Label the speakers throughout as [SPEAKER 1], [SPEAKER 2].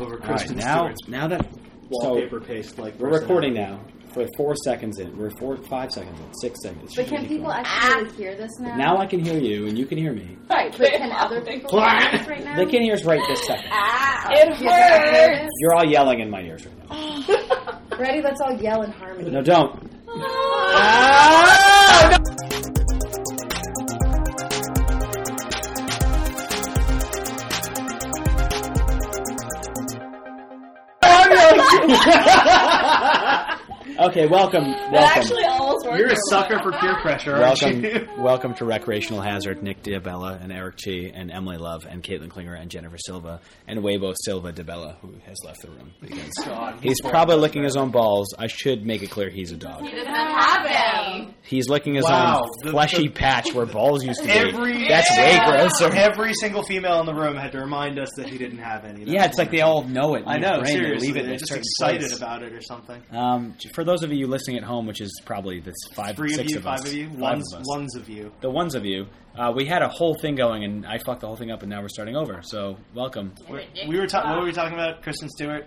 [SPEAKER 1] over
[SPEAKER 2] All right,
[SPEAKER 1] Kristen
[SPEAKER 2] now,
[SPEAKER 1] Stewart's
[SPEAKER 2] now that
[SPEAKER 3] Wallpaper paste like
[SPEAKER 2] we're
[SPEAKER 3] person.
[SPEAKER 2] recording now, we're four seconds in. We're four, five seconds in, six seconds.
[SPEAKER 4] But can
[SPEAKER 2] Keep
[SPEAKER 4] people
[SPEAKER 2] going.
[SPEAKER 4] actually hear this now?
[SPEAKER 2] Ah! Now I can hear you, and you can hear me.
[SPEAKER 4] right, but can other people hear this right now?
[SPEAKER 2] They can't hear us right this second.
[SPEAKER 4] Ah,
[SPEAKER 5] It
[SPEAKER 4] you guys can hear this?
[SPEAKER 2] You're all yelling in my ears right now.
[SPEAKER 4] Ready? Let's all yell in harmony.
[SPEAKER 2] No, don't.
[SPEAKER 1] Ah.
[SPEAKER 2] Okay, welcome, welcome.
[SPEAKER 5] That actually almost worked.
[SPEAKER 1] You're a sucker for peer pressure, aren't
[SPEAKER 2] Welcome,
[SPEAKER 1] you?
[SPEAKER 2] welcome to Recreational Hazard. Nick Diabella and Eric Chi and Emily Love and Caitlin Klinger and Jennifer Silva and Weibo Silva Diabella, who has left the room. because
[SPEAKER 1] God,
[SPEAKER 2] He's probably licking his own balls. I should make it clear he's a dog.
[SPEAKER 4] doesn't have them.
[SPEAKER 2] He's licking his
[SPEAKER 1] Wow,
[SPEAKER 2] own
[SPEAKER 1] the-
[SPEAKER 2] fleshy
[SPEAKER 1] the-
[SPEAKER 2] patch where balls used to be.
[SPEAKER 1] Every
[SPEAKER 2] That's way grosser.
[SPEAKER 1] every single female in the room had to remind us that he didn't have any.
[SPEAKER 2] Yeah, it's like they all know it. in
[SPEAKER 1] I
[SPEAKER 2] their
[SPEAKER 1] know.
[SPEAKER 2] brain. They
[SPEAKER 1] Seriously,
[SPEAKER 2] leave it in
[SPEAKER 1] they're
[SPEAKER 2] a
[SPEAKER 1] just
[SPEAKER 2] certain
[SPEAKER 1] excited
[SPEAKER 2] place.
[SPEAKER 1] about it or something.
[SPEAKER 2] Um, for those of you listening at home, which is probably this five,
[SPEAKER 1] Three of
[SPEAKER 2] six
[SPEAKER 1] you,
[SPEAKER 2] of
[SPEAKER 1] five
[SPEAKER 2] us,
[SPEAKER 1] of you,
[SPEAKER 2] five
[SPEAKER 1] ones,
[SPEAKER 2] of us.
[SPEAKER 1] ones of you.
[SPEAKER 2] the ones of you, uh, we had a whole thing going, and I fucked the whole thing up, and now we're starting over. So welcome.
[SPEAKER 1] We're- We were ta- what were we talking about? Kristen Stewart.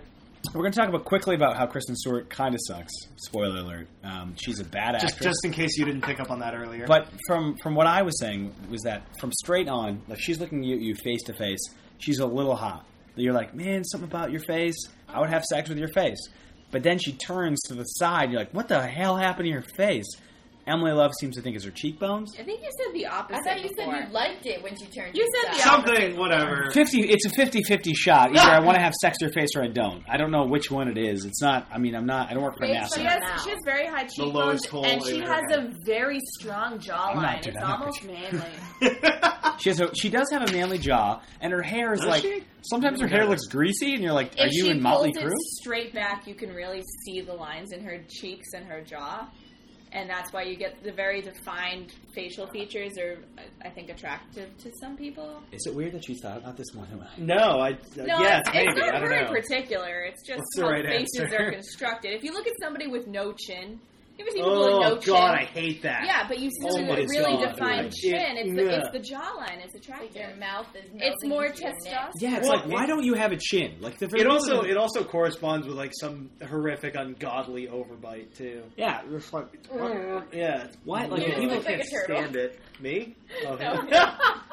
[SPEAKER 2] We're going to talk about quickly about how Kristen Stewart kind of sucks. Spoiler alert: um, she's a bad actress.
[SPEAKER 1] Just just in case you didn't pick up on that earlier.
[SPEAKER 2] But from from what I was saying was that from straight on, like she's looking at you face to face, she's a little hot. You're like, man, something about your face. I would have sex with your face. But then she turns to the side. You're like, what the hell happened to your face? Emily Love seems to think it's her cheekbones.
[SPEAKER 6] I think you said the opposite.
[SPEAKER 4] I thought you said
[SPEAKER 6] before.
[SPEAKER 4] you liked it when she turned.
[SPEAKER 6] You
[SPEAKER 4] to
[SPEAKER 6] said the
[SPEAKER 4] side.
[SPEAKER 1] something, whatever.
[SPEAKER 2] 50 it's a 50-50 shot either i want to have sex to your face or i don't i don't know which one it is it's not i mean i'm not i don't work for
[SPEAKER 6] Babe,
[SPEAKER 2] nasa
[SPEAKER 6] she
[SPEAKER 4] Yes.
[SPEAKER 6] has she has very high cheekbones
[SPEAKER 1] lowest hole
[SPEAKER 6] and she
[SPEAKER 1] in her
[SPEAKER 6] has
[SPEAKER 1] head.
[SPEAKER 6] a very strong
[SPEAKER 2] I'm not
[SPEAKER 6] jawline.
[SPEAKER 2] doing
[SPEAKER 6] It's
[SPEAKER 2] that.
[SPEAKER 6] almost manly.
[SPEAKER 2] she has a she does have a manly jaw and her hair is
[SPEAKER 1] Does
[SPEAKER 2] like
[SPEAKER 1] she?
[SPEAKER 2] sometimes her hair looks greasy and you're like are
[SPEAKER 5] if
[SPEAKER 2] you
[SPEAKER 5] she
[SPEAKER 2] in motley
[SPEAKER 5] pulls
[SPEAKER 2] crew
[SPEAKER 5] it straight back, you can really see the lines in her cheeks and her jaw, and that's why you get the very defined facial features are, I- I think, attractive to some people.
[SPEAKER 2] is it weird that she thought about this more than i
[SPEAKER 1] No, I.
[SPEAKER 5] No,
[SPEAKER 1] Uh, yes,
[SPEAKER 5] it's,
[SPEAKER 1] maybe.
[SPEAKER 5] it's not
[SPEAKER 1] I don't
[SPEAKER 5] very
[SPEAKER 1] know.
[SPEAKER 5] particular. It's just
[SPEAKER 1] What's the
[SPEAKER 5] how
[SPEAKER 1] right
[SPEAKER 5] faces
[SPEAKER 1] answer?
[SPEAKER 5] are constructed. If you look at somebody with no chin, you ever see people with
[SPEAKER 1] oh
[SPEAKER 5] no chin?
[SPEAKER 1] God, I hate that.
[SPEAKER 5] yeah, but you see
[SPEAKER 1] Oh
[SPEAKER 5] somebody
[SPEAKER 1] my
[SPEAKER 5] with really
[SPEAKER 1] God,
[SPEAKER 5] defined
[SPEAKER 1] dude.
[SPEAKER 5] chin. It's the,
[SPEAKER 1] Yeah.
[SPEAKER 5] it's the jawline. It's
[SPEAKER 4] Like your
[SPEAKER 5] attractive.
[SPEAKER 4] mouth is.
[SPEAKER 5] It's
[SPEAKER 4] melting
[SPEAKER 5] more
[SPEAKER 4] into your neck.
[SPEAKER 5] testosterone.
[SPEAKER 2] yeah it's
[SPEAKER 1] Well,
[SPEAKER 2] like why
[SPEAKER 1] it-
[SPEAKER 2] don't you have a chin like the very
[SPEAKER 1] It also
[SPEAKER 2] reason-
[SPEAKER 1] it also corresponds with like some horrific, ungodly overbite too.
[SPEAKER 2] yeah it's like,
[SPEAKER 1] Yeah,
[SPEAKER 2] Why- like,
[SPEAKER 1] Ugh.
[SPEAKER 2] people
[SPEAKER 1] I
[SPEAKER 5] look like
[SPEAKER 1] can't
[SPEAKER 5] a turtle.
[SPEAKER 1] stand it. Me? Oh, him.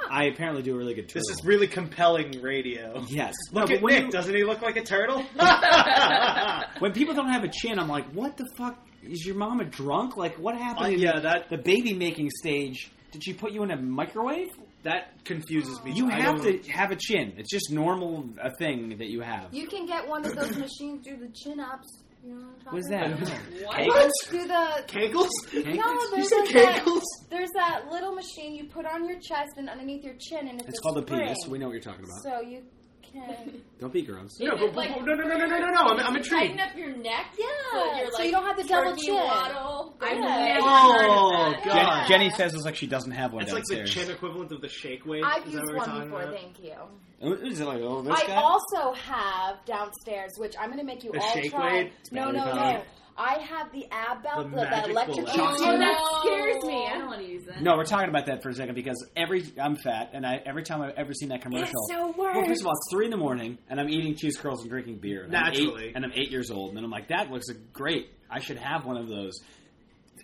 [SPEAKER 2] i apparently do a really good
[SPEAKER 1] this
[SPEAKER 2] turtle.
[SPEAKER 1] is really compelling radio.
[SPEAKER 2] yes No,
[SPEAKER 1] Look
[SPEAKER 2] but
[SPEAKER 1] at
[SPEAKER 2] when
[SPEAKER 1] Nick.
[SPEAKER 2] you-
[SPEAKER 1] Doesn't he look like a turtle?
[SPEAKER 2] when people don't have a chin, I'm like, what the fuck? Is your mom a drunk? Like, what happened?
[SPEAKER 1] Uh,
[SPEAKER 2] in
[SPEAKER 1] yeah,
[SPEAKER 2] the-
[SPEAKER 1] that-
[SPEAKER 2] the baby making stage. Did she put you in a microwave?
[SPEAKER 1] that confuses me.
[SPEAKER 2] You
[SPEAKER 1] I
[SPEAKER 2] have to
[SPEAKER 1] don't-
[SPEAKER 2] have a chin. It's just normal a thing that you have.
[SPEAKER 4] You can get one of those machines through the chin ups. You know what I'm talking
[SPEAKER 2] What is
[SPEAKER 4] about?
[SPEAKER 2] that?
[SPEAKER 1] What?
[SPEAKER 4] Through the
[SPEAKER 1] Kegels?
[SPEAKER 4] no,
[SPEAKER 1] You
[SPEAKER 4] there's
[SPEAKER 1] said
[SPEAKER 4] like that,
[SPEAKER 1] kegels?
[SPEAKER 4] there's that little machine you put on your chest and underneath your chin, and it's,
[SPEAKER 2] It's
[SPEAKER 4] a
[SPEAKER 2] called a
[SPEAKER 4] spring.
[SPEAKER 2] penis. We know what you're talking about.
[SPEAKER 4] So you can
[SPEAKER 2] Don't be gross.
[SPEAKER 1] No, but, but- no, no, no, no, no, no, no. I'm, I'm intrigued.
[SPEAKER 6] Tighten up your neck.
[SPEAKER 4] yeah.
[SPEAKER 6] So you're
[SPEAKER 4] So
[SPEAKER 6] like
[SPEAKER 4] you don't have the double
[SPEAKER 6] turkey
[SPEAKER 4] chin.
[SPEAKER 6] waddle. I've
[SPEAKER 4] Yeah.
[SPEAKER 6] never
[SPEAKER 1] Oh,
[SPEAKER 6] heard of that.
[SPEAKER 1] God.
[SPEAKER 2] Jen- Jenny says it's like she doesn't have one
[SPEAKER 1] It's like the
[SPEAKER 2] downstairs.
[SPEAKER 1] chin equivalent of the shake weight.
[SPEAKER 4] I've
[SPEAKER 1] Is that
[SPEAKER 4] used
[SPEAKER 1] what we're
[SPEAKER 4] one
[SPEAKER 1] talking
[SPEAKER 4] before.
[SPEAKER 1] about?
[SPEAKER 4] Thank you.
[SPEAKER 2] Is it like oh this
[SPEAKER 4] I
[SPEAKER 2] guy?
[SPEAKER 4] also have downstairs, which I'm going to make you
[SPEAKER 1] The
[SPEAKER 4] all
[SPEAKER 1] shake
[SPEAKER 4] try.
[SPEAKER 1] weight?
[SPEAKER 4] No,
[SPEAKER 2] Battery
[SPEAKER 4] no, no.
[SPEAKER 2] powered.
[SPEAKER 4] I have the ab belt,
[SPEAKER 1] The
[SPEAKER 4] the, the
[SPEAKER 1] magic
[SPEAKER 4] electric.
[SPEAKER 1] bullet.
[SPEAKER 4] belt.
[SPEAKER 6] Oh, that
[SPEAKER 4] No.
[SPEAKER 6] scares me. I don't want to use that.
[SPEAKER 2] no, we're talking about that for a second because every I'm fat and I every time I've ever seen that commercial.
[SPEAKER 4] It's so worse.
[SPEAKER 2] Well, first of all, it's three in the morning, and I'm eating cheese curls and drinking beer. And I'm
[SPEAKER 1] Naturally.
[SPEAKER 2] eight, and I'm eight years old, and I'm like, that looks great. I should have one of those.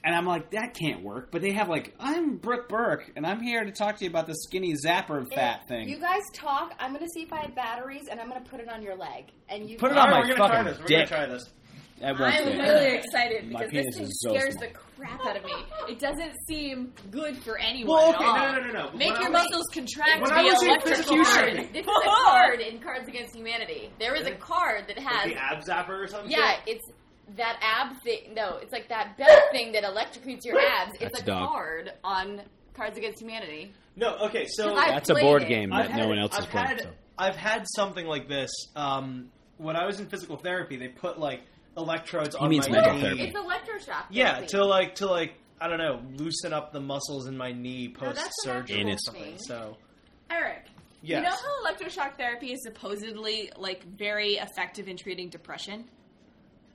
[SPEAKER 2] And I'm like, that can't work. But they have like, I'm Brooke Burke, and I'm here to talk to you about the skinny zapper fat
[SPEAKER 4] If
[SPEAKER 2] thing.
[SPEAKER 4] You guys talk. I'm going to see if I have batteries, and I'm going to put it on your leg. And you
[SPEAKER 2] Put it
[SPEAKER 1] All
[SPEAKER 2] on
[SPEAKER 1] right,
[SPEAKER 2] my
[SPEAKER 1] we're gonna try
[SPEAKER 2] fucking
[SPEAKER 1] this. We're gonna
[SPEAKER 2] dick.
[SPEAKER 1] try this.
[SPEAKER 2] That was
[SPEAKER 5] I'm
[SPEAKER 2] it.
[SPEAKER 5] really excited
[SPEAKER 2] My
[SPEAKER 5] because
[SPEAKER 2] penis
[SPEAKER 5] this thing
[SPEAKER 2] is so
[SPEAKER 5] scares
[SPEAKER 2] small.
[SPEAKER 5] the crap out of me. It doesn't seem good for anyone.
[SPEAKER 1] Well,
[SPEAKER 5] at
[SPEAKER 1] okay,
[SPEAKER 5] all.
[SPEAKER 1] no, no, no, no, no.
[SPEAKER 5] Make
[SPEAKER 1] When I
[SPEAKER 5] your
[SPEAKER 1] was-
[SPEAKER 5] muscles contract
[SPEAKER 1] when
[SPEAKER 5] to
[SPEAKER 1] I
[SPEAKER 5] be
[SPEAKER 1] was in physical
[SPEAKER 4] card.
[SPEAKER 5] electrocuted.
[SPEAKER 1] therapy.
[SPEAKER 4] This is a card in Cards Against Humanity.
[SPEAKER 6] There
[SPEAKER 1] is a
[SPEAKER 6] card that
[SPEAKER 1] Like the ab zapper or something?
[SPEAKER 6] Yeah, it's that ab thing. No, it's like that belt thing that electrocutes your abs. It's
[SPEAKER 2] That's
[SPEAKER 6] a
[SPEAKER 2] dog.
[SPEAKER 6] card on Cards Against Humanity.
[SPEAKER 1] No, okay, so.
[SPEAKER 6] I
[SPEAKER 2] That's a
[SPEAKER 6] played
[SPEAKER 2] board
[SPEAKER 6] it.
[SPEAKER 2] game that no
[SPEAKER 1] had-
[SPEAKER 2] one else
[SPEAKER 1] I've
[SPEAKER 2] has played.
[SPEAKER 1] Had,
[SPEAKER 2] so.
[SPEAKER 1] I've had something like this. Um, when I was in physical therapy, they put like electrodes on
[SPEAKER 2] means
[SPEAKER 1] my
[SPEAKER 2] mental
[SPEAKER 1] knee.
[SPEAKER 2] therapy.
[SPEAKER 6] It's electroshock.
[SPEAKER 1] Yeah, to like to like I don't know, loosen up the muscles in my knee
[SPEAKER 6] that's
[SPEAKER 1] post
[SPEAKER 6] an
[SPEAKER 1] surgery
[SPEAKER 2] actual
[SPEAKER 1] or something.
[SPEAKER 6] thing.
[SPEAKER 1] So
[SPEAKER 5] Eric,
[SPEAKER 1] yes,
[SPEAKER 5] you know how electroshock therapy is supposedly like very effective in treating depression?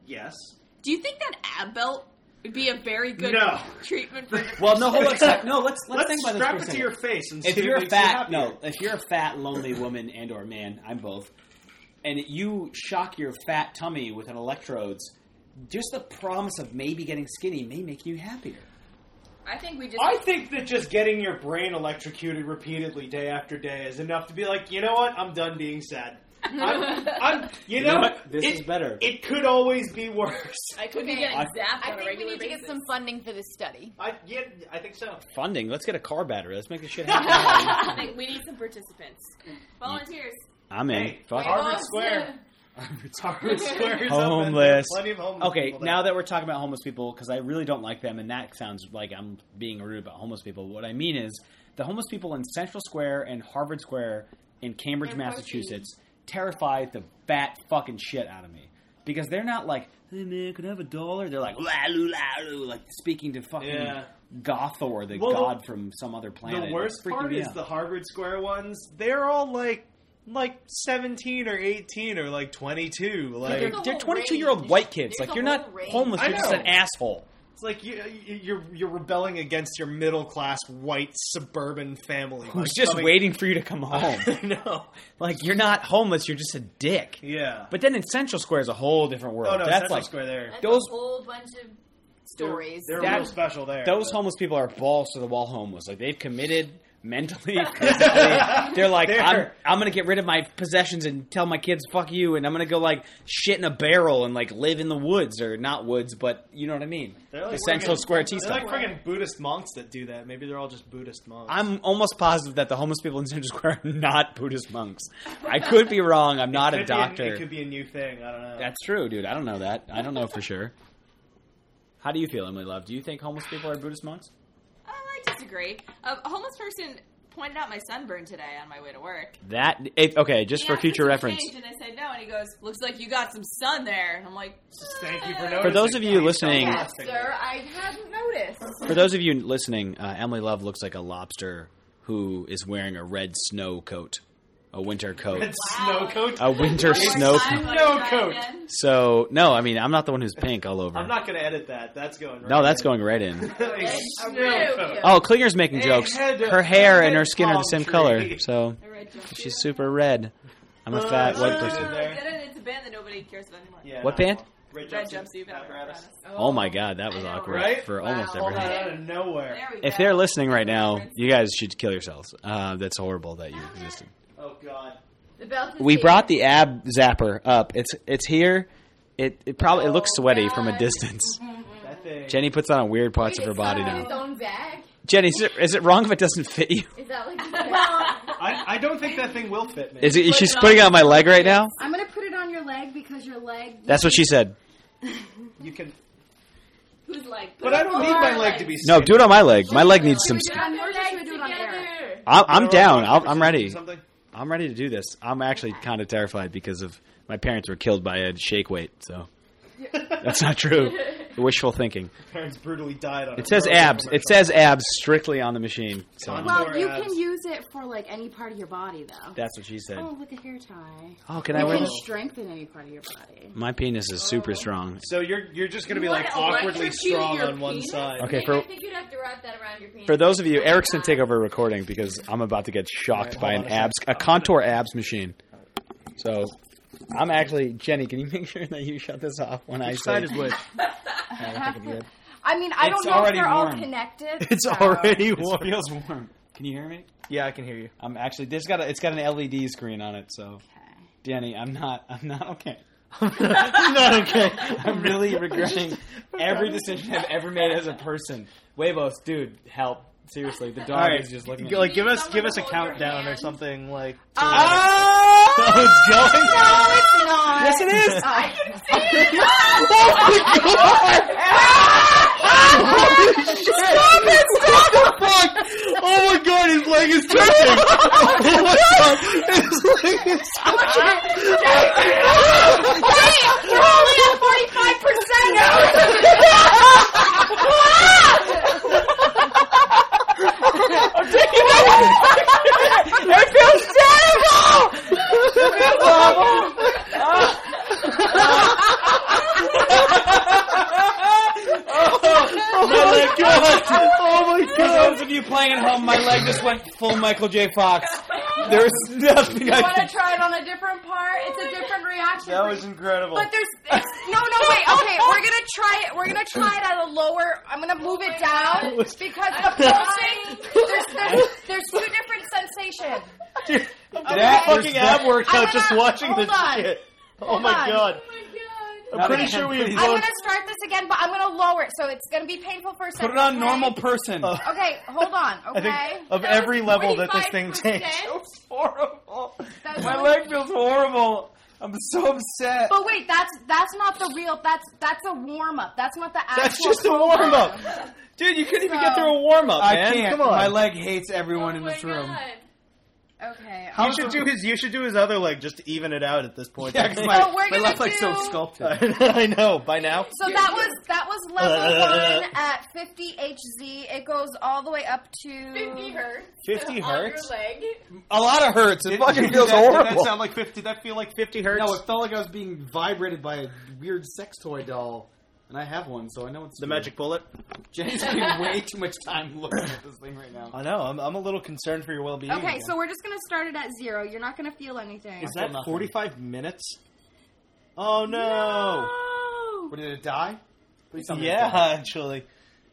[SPEAKER 1] yes.
[SPEAKER 5] Do you think that ab belt would be a very good
[SPEAKER 1] No.
[SPEAKER 5] treatment for depression?
[SPEAKER 2] Well, no, hold on. a sec. No, let's let's,
[SPEAKER 1] Let's,
[SPEAKER 2] think about this
[SPEAKER 1] strap
[SPEAKER 2] for a
[SPEAKER 1] it to
[SPEAKER 2] second.
[SPEAKER 1] your face and see
[SPEAKER 2] if you're
[SPEAKER 1] what
[SPEAKER 2] a
[SPEAKER 1] makes you
[SPEAKER 2] fat
[SPEAKER 1] happier.
[SPEAKER 2] no if you're a fat lonely woman and or man i'm both and you shock your fat tummy with an electrodes, just the promise of maybe getting skinny may make you happier.
[SPEAKER 5] I think we just.
[SPEAKER 1] I think that just getting your brain electrocuted repeatedly day after day is enough to be like, you know what? I'm done being sad. I'm, I'm, you, know,
[SPEAKER 2] what? This
[SPEAKER 1] it,
[SPEAKER 2] is better.
[SPEAKER 1] It could always be worse.
[SPEAKER 5] I could be
[SPEAKER 6] Okay.
[SPEAKER 5] getting
[SPEAKER 2] I-
[SPEAKER 5] zapped
[SPEAKER 6] I
[SPEAKER 5] on a
[SPEAKER 6] think we
[SPEAKER 5] regular
[SPEAKER 6] need to get
[SPEAKER 5] basis.
[SPEAKER 6] some funding for this study.
[SPEAKER 1] I yeah, I think so.
[SPEAKER 2] Funding. Let's get a car battery. Let's make this shit happen.
[SPEAKER 5] I think we need some participants, volunteers.
[SPEAKER 2] I'm in.
[SPEAKER 1] Hey,
[SPEAKER 2] Fuck.
[SPEAKER 1] Harvard
[SPEAKER 6] Oh,
[SPEAKER 1] Square. Harvard Square. is Up and
[SPEAKER 2] Homeless.
[SPEAKER 1] there's plenty of homeless.
[SPEAKER 2] Okay,
[SPEAKER 1] people there.
[SPEAKER 2] now that we're talking about homeless people, because I really don't like them, and that sounds like I'm being rude about homeless people. What I mean is, the homeless people in Central Square and Harvard Square in Cambridge,
[SPEAKER 6] They're
[SPEAKER 2] Massachusetts, terrify the bat fucking shit out of me because they're not like, "Hey man, can I have a dollar?" They're like, "La lu la lu," like speaking to fucking
[SPEAKER 1] Yeah.
[SPEAKER 2] Gothor, the
[SPEAKER 1] Well,
[SPEAKER 2] god from some other planet.
[SPEAKER 1] the worst
[SPEAKER 2] It's freaking
[SPEAKER 1] part
[SPEAKER 2] me
[SPEAKER 1] is
[SPEAKER 2] out.
[SPEAKER 1] the Harvard Square ones. They're all like like 17 or 18 or like 22. Like
[SPEAKER 6] There's a
[SPEAKER 2] they're
[SPEAKER 6] whole
[SPEAKER 2] 22 year old
[SPEAKER 6] range.
[SPEAKER 2] white kids.
[SPEAKER 6] There's
[SPEAKER 2] like
[SPEAKER 6] a
[SPEAKER 2] you're
[SPEAKER 6] whole
[SPEAKER 2] not
[SPEAKER 6] range.
[SPEAKER 2] homeless.
[SPEAKER 1] I
[SPEAKER 2] You're just
[SPEAKER 1] know.
[SPEAKER 2] an asshole.
[SPEAKER 1] It's like you, you, you're you're rebelling against your middle class white suburban family.
[SPEAKER 2] Who's
[SPEAKER 1] Like,
[SPEAKER 2] just
[SPEAKER 1] coming-
[SPEAKER 2] waiting for you to come home?
[SPEAKER 1] I know.
[SPEAKER 2] Like you're not homeless, you're just a dick.
[SPEAKER 1] Yeah.
[SPEAKER 2] But then in Central Square is a whole different world.
[SPEAKER 1] oh no,
[SPEAKER 2] That's
[SPEAKER 1] Central
[SPEAKER 2] like
[SPEAKER 1] Square there.
[SPEAKER 6] That's
[SPEAKER 2] Those-
[SPEAKER 6] a whole bunch of stories.
[SPEAKER 1] They're,
[SPEAKER 2] That-
[SPEAKER 1] real special there.
[SPEAKER 2] those
[SPEAKER 1] But-
[SPEAKER 2] homeless people are balls to the wall homeless. Like they've committed mentally. physically. They're like,
[SPEAKER 1] They're-
[SPEAKER 2] I'm, I'm gonna get rid of my possessions and tell my kids fuck you, and I'm gonna go like shit in a barrel and like live in the woods or not woods, but you know what I mean.
[SPEAKER 1] They're like
[SPEAKER 2] the Central
[SPEAKER 1] friggin-
[SPEAKER 2] Square tea
[SPEAKER 1] They're
[SPEAKER 2] stuff.
[SPEAKER 1] like friggin' Buddhist monks that do that. Maybe they're all just Buddhist monks.
[SPEAKER 2] I'm almost positive that the homeless people in Central Square are not Buddhist monks. I could be wrong. I'm not a
[SPEAKER 1] Could be
[SPEAKER 2] doctor.
[SPEAKER 1] it could be a new thing. I don't know.
[SPEAKER 2] That's true, dude. I don't know that. I don't know for sure. How do you feel, Emily Love? Do you think homeless people are Buddhist monks?
[SPEAKER 5] Oh, I disagree. A a homeless person pointed out my sunburn today on my way to work.
[SPEAKER 2] That it, okay, just
[SPEAKER 5] He
[SPEAKER 2] for
[SPEAKER 5] asked if
[SPEAKER 2] future
[SPEAKER 5] it
[SPEAKER 2] reference.
[SPEAKER 5] changed, And I said no, and he goes, "Looks like you got some sun there." And I'm like,
[SPEAKER 1] Thank you for
[SPEAKER 5] "Uh."
[SPEAKER 1] noticing.
[SPEAKER 2] For those of you listening-
[SPEAKER 6] Yes, sir, I hadn't noticed.
[SPEAKER 2] For those of you listening, uh, Emily Love looks like a lobster who is wearing a red snow coat, a winter coat,
[SPEAKER 1] It's snow coat.
[SPEAKER 2] a winter
[SPEAKER 5] One more
[SPEAKER 2] snow
[SPEAKER 5] time,
[SPEAKER 2] coat.
[SPEAKER 5] let
[SPEAKER 1] Snow
[SPEAKER 5] me try
[SPEAKER 1] coat.
[SPEAKER 5] again.
[SPEAKER 2] So no, I mean I'm not the one who's pink all over.
[SPEAKER 1] I'm not gonna edit that. That's going. Right
[SPEAKER 2] no, that's
[SPEAKER 1] in.
[SPEAKER 2] going right in.
[SPEAKER 1] A
[SPEAKER 6] real
[SPEAKER 1] snow coat.
[SPEAKER 6] cute.
[SPEAKER 2] Oh, Klinger's making
[SPEAKER 1] They
[SPEAKER 2] jokes.
[SPEAKER 1] had a-
[SPEAKER 2] Her hair
[SPEAKER 1] they
[SPEAKER 2] and her
[SPEAKER 1] had
[SPEAKER 2] skin are the
[SPEAKER 1] palm
[SPEAKER 2] same
[SPEAKER 1] tree.
[SPEAKER 2] color, so
[SPEAKER 5] I read your-
[SPEAKER 2] she's super red. I'm a fat
[SPEAKER 1] Uh,
[SPEAKER 2] white
[SPEAKER 5] Oh,
[SPEAKER 2] person.
[SPEAKER 5] I
[SPEAKER 1] there.
[SPEAKER 5] did it. It's a band that nobody cares about anymore.
[SPEAKER 1] Yeah,
[SPEAKER 2] What
[SPEAKER 1] no.
[SPEAKER 2] band?
[SPEAKER 1] Red
[SPEAKER 5] Red
[SPEAKER 1] jumpsuit
[SPEAKER 5] jumpsuit
[SPEAKER 1] apparatus.
[SPEAKER 5] apparatus.
[SPEAKER 2] Oh my god, that was
[SPEAKER 5] I know,
[SPEAKER 2] awkward
[SPEAKER 1] right?
[SPEAKER 2] for
[SPEAKER 5] Wow.
[SPEAKER 2] almost
[SPEAKER 1] Pull
[SPEAKER 2] everything.
[SPEAKER 1] that out of nowhere.
[SPEAKER 5] There we go.
[SPEAKER 2] If they're listening right now, you guys should kill yourselves. Uh, that's horrible that you existed.
[SPEAKER 1] Oh god.
[SPEAKER 6] The belt is
[SPEAKER 2] We
[SPEAKER 6] here.
[SPEAKER 2] brought the ab zapper up. It's it's here. It it probably it looks
[SPEAKER 6] Oh,
[SPEAKER 2] sweaty from a
[SPEAKER 6] God.
[SPEAKER 2] distance.
[SPEAKER 1] That thing.
[SPEAKER 2] Jenny puts on weird parts of
[SPEAKER 6] Wait,
[SPEAKER 2] her
[SPEAKER 6] it's
[SPEAKER 2] body
[SPEAKER 6] not in
[SPEAKER 2] now.
[SPEAKER 6] Its own bag.
[SPEAKER 2] Jenny, is it, is it wrong if it doesn't fit you?
[SPEAKER 6] Is that like?
[SPEAKER 1] I, I don't think that thing will fit me.
[SPEAKER 2] Is it? She's
[SPEAKER 6] it on
[SPEAKER 2] putting it on my leg right now.
[SPEAKER 4] I'm gonna put it on your leg because your leg.
[SPEAKER 2] That's what she said.
[SPEAKER 1] You can.
[SPEAKER 6] Who's like?
[SPEAKER 1] But I don't need my leg to be.
[SPEAKER 2] No,
[SPEAKER 1] Skinny.
[SPEAKER 2] do it on my leg. My leg needs some.
[SPEAKER 6] Put
[SPEAKER 4] I'm
[SPEAKER 6] your
[SPEAKER 4] more just gonna
[SPEAKER 6] legs
[SPEAKER 4] do it on air.
[SPEAKER 6] together.
[SPEAKER 2] I'm, I'm
[SPEAKER 1] Throw it on
[SPEAKER 2] down. I'll, I'm
[SPEAKER 1] Christmas or
[SPEAKER 2] ready.
[SPEAKER 1] Something.
[SPEAKER 2] I'm ready to do this. I'm actually kind of terrified because of my parents were killed by a shake weight. So that's not true. Wishful thinking.
[SPEAKER 1] Parents brutally died on. a
[SPEAKER 2] It says
[SPEAKER 1] Kroger
[SPEAKER 2] abs. It
[SPEAKER 1] commercial.
[SPEAKER 2] says abs strictly on the machine. So
[SPEAKER 1] Well,
[SPEAKER 4] Well, you
[SPEAKER 1] Whereas-
[SPEAKER 4] can use it for like any part of your body, though.
[SPEAKER 2] that's what she said.
[SPEAKER 4] Oh, with a hair tie.
[SPEAKER 2] Oh, can I
[SPEAKER 4] You
[SPEAKER 2] wear
[SPEAKER 4] can
[SPEAKER 2] this?
[SPEAKER 4] strengthen any part of your body.
[SPEAKER 2] My penis is super strong.
[SPEAKER 1] So you're you're just gonna be
[SPEAKER 6] You
[SPEAKER 1] like
[SPEAKER 6] wanna
[SPEAKER 1] awkwardly
[SPEAKER 6] electrocute
[SPEAKER 1] strong
[SPEAKER 6] your
[SPEAKER 1] on one
[SPEAKER 6] penis?
[SPEAKER 1] side.
[SPEAKER 2] Okay,
[SPEAKER 6] I
[SPEAKER 2] for
[SPEAKER 6] think you'd have to wrap that around your penis.
[SPEAKER 2] for those of you, Erickson take over recording because I'm about to get shocked
[SPEAKER 1] Alright,
[SPEAKER 2] by
[SPEAKER 1] hold
[SPEAKER 2] an
[SPEAKER 1] on a
[SPEAKER 2] abs a contour abs machine. So I'm actually Jenny. Can you make sure that you shut this off when I say?
[SPEAKER 3] which?
[SPEAKER 2] I think it'd be
[SPEAKER 4] I mean, I
[SPEAKER 2] It's
[SPEAKER 4] don't know if
[SPEAKER 2] already
[SPEAKER 4] they're
[SPEAKER 2] warm.
[SPEAKER 4] all connected.
[SPEAKER 2] good. It's
[SPEAKER 4] so-
[SPEAKER 2] already warm. It feels warm. Can you hear me?
[SPEAKER 3] Yeah, I can hear you.
[SPEAKER 2] I'm actually. This got a, it's got an LED screen on it. So
[SPEAKER 4] Okay.
[SPEAKER 2] Jenny, I'm not. I'm not okay. I'm not okay. I'm really regretting every decision I've ever made as a person. Huevos, dude, help! Seriously, the dog
[SPEAKER 1] All right,
[SPEAKER 2] is just looking. at me.
[SPEAKER 1] like give us
[SPEAKER 6] someone
[SPEAKER 1] give
[SPEAKER 6] to
[SPEAKER 1] us a
[SPEAKER 6] hold your
[SPEAKER 1] countdown or
[SPEAKER 6] hand.
[SPEAKER 1] something like.
[SPEAKER 2] Oh!
[SPEAKER 1] Oh, it's going.
[SPEAKER 4] It's
[SPEAKER 2] Yes,
[SPEAKER 4] not.
[SPEAKER 2] it is.
[SPEAKER 1] Oh my god, his leg is touching! Oh my god, his leg is
[SPEAKER 2] my god! Oh my god! For those of you playing at home, my leg just went full Michael J. Fox. There's nothing I
[SPEAKER 6] want
[SPEAKER 2] can.
[SPEAKER 6] to try it on a different part? It's a different
[SPEAKER 2] That was incredible.
[SPEAKER 4] But there's it's, no, no, wait. Okay, we're gonna try it. We're gonna try it at a lower. I'm gonna move it down because the pulsing. There's, there's there's two different sensations.
[SPEAKER 1] That
[SPEAKER 2] Okay.
[SPEAKER 1] fucking ab
[SPEAKER 4] I'm
[SPEAKER 1] workout
[SPEAKER 4] gonna-
[SPEAKER 1] just watching
[SPEAKER 4] hold
[SPEAKER 1] this
[SPEAKER 4] on.
[SPEAKER 1] shit. Oh
[SPEAKER 4] Hold
[SPEAKER 1] my
[SPEAKER 4] on.
[SPEAKER 1] god.
[SPEAKER 5] God.
[SPEAKER 1] I'm
[SPEAKER 2] Not
[SPEAKER 1] pretty
[SPEAKER 2] again,
[SPEAKER 1] sure we
[SPEAKER 2] please.
[SPEAKER 1] both-
[SPEAKER 4] I'm gonna start this again, but I'm gonna lower it, so it's gonna be painful for a second.
[SPEAKER 2] Put it on
[SPEAKER 4] okay?
[SPEAKER 2] normal person.
[SPEAKER 1] Uh,
[SPEAKER 4] Okay, hold on.
[SPEAKER 1] I
[SPEAKER 4] Okay,
[SPEAKER 1] think of every level that this thing takes.
[SPEAKER 2] feels horrible.
[SPEAKER 4] That was
[SPEAKER 2] My
[SPEAKER 4] really-
[SPEAKER 2] leg feels horrible. I'm so upset.
[SPEAKER 4] But wait, that's that's not the real. That's that's a warm up. That's not the actual.
[SPEAKER 1] That's just a
[SPEAKER 4] program.
[SPEAKER 1] warm up. Dude, you couldn't even get through a warm up,
[SPEAKER 2] I
[SPEAKER 1] man.
[SPEAKER 2] can't.
[SPEAKER 1] Come on.
[SPEAKER 2] My leg hates everyone in
[SPEAKER 6] Oh my
[SPEAKER 4] Oh
[SPEAKER 2] this room.
[SPEAKER 6] God.
[SPEAKER 4] Okay.
[SPEAKER 1] you should do his you should do his other leg just to even it out at this point.
[SPEAKER 2] Yeah, 'cause
[SPEAKER 1] I
[SPEAKER 2] my,
[SPEAKER 4] So Oh, we're
[SPEAKER 2] my
[SPEAKER 4] gonna
[SPEAKER 2] left leg's so
[SPEAKER 4] do-
[SPEAKER 2] sculpted.
[SPEAKER 1] I know, by now.
[SPEAKER 4] So that was that was
[SPEAKER 2] Uh,
[SPEAKER 4] level one at 50 hz. It goes all the way up to
[SPEAKER 6] 50 hertz.
[SPEAKER 1] 50
[SPEAKER 6] on
[SPEAKER 1] hertz?
[SPEAKER 6] Your leg.
[SPEAKER 1] A lot of hurts. It,
[SPEAKER 2] fucking feels horrible.
[SPEAKER 1] That sound like 50 that feel like 50 hertz?
[SPEAKER 2] No, it felt like I was being vibrated by a weird sex toy doll. And I have one, so I know it's
[SPEAKER 1] the magic bullet.
[SPEAKER 2] Jenny's spending way too much time looking at this thing right now.
[SPEAKER 1] I know. I'm, I'm a little concerned for your well-being.
[SPEAKER 4] Okay,
[SPEAKER 1] again.
[SPEAKER 4] so we're just gonna start it at zero. You're not gonna feel anything.
[SPEAKER 1] is
[SPEAKER 2] I feel
[SPEAKER 1] that
[SPEAKER 2] nothing.
[SPEAKER 1] 45 minutes? Oh no.
[SPEAKER 2] What did it die? Please tell me it
[SPEAKER 1] Yeah,
[SPEAKER 2] died.
[SPEAKER 1] actually.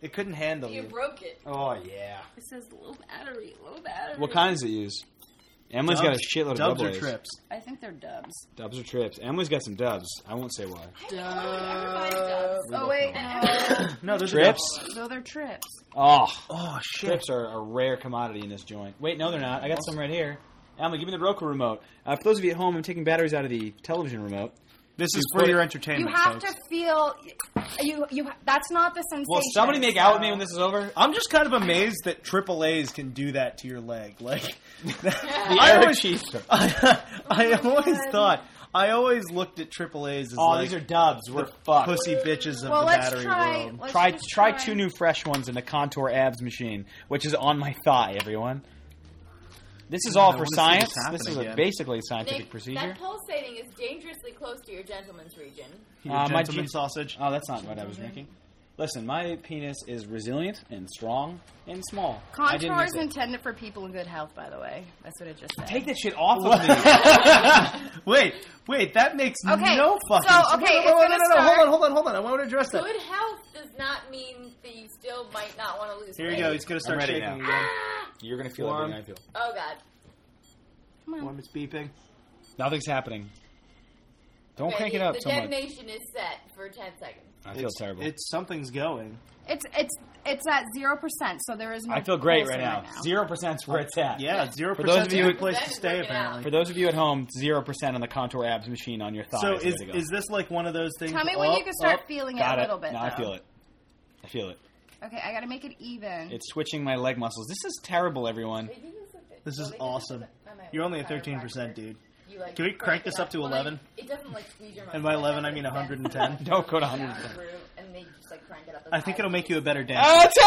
[SPEAKER 1] It couldn't handle
[SPEAKER 6] You
[SPEAKER 1] it.
[SPEAKER 6] broke it.
[SPEAKER 2] Oh yeah.
[SPEAKER 5] It says low battery, low battery.
[SPEAKER 2] What kind does it use? Emily's got a shitload of
[SPEAKER 3] dubs or
[SPEAKER 2] double A's.
[SPEAKER 3] trips?
[SPEAKER 4] I think they're dubs.
[SPEAKER 2] Dubs or trips. Emily's got some dubs. I won't say why.
[SPEAKER 6] Everybody
[SPEAKER 4] Oh wait,
[SPEAKER 1] No, there's
[SPEAKER 2] Trips.
[SPEAKER 4] no, they're trips.
[SPEAKER 2] Oh,
[SPEAKER 1] Oh shit.
[SPEAKER 2] trips are a rare commodity in this joint. Wait, no, they're not. I got some right here. Emily, give me the Roku remote. Uh, for those of you at home, I'm taking batteries out of the television remote.
[SPEAKER 1] This
[SPEAKER 2] You
[SPEAKER 1] is for
[SPEAKER 2] put-
[SPEAKER 1] your
[SPEAKER 4] You
[SPEAKER 1] entertainment.
[SPEAKER 4] have
[SPEAKER 1] folks.
[SPEAKER 4] to feel. You you. That's not the sensation.
[SPEAKER 2] Will somebody make out with me when this is over?
[SPEAKER 1] I'm just kind of amazed that triple A's can do that to your leg. Like,
[SPEAKER 2] The
[SPEAKER 1] I
[SPEAKER 2] Eric
[SPEAKER 1] always,
[SPEAKER 2] Chieftain.
[SPEAKER 1] I,
[SPEAKER 4] Oh,
[SPEAKER 1] always thought, I always looked at triple A's as
[SPEAKER 2] Oh,
[SPEAKER 1] like
[SPEAKER 2] these are dubs. We're fucked.
[SPEAKER 1] pussy bitches of
[SPEAKER 4] Well,
[SPEAKER 1] the
[SPEAKER 4] let's
[SPEAKER 1] battery
[SPEAKER 4] try-
[SPEAKER 1] world.
[SPEAKER 4] let's
[SPEAKER 2] Try,
[SPEAKER 4] just
[SPEAKER 2] try two new fresh ones in the contour abs machine, which is on my thigh, everyone. This is all
[SPEAKER 1] I
[SPEAKER 2] for
[SPEAKER 1] wanna see
[SPEAKER 2] science.
[SPEAKER 1] this happen
[SPEAKER 2] This is a,
[SPEAKER 1] again.
[SPEAKER 2] basically a scientific
[SPEAKER 6] Nick,
[SPEAKER 2] procedure.
[SPEAKER 6] that pulsating is dangerously close to your gentleman's region.
[SPEAKER 1] Your
[SPEAKER 2] Uh, my
[SPEAKER 1] gentleman
[SPEAKER 2] G-
[SPEAKER 1] sausage.
[SPEAKER 2] Oh, that's not what I was drinking. Listen, my penis is resilient and strong and small. I didn't
[SPEAKER 4] Contour
[SPEAKER 2] miss
[SPEAKER 4] is
[SPEAKER 2] it.
[SPEAKER 4] intended for people in good health, by the way. That's what it just said.
[SPEAKER 2] Take that shit off of me.
[SPEAKER 1] wait, wait, that makes
[SPEAKER 4] Okay,
[SPEAKER 1] no fucking.
[SPEAKER 4] so, okay,
[SPEAKER 1] no,
[SPEAKER 4] it's
[SPEAKER 1] no, no, no,
[SPEAKER 4] gonna
[SPEAKER 1] no, no,
[SPEAKER 4] start-
[SPEAKER 1] hold on, hold on, hold on. I want to address that.
[SPEAKER 6] Good health does not mean that you still might not want to lose
[SPEAKER 1] Here
[SPEAKER 6] weight.
[SPEAKER 1] you go. He's gonna start
[SPEAKER 2] ready
[SPEAKER 1] shaking
[SPEAKER 2] now.
[SPEAKER 1] again.
[SPEAKER 2] You're gonna feel
[SPEAKER 1] Warm.
[SPEAKER 2] everything I feel.
[SPEAKER 6] Oh god.
[SPEAKER 4] Come on.
[SPEAKER 1] Warm, it's beeping.
[SPEAKER 2] Nothing's happening. Don't
[SPEAKER 6] Ready?
[SPEAKER 2] crank it up
[SPEAKER 6] The
[SPEAKER 2] so much.
[SPEAKER 6] detonation is set for 10 seconds.
[SPEAKER 2] I feel
[SPEAKER 1] it's,
[SPEAKER 2] terrible.
[SPEAKER 1] It's something's going.
[SPEAKER 4] It's it's it's at zero percent, so there is no.
[SPEAKER 2] I feel great right
[SPEAKER 4] pulsing
[SPEAKER 2] now. Zero percent's where it's at.
[SPEAKER 1] Yeah, zero
[SPEAKER 2] For those
[SPEAKER 1] percent.
[SPEAKER 2] of you-
[SPEAKER 1] a good place
[SPEAKER 6] Then
[SPEAKER 1] to stay
[SPEAKER 6] work it out.
[SPEAKER 1] apparently.
[SPEAKER 2] For those of you at home, zero percent on the contour abs machine on your thigh.
[SPEAKER 1] So
[SPEAKER 2] is the way
[SPEAKER 1] is
[SPEAKER 2] to go.
[SPEAKER 1] is this like one of those things?
[SPEAKER 4] Tell me when you
[SPEAKER 1] Oh,
[SPEAKER 4] can start
[SPEAKER 1] oh.
[SPEAKER 4] feeling it
[SPEAKER 2] Got
[SPEAKER 4] a
[SPEAKER 2] it.
[SPEAKER 4] little bit.
[SPEAKER 2] No,
[SPEAKER 4] though.
[SPEAKER 2] I feel it. I feel it.
[SPEAKER 4] Okay, I gotta make it even.
[SPEAKER 2] It's switching my leg muscles. This is terrible, everyone.
[SPEAKER 6] Wait, this is a bit-
[SPEAKER 1] This
[SPEAKER 6] well,
[SPEAKER 1] is
[SPEAKER 6] wait,
[SPEAKER 1] awesome.
[SPEAKER 6] I might
[SPEAKER 1] You're only at
[SPEAKER 6] want to
[SPEAKER 1] thirteen
[SPEAKER 6] fire
[SPEAKER 1] percent,
[SPEAKER 6] back here.
[SPEAKER 1] dude.
[SPEAKER 6] You, like,
[SPEAKER 1] Can we crank this up to
[SPEAKER 6] Well,
[SPEAKER 1] 11?
[SPEAKER 6] Like, it doesn't like squeeze your muscles.
[SPEAKER 1] And by eleven, I mean
[SPEAKER 6] Like,
[SPEAKER 1] one hundred and ten.
[SPEAKER 2] Don't go to
[SPEAKER 6] down
[SPEAKER 2] 100.
[SPEAKER 6] through, And they just like crank it up. as
[SPEAKER 1] I think
[SPEAKER 6] high
[SPEAKER 1] it'll
[SPEAKER 6] as
[SPEAKER 1] make
[SPEAKER 6] they
[SPEAKER 1] you a better dancer.
[SPEAKER 2] Oh, it's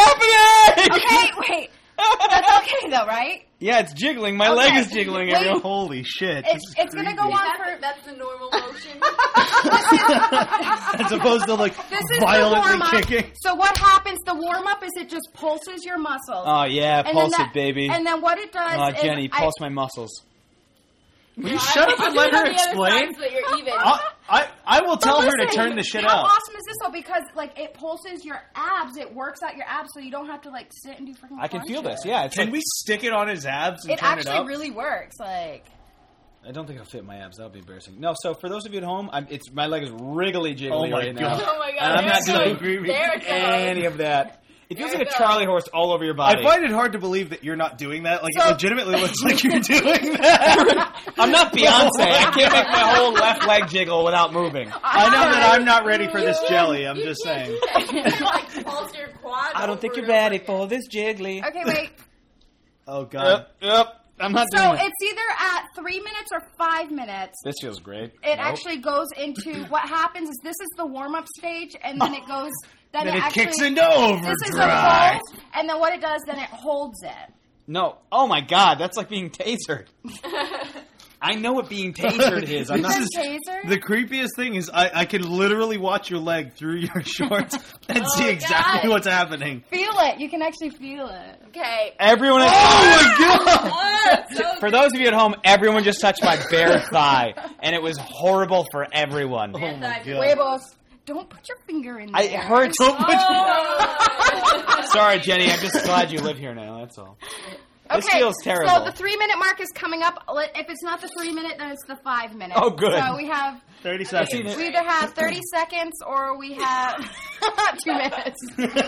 [SPEAKER 2] happening!
[SPEAKER 4] Okay, wait. That's okay though, right?
[SPEAKER 2] Yeah, it's jiggling. My
[SPEAKER 4] Okay.
[SPEAKER 2] leg is jiggling,
[SPEAKER 4] Wait.
[SPEAKER 2] everyone.
[SPEAKER 1] Holy shit!
[SPEAKER 4] Oh! It's
[SPEAKER 1] this is
[SPEAKER 4] it's gonna
[SPEAKER 1] creepy.
[SPEAKER 4] go
[SPEAKER 6] can.
[SPEAKER 4] on
[SPEAKER 6] That's,
[SPEAKER 4] for.
[SPEAKER 6] that's the normal motion.
[SPEAKER 1] as opposed to like
[SPEAKER 4] This is the
[SPEAKER 1] violently
[SPEAKER 4] warm up.
[SPEAKER 1] kicking.
[SPEAKER 4] So what happens? The warm up is it just pulses your muscles.
[SPEAKER 2] Oh, yeah,
[SPEAKER 4] And then
[SPEAKER 2] pulse
[SPEAKER 4] that-
[SPEAKER 2] it, baby.
[SPEAKER 4] And then what it does
[SPEAKER 2] Oh,
[SPEAKER 4] is
[SPEAKER 2] Jenny,
[SPEAKER 4] I-
[SPEAKER 2] pulse my muscles.
[SPEAKER 1] Will you shut up and let her explain?
[SPEAKER 6] So you're even.
[SPEAKER 1] I, I I will
[SPEAKER 4] But
[SPEAKER 1] tell her to
[SPEAKER 4] listen,
[SPEAKER 1] turn the shit
[SPEAKER 4] how
[SPEAKER 1] up.
[SPEAKER 4] awesome is this though? Because like it pulses your abs, it works out your abs, so you don't have to like sit and do freaking.
[SPEAKER 2] I can feel
[SPEAKER 4] crunches.
[SPEAKER 2] this. Yeah, it's
[SPEAKER 1] Can
[SPEAKER 2] like-
[SPEAKER 1] we stick it on his abs and
[SPEAKER 4] It
[SPEAKER 1] turn it
[SPEAKER 4] actually
[SPEAKER 1] up?
[SPEAKER 4] really works. Like
[SPEAKER 2] I don't think it'll fit my abs. That would be embarrassing. No, so for those of you at home, I'm, it's my leg is wriggly jiggly
[SPEAKER 1] Oh my
[SPEAKER 2] right
[SPEAKER 1] God.
[SPEAKER 2] now.
[SPEAKER 6] oh my god.
[SPEAKER 2] And I'm not
[SPEAKER 6] there it
[SPEAKER 2] doing
[SPEAKER 6] goes.
[SPEAKER 1] agree with
[SPEAKER 6] There it goes.
[SPEAKER 2] any of that. It feels
[SPEAKER 6] There
[SPEAKER 2] like a
[SPEAKER 6] it goes.
[SPEAKER 2] Charlie horse all over your body.
[SPEAKER 1] I find it hard to believe that you're not doing that. Like
[SPEAKER 4] So-
[SPEAKER 1] it legitimately looks like you're doing that.
[SPEAKER 2] I'm not Beyonce. I can't make my whole left leg jiggle without moving.
[SPEAKER 1] I know that I'm not ready for this jelly. I'm
[SPEAKER 6] You
[SPEAKER 1] just
[SPEAKER 6] can't
[SPEAKER 1] saying.
[SPEAKER 6] do that. You can't, like, pulse your quad
[SPEAKER 2] I don't think
[SPEAKER 6] over
[SPEAKER 2] you're
[SPEAKER 6] and over
[SPEAKER 2] ready
[SPEAKER 6] again.
[SPEAKER 2] for this jiggly.
[SPEAKER 4] okay, wait.
[SPEAKER 1] Oh god.
[SPEAKER 2] Yep, yep. I'm not
[SPEAKER 4] So
[SPEAKER 2] doing it.
[SPEAKER 4] it's either at three minutes or five minutes.
[SPEAKER 2] This feels great.
[SPEAKER 4] It actually goes into what happens is this is the warm up stage, and then it goes. Then,
[SPEAKER 1] Then it
[SPEAKER 4] actually,
[SPEAKER 1] kicks into
[SPEAKER 4] This is
[SPEAKER 1] overdrive.
[SPEAKER 4] a pulse, and then what it does, then it holds it.
[SPEAKER 2] No. Oh my god, that's like being tasered. I know what being tasered is. I'm not.
[SPEAKER 4] Is that taser?
[SPEAKER 7] The creepiest thing is I, I can literally watch your leg through your shorts and
[SPEAKER 6] Oh,
[SPEAKER 7] see exactly
[SPEAKER 6] God.
[SPEAKER 7] what's happening.
[SPEAKER 4] Feel it. You can actually feel it.
[SPEAKER 6] Okay.
[SPEAKER 2] Everyone.
[SPEAKER 7] Oh my god!
[SPEAKER 2] For those of you at home, everyone just touched my bare thigh, and it was horrible for everyone.
[SPEAKER 7] Oh my god.
[SPEAKER 4] Huevos. Don't put your finger in there.
[SPEAKER 2] I, it hurts so much.
[SPEAKER 5] Oh.
[SPEAKER 2] Sorry, Jenny. I'm just glad you live here now. That's all. This
[SPEAKER 4] okay,
[SPEAKER 2] feels
[SPEAKER 4] So
[SPEAKER 2] terrible.
[SPEAKER 4] the three minute mark is coming up. Let- If it's not the three minute, then it's the five minute.
[SPEAKER 2] Oh, good.
[SPEAKER 4] So we have
[SPEAKER 7] 30 seconds.
[SPEAKER 4] we either have thirty seconds or we have two minutes.
[SPEAKER 6] Wait, so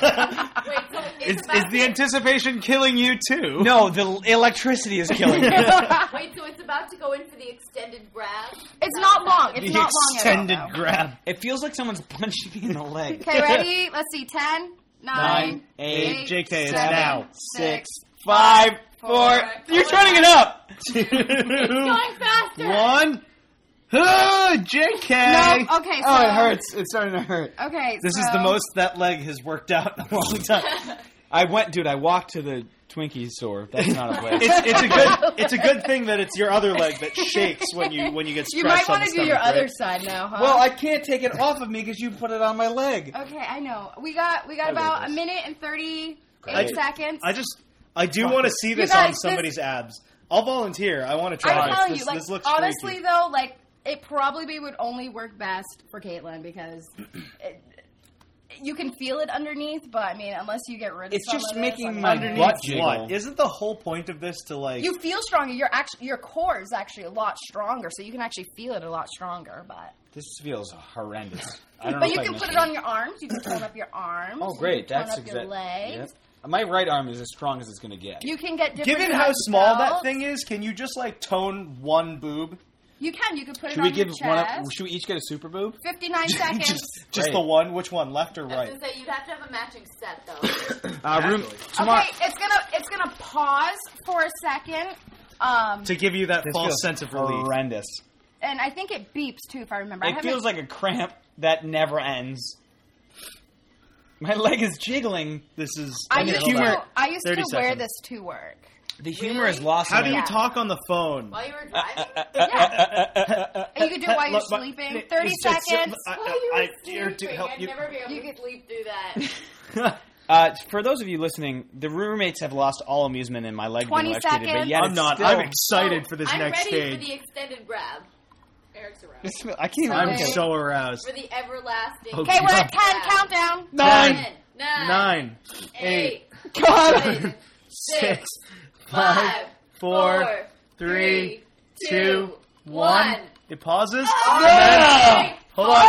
[SPEAKER 6] it's,
[SPEAKER 7] Is, is
[SPEAKER 6] about
[SPEAKER 7] the anticipation killing you too?
[SPEAKER 2] No, the l- electricity is killing me.
[SPEAKER 6] wait, so it's about to go in for the extended grab.
[SPEAKER 4] It's not long. It's
[SPEAKER 7] The
[SPEAKER 4] not
[SPEAKER 7] extended
[SPEAKER 4] long at all.
[SPEAKER 7] grab.
[SPEAKER 2] It feels like someone's punching me in the leg.
[SPEAKER 4] Okay, ready? Let's see. Ten, nine,
[SPEAKER 2] Nine, eight,
[SPEAKER 4] eight,
[SPEAKER 7] JK, it's
[SPEAKER 4] seven,
[SPEAKER 7] now.
[SPEAKER 2] Six,
[SPEAKER 4] six,
[SPEAKER 2] five, four. You're turning it up.
[SPEAKER 6] Going faster.
[SPEAKER 7] One. Ah, JK.
[SPEAKER 4] No, okay,
[SPEAKER 7] Oh,
[SPEAKER 4] so-
[SPEAKER 7] it hurts. It's starting to hurt.
[SPEAKER 4] Okay,
[SPEAKER 7] This is
[SPEAKER 4] so-
[SPEAKER 7] the most that leg has worked out in a long time.
[SPEAKER 2] I went, dude. I walked to the Twinkie store. That's not a place.
[SPEAKER 7] It's, it's a good.
[SPEAKER 1] It's a good thing that it's your other leg that shakes when you when you get
[SPEAKER 4] You
[SPEAKER 1] stretched
[SPEAKER 4] might
[SPEAKER 1] on
[SPEAKER 4] want
[SPEAKER 1] the
[SPEAKER 4] to do
[SPEAKER 1] stomach,
[SPEAKER 4] your
[SPEAKER 1] right?
[SPEAKER 4] other side now, huh?
[SPEAKER 2] well, I can't take it off of me because you put it on my leg.
[SPEAKER 4] Okay, I know. We got we got about a minute and thirty eight
[SPEAKER 1] I-
[SPEAKER 4] seconds.
[SPEAKER 1] I just I do want to see this
[SPEAKER 4] guys,
[SPEAKER 1] on
[SPEAKER 4] this-
[SPEAKER 1] somebody's abs. I'll volunteer. I want to try
[SPEAKER 4] I'm
[SPEAKER 1] this.
[SPEAKER 4] telling
[SPEAKER 1] this,
[SPEAKER 4] you, like
[SPEAKER 1] this looks
[SPEAKER 4] honestly
[SPEAKER 1] freaky.
[SPEAKER 4] though, like it probably be- would only work best for Caitlyn because it, you can feel it underneath. But I mean, unless you get rid of
[SPEAKER 2] It's
[SPEAKER 4] some
[SPEAKER 2] just
[SPEAKER 4] of this,
[SPEAKER 2] making
[SPEAKER 4] I'm
[SPEAKER 2] my
[SPEAKER 4] not-
[SPEAKER 2] butt
[SPEAKER 1] It's
[SPEAKER 2] jiggle.
[SPEAKER 1] What? Isn't the whole point of this to like
[SPEAKER 4] you feel stronger. Your act- your core is actually a lot stronger, so you can actually feel it a lot stronger. But
[SPEAKER 2] This feels horrendous. I don't know
[SPEAKER 4] but
[SPEAKER 2] if
[SPEAKER 4] you
[SPEAKER 2] I
[SPEAKER 4] can
[SPEAKER 2] missed
[SPEAKER 4] put it on your arms. You can tone up your arms.
[SPEAKER 2] Oh, great!
[SPEAKER 4] You can tone
[SPEAKER 2] That's
[SPEAKER 4] up your
[SPEAKER 2] exactly.
[SPEAKER 4] legs.
[SPEAKER 2] My right arm is as strong as it's going to get.
[SPEAKER 4] You can get different.
[SPEAKER 1] given
[SPEAKER 4] kinds
[SPEAKER 1] how
[SPEAKER 4] of
[SPEAKER 1] small
[SPEAKER 4] belts.
[SPEAKER 1] that thing is, can you just like tone one boob?
[SPEAKER 4] You can. You can put it
[SPEAKER 2] should
[SPEAKER 4] on
[SPEAKER 2] we give
[SPEAKER 4] your chest.
[SPEAKER 2] one? Up, should we each get a super boob?
[SPEAKER 4] 59 seconds.
[SPEAKER 1] Just just
[SPEAKER 2] Great.
[SPEAKER 1] the one? Which one? Left or
[SPEAKER 6] I was
[SPEAKER 1] right?
[SPEAKER 6] gonna say you'd have to have a matching set though.
[SPEAKER 2] Uh, room tomorrow.
[SPEAKER 4] okay, it's gonna it's gonna pause for a second. Um,
[SPEAKER 1] To give you that
[SPEAKER 2] This
[SPEAKER 1] false
[SPEAKER 2] feels
[SPEAKER 1] sense of relief.
[SPEAKER 2] Horrendous.
[SPEAKER 4] and I think it beeps too, if I remember. I
[SPEAKER 2] It
[SPEAKER 4] haven't-
[SPEAKER 2] feels like a cramp that never ends. My leg is jiggling.
[SPEAKER 1] This is
[SPEAKER 4] I
[SPEAKER 1] I'm
[SPEAKER 4] used
[SPEAKER 1] gonna go
[SPEAKER 4] to
[SPEAKER 1] back.
[SPEAKER 4] I used to
[SPEAKER 1] 30
[SPEAKER 4] wear
[SPEAKER 1] seconds.
[SPEAKER 4] this to work.
[SPEAKER 2] The humor is lost.
[SPEAKER 1] How
[SPEAKER 2] on
[SPEAKER 1] do
[SPEAKER 2] it.
[SPEAKER 1] you
[SPEAKER 4] Yeah.
[SPEAKER 1] talk on the phone?
[SPEAKER 6] While you were driving,
[SPEAKER 2] Uh,
[SPEAKER 4] And you can do it while you're
[SPEAKER 1] Look, my-
[SPEAKER 4] sleeping.
[SPEAKER 1] it's
[SPEAKER 4] Thirty
[SPEAKER 1] just-
[SPEAKER 4] seconds.
[SPEAKER 2] uh,
[SPEAKER 1] I-
[SPEAKER 6] while you were
[SPEAKER 1] I- I- here to
[SPEAKER 6] sleeping,
[SPEAKER 1] help
[SPEAKER 6] I'd
[SPEAKER 1] you-
[SPEAKER 6] never be able
[SPEAKER 4] You
[SPEAKER 6] to
[SPEAKER 4] could-
[SPEAKER 6] sleep through that.
[SPEAKER 2] Uh, for those of you listening, the roommates have lost all amusement in my leg being
[SPEAKER 4] 20
[SPEAKER 2] electrocuted. But
[SPEAKER 4] seconds.
[SPEAKER 2] yet
[SPEAKER 1] I'm
[SPEAKER 2] it's
[SPEAKER 1] not.
[SPEAKER 2] Still,
[SPEAKER 1] I'm excited for this
[SPEAKER 5] Oh,
[SPEAKER 6] I'm
[SPEAKER 1] next
[SPEAKER 6] ready
[SPEAKER 1] stage.
[SPEAKER 6] for the extended grab,
[SPEAKER 5] Eric's around.
[SPEAKER 2] This feel- I can't. even
[SPEAKER 1] I'm
[SPEAKER 2] look at it.
[SPEAKER 1] so aroused.
[SPEAKER 6] for the everlasting.
[SPEAKER 1] Okay.
[SPEAKER 4] Okay, we're at
[SPEAKER 1] God.
[SPEAKER 4] ten. Countdown.
[SPEAKER 1] Nine,
[SPEAKER 6] Ten, nine,
[SPEAKER 1] nine,
[SPEAKER 6] eight,
[SPEAKER 2] God.
[SPEAKER 1] six,
[SPEAKER 6] five,
[SPEAKER 1] five, four,
[SPEAKER 6] four,
[SPEAKER 1] three,
[SPEAKER 6] three,
[SPEAKER 1] two,
[SPEAKER 6] one.
[SPEAKER 1] one. It pauses.
[SPEAKER 2] Oh! Yeah!
[SPEAKER 1] Hold on.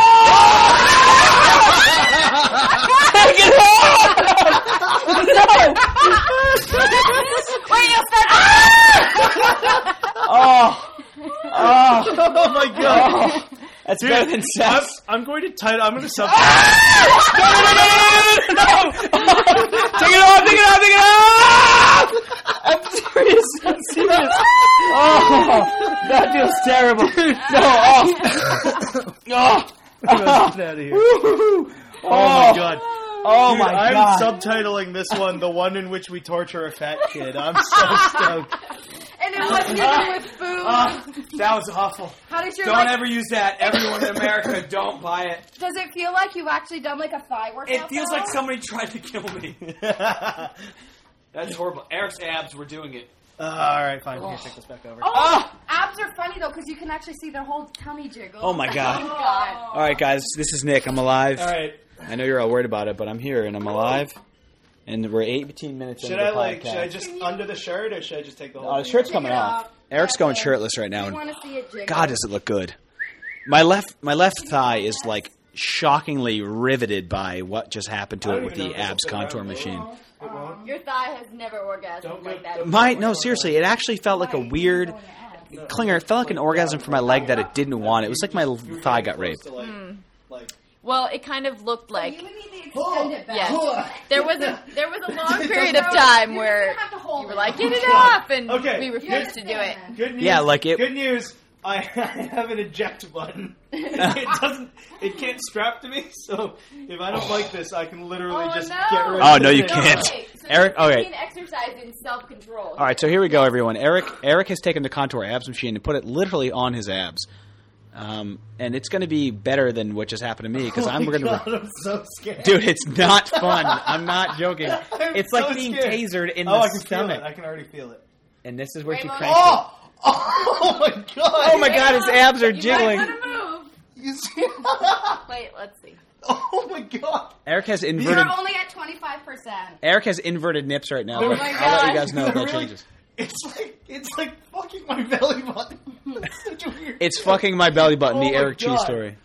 [SPEAKER 2] Take it off!
[SPEAKER 4] Wait, you'll start.
[SPEAKER 2] Oh, oh,
[SPEAKER 1] Oh my god.
[SPEAKER 2] oh. That's better than
[SPEAKER 1] I'm,
[SPEAKER 2] sex.
[SPEAKER 1] I'm going to title. I'm going to sub.
[SPEAKER 2] No, no, no, no, no, no, no, no. Take it off! Take it off! Take it off! I'm serious. I'm serious. Oh, that feels terrible. No, oh, oh,
[SPEAKER 1] Get out of here. Oh my
[SPEAKER 2] oh,
[SPEAKER 1] god.
[SPEAKER 2] Oh
[SPEAKER 1] Dude,
[SPEAKER 2] my
[SPEAKER 1] I'm
[SPEAKER 2] god!
[SPEAKER 1] subtitling this one, the one in which we torture a fat kid. I'm so stoked.
[SPEAKER 4] And it
[SPEAKER 2] Uh,
[SPEAKER 4] was you do with food.
[SPEAKER 2] Ah, that was awful.
[SPEAKER 4] How does your
[SPEAKER 2] Don't
[SPEAKER 4] like,
[SPEAKER 2] ever use that. Everyone in America, don't buy it.
[SPEAKER 4] does it feel like you've actually done like a thigh workout?
[SPEAKER 2] It feels
[SPEAKER 4] though?
[SPEAKER 2] like somebody tried to kill me. That's horrible. Eric's abs were doing it.
[SPEAKER 1] Uh, all right, fine. We're gonna take this back over.
[SPEAKER 4] Oh,
[SPEAKER 2] Ah!
[SPEAKER 4] abs are funny though because you can actually see their whole tummy jiggle.
[SPEAKER 2] Oh my
[SPEAKER 4] Oh,
[SPEAKER 2] god.
[SPEAKER 4] God.
[SPEAKER 2] All right, guys, this is Nick. I'm alive.
[SPEAKER 1] All right.
[SPEAKER 2] I know you're all worried about it, but I'm here and I'm alive. And we're 18 minutes
[SPEAKER 1] Should
[SPEAKER 2] into the
[SPEAKER 1] I like?
[SPEAKER 2] podcast.
[SPEAKER 1] Should I just under the shirt, or should I just take the whole?
[SPEAKER 2] Oh, the
[SPEAKER 1] thing?
[SPEAKER 2] shirt's
[SPEAKER 4] Take
[SPEAKER 2] coming
[SPEAKER 4] it
[SPEAKER 2] off.
[SPEAKER 4] off.
[SPEAKER 2] Eric's
[SPEAKER 4] Yeah,
[SPEAKER 2] going
[SPEAKER 4] babe.
[SPEAKER 2] shirtless right now.
[SPEAKER 4] You
[SPEAKER 2] And
[SPEAKER 4] want to see it jiggle?
[SPEAKER 2] God, does it look good? My left, my left thigh is like shockingly riveted by what just happened
[SPEAKER 1] I
[SPEAKER 2] to it
[SPEAKER 1] don't
[SPEAKER 2] with
[SPEAKER 1] even
[SPEAKER 2] the
[SPEAKER 1] know if
[SPEAKER 2] abs
[SPEAKER 1] this will fit
[SPEAKER 2] contour
[SPEAKER 1] around.
[SPEAKER 2] machine.
[SPEAKER 1] It won't.
[SPEAKER 6] Your thigh has never orgasmed
[SPEAKER 1] Don't
[SPEAKER 6] like
[SPEAKER 1] go-
[SPEAKER 6] that.
[SPEAKER 2] My no, seriously, it actually felt like a
[SPEAKER 4] Right,
[SPEAKER 2] weird
[SPEAKER 4] you're going to abs.
[SPEAKER 2] clinger. It felt like an orgasm for my leg that it didn't want. It was like my
[SPEAKER 1] You were
[SPEAKER 2] thigh
[SPEAKER 1] getting
[SPEAKER 2] got
[SPEAKER 1] close
[SPEAKER 2] raped.
[SPEAKER 1] to, like- like-
[SPEAKER 6] Well, it kind of looked like
[SPEAKER 4] you would need to extend it back.
[SPEAKER 6] yes. There was a there was a long period
[SPEAKER 4] No,
[SPEAKER 6] of time
[SPEAKER 4] you're
[SPEAKER 6] where
[SPEAKER 4] gonna have to hold
[SPEAKER 6] you were
[SPEAKER 4] it.
[SPEAKER 6] like, get it off, and
[SPEAKER 1] Okay.
[SPEAKER 6] we
[SPEAKER 1] You
[SPEAKER 6] refused to do it.
[SPEAKER 1] Good news.
[SPEAKER 2] Yeah, like it-
[SPEAKER 1] Good news. I, I have an eject button. it doesn't. It can't strap to me. So if I don't like this, I can literally
[SPEAKER 6] Oh,
[SPEAKER 1] just
[SPEAKER 6] no.
[SPEAKER 1] get rid.
[SPEAKER 2] Oh,
[SPEAKER 1] of
[SPEAKER 2] no,
[SPEAKER 1] the
[SPEAKER 2] you
[SPEAKER 1] thing.
[SPEAKER 2] can't.
[SPEAKER 6] Okay, so
[SPEAKER 2] Eric-
[SPEAKER 6] you
[SPEAKER 2] okay.
[SPEAKER 6] can exercise in self control.
[SPEAKER 2] All right, so here we go, everyone. Eric Eric has taken the contour abs machine and put it literally on his abs, um, and it's going to be better than what just happened to me because
[SPEAKER 1] Oh
[SPEAKER 2] I'm
[SPEAKER 1] my
[SPEAKER 2] going
[SPEAKER 1] God,
[SPEAKER 2] to.
[SPEAKER 1] I'm so scared.
[SPEAKER 2] Dude, it's not fun. I'm not joking.
[SPEAKER 1] I'm
[SPEAKER 2] It's
[SPEAKER 1] so
[SPEAKER 2] like being
[SPEAKER 1] scared.
[SPEAKER 2] tasered in
[SPEAKER 1] oh, I
[SPEAKER 2] the
[SPEAKER 1] can
[SPEAKER 2] stomach,
[SPEAKER 1] feel it. I can already feel it.
[SPEAKER 2] and this is where she
[SPEAKER 6] Raymond-
[SPEAKER 2] cranks. it.
[SPEAKER 1] Oh, oh my god!
[SPEAKER 2] Oh my god, his abs are jiggling.
[SPEAKER 5] Let him move.
[SPEAKER 1] You see?
[SPEAKER 6] Wait, let's see.
[SPEAKER 1] Oh my god!
[SPEAKER 2] Eric has inverted.
[SPEAKER 4] You're only at 25%.
[SPEAKER 2] Eric has inverted nips right now.
[SPEAKER 1] Oh
[SPEAKER 2] but
[SPEAKER 1] my
[SPEAKER 2] I'll let you
[SPEAKER 6] God.
[SPEAKER 2] guys know if that
[SPEAKER 1] Really?
[SPEAKER 2] changes.
[SPEAKER 1] It's like it's like fucking my belly button. That's such a weird.
[SPEAKER 2] It's fucking my belly button,
[SPEAKER 1] Oh
[SPEAKER 2] the
[SPEAKER 1] my
[SPEAKER 2] Eric
[SPEAKER 1] God.
[SPEAKER 2] Cheese story.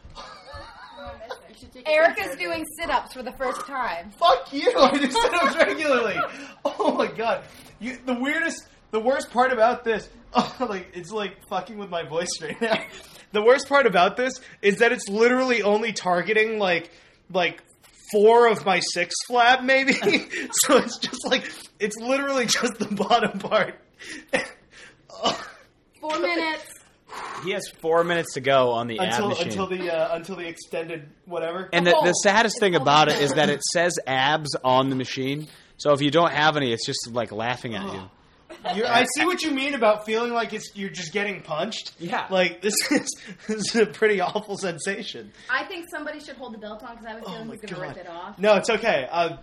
[SPEAKER 4] Eric is doing sit ups for the first time.
[SPEAKER 1] Fuck you! I do sit-ups regularly. Oh my god! You, the weirdest, the worst part about this, oh, like it's like fucking with my voice right now. The worst part about this is that it's literally only targeting like like four of my six flab, maybe. so it's just like it's literally just the bottom part.
[SPEAKER 4] Four minutes.
[SPEAKER 2] He has four minutes to go on the ab
[SPEAKER 1] until
[SPEAKER 2] machine.
[SPEAKER 1] until the uh, until the extended whatever.
[SPEAKER 2] And the, the
[SPEAKER 4] Oh,
[SPEAKER 2] saddest
[SPEAKER 4] it's
[SPEAKER 2] thing
[SPEAKER 4] all
[SPEAKER 2] about it
[SPEAKER 4] together.
[SPEAKER 2] is that it says abs on the machine. So if you don't have any, it's just like laughing at you.
[SPEAKER 1] You're, I see what you mean about feeling like it's you're just getting punched.
[SPEAKER 2] Yeah.
[SPEAKER 1] like this is this is a pretty awful sensation.
[SPEAKER 4] I think somebody should hold the belt on because I was
[SPEAKER 1] Oh
[SPEAKER 4] feeling
[SPEAKER 1] my
[SPEAKER 4] he's going to rip
[SPEAKER 1] God.
[SPEAKER 4] it off.
[SPEAKER 1] No, it's okay. Uh,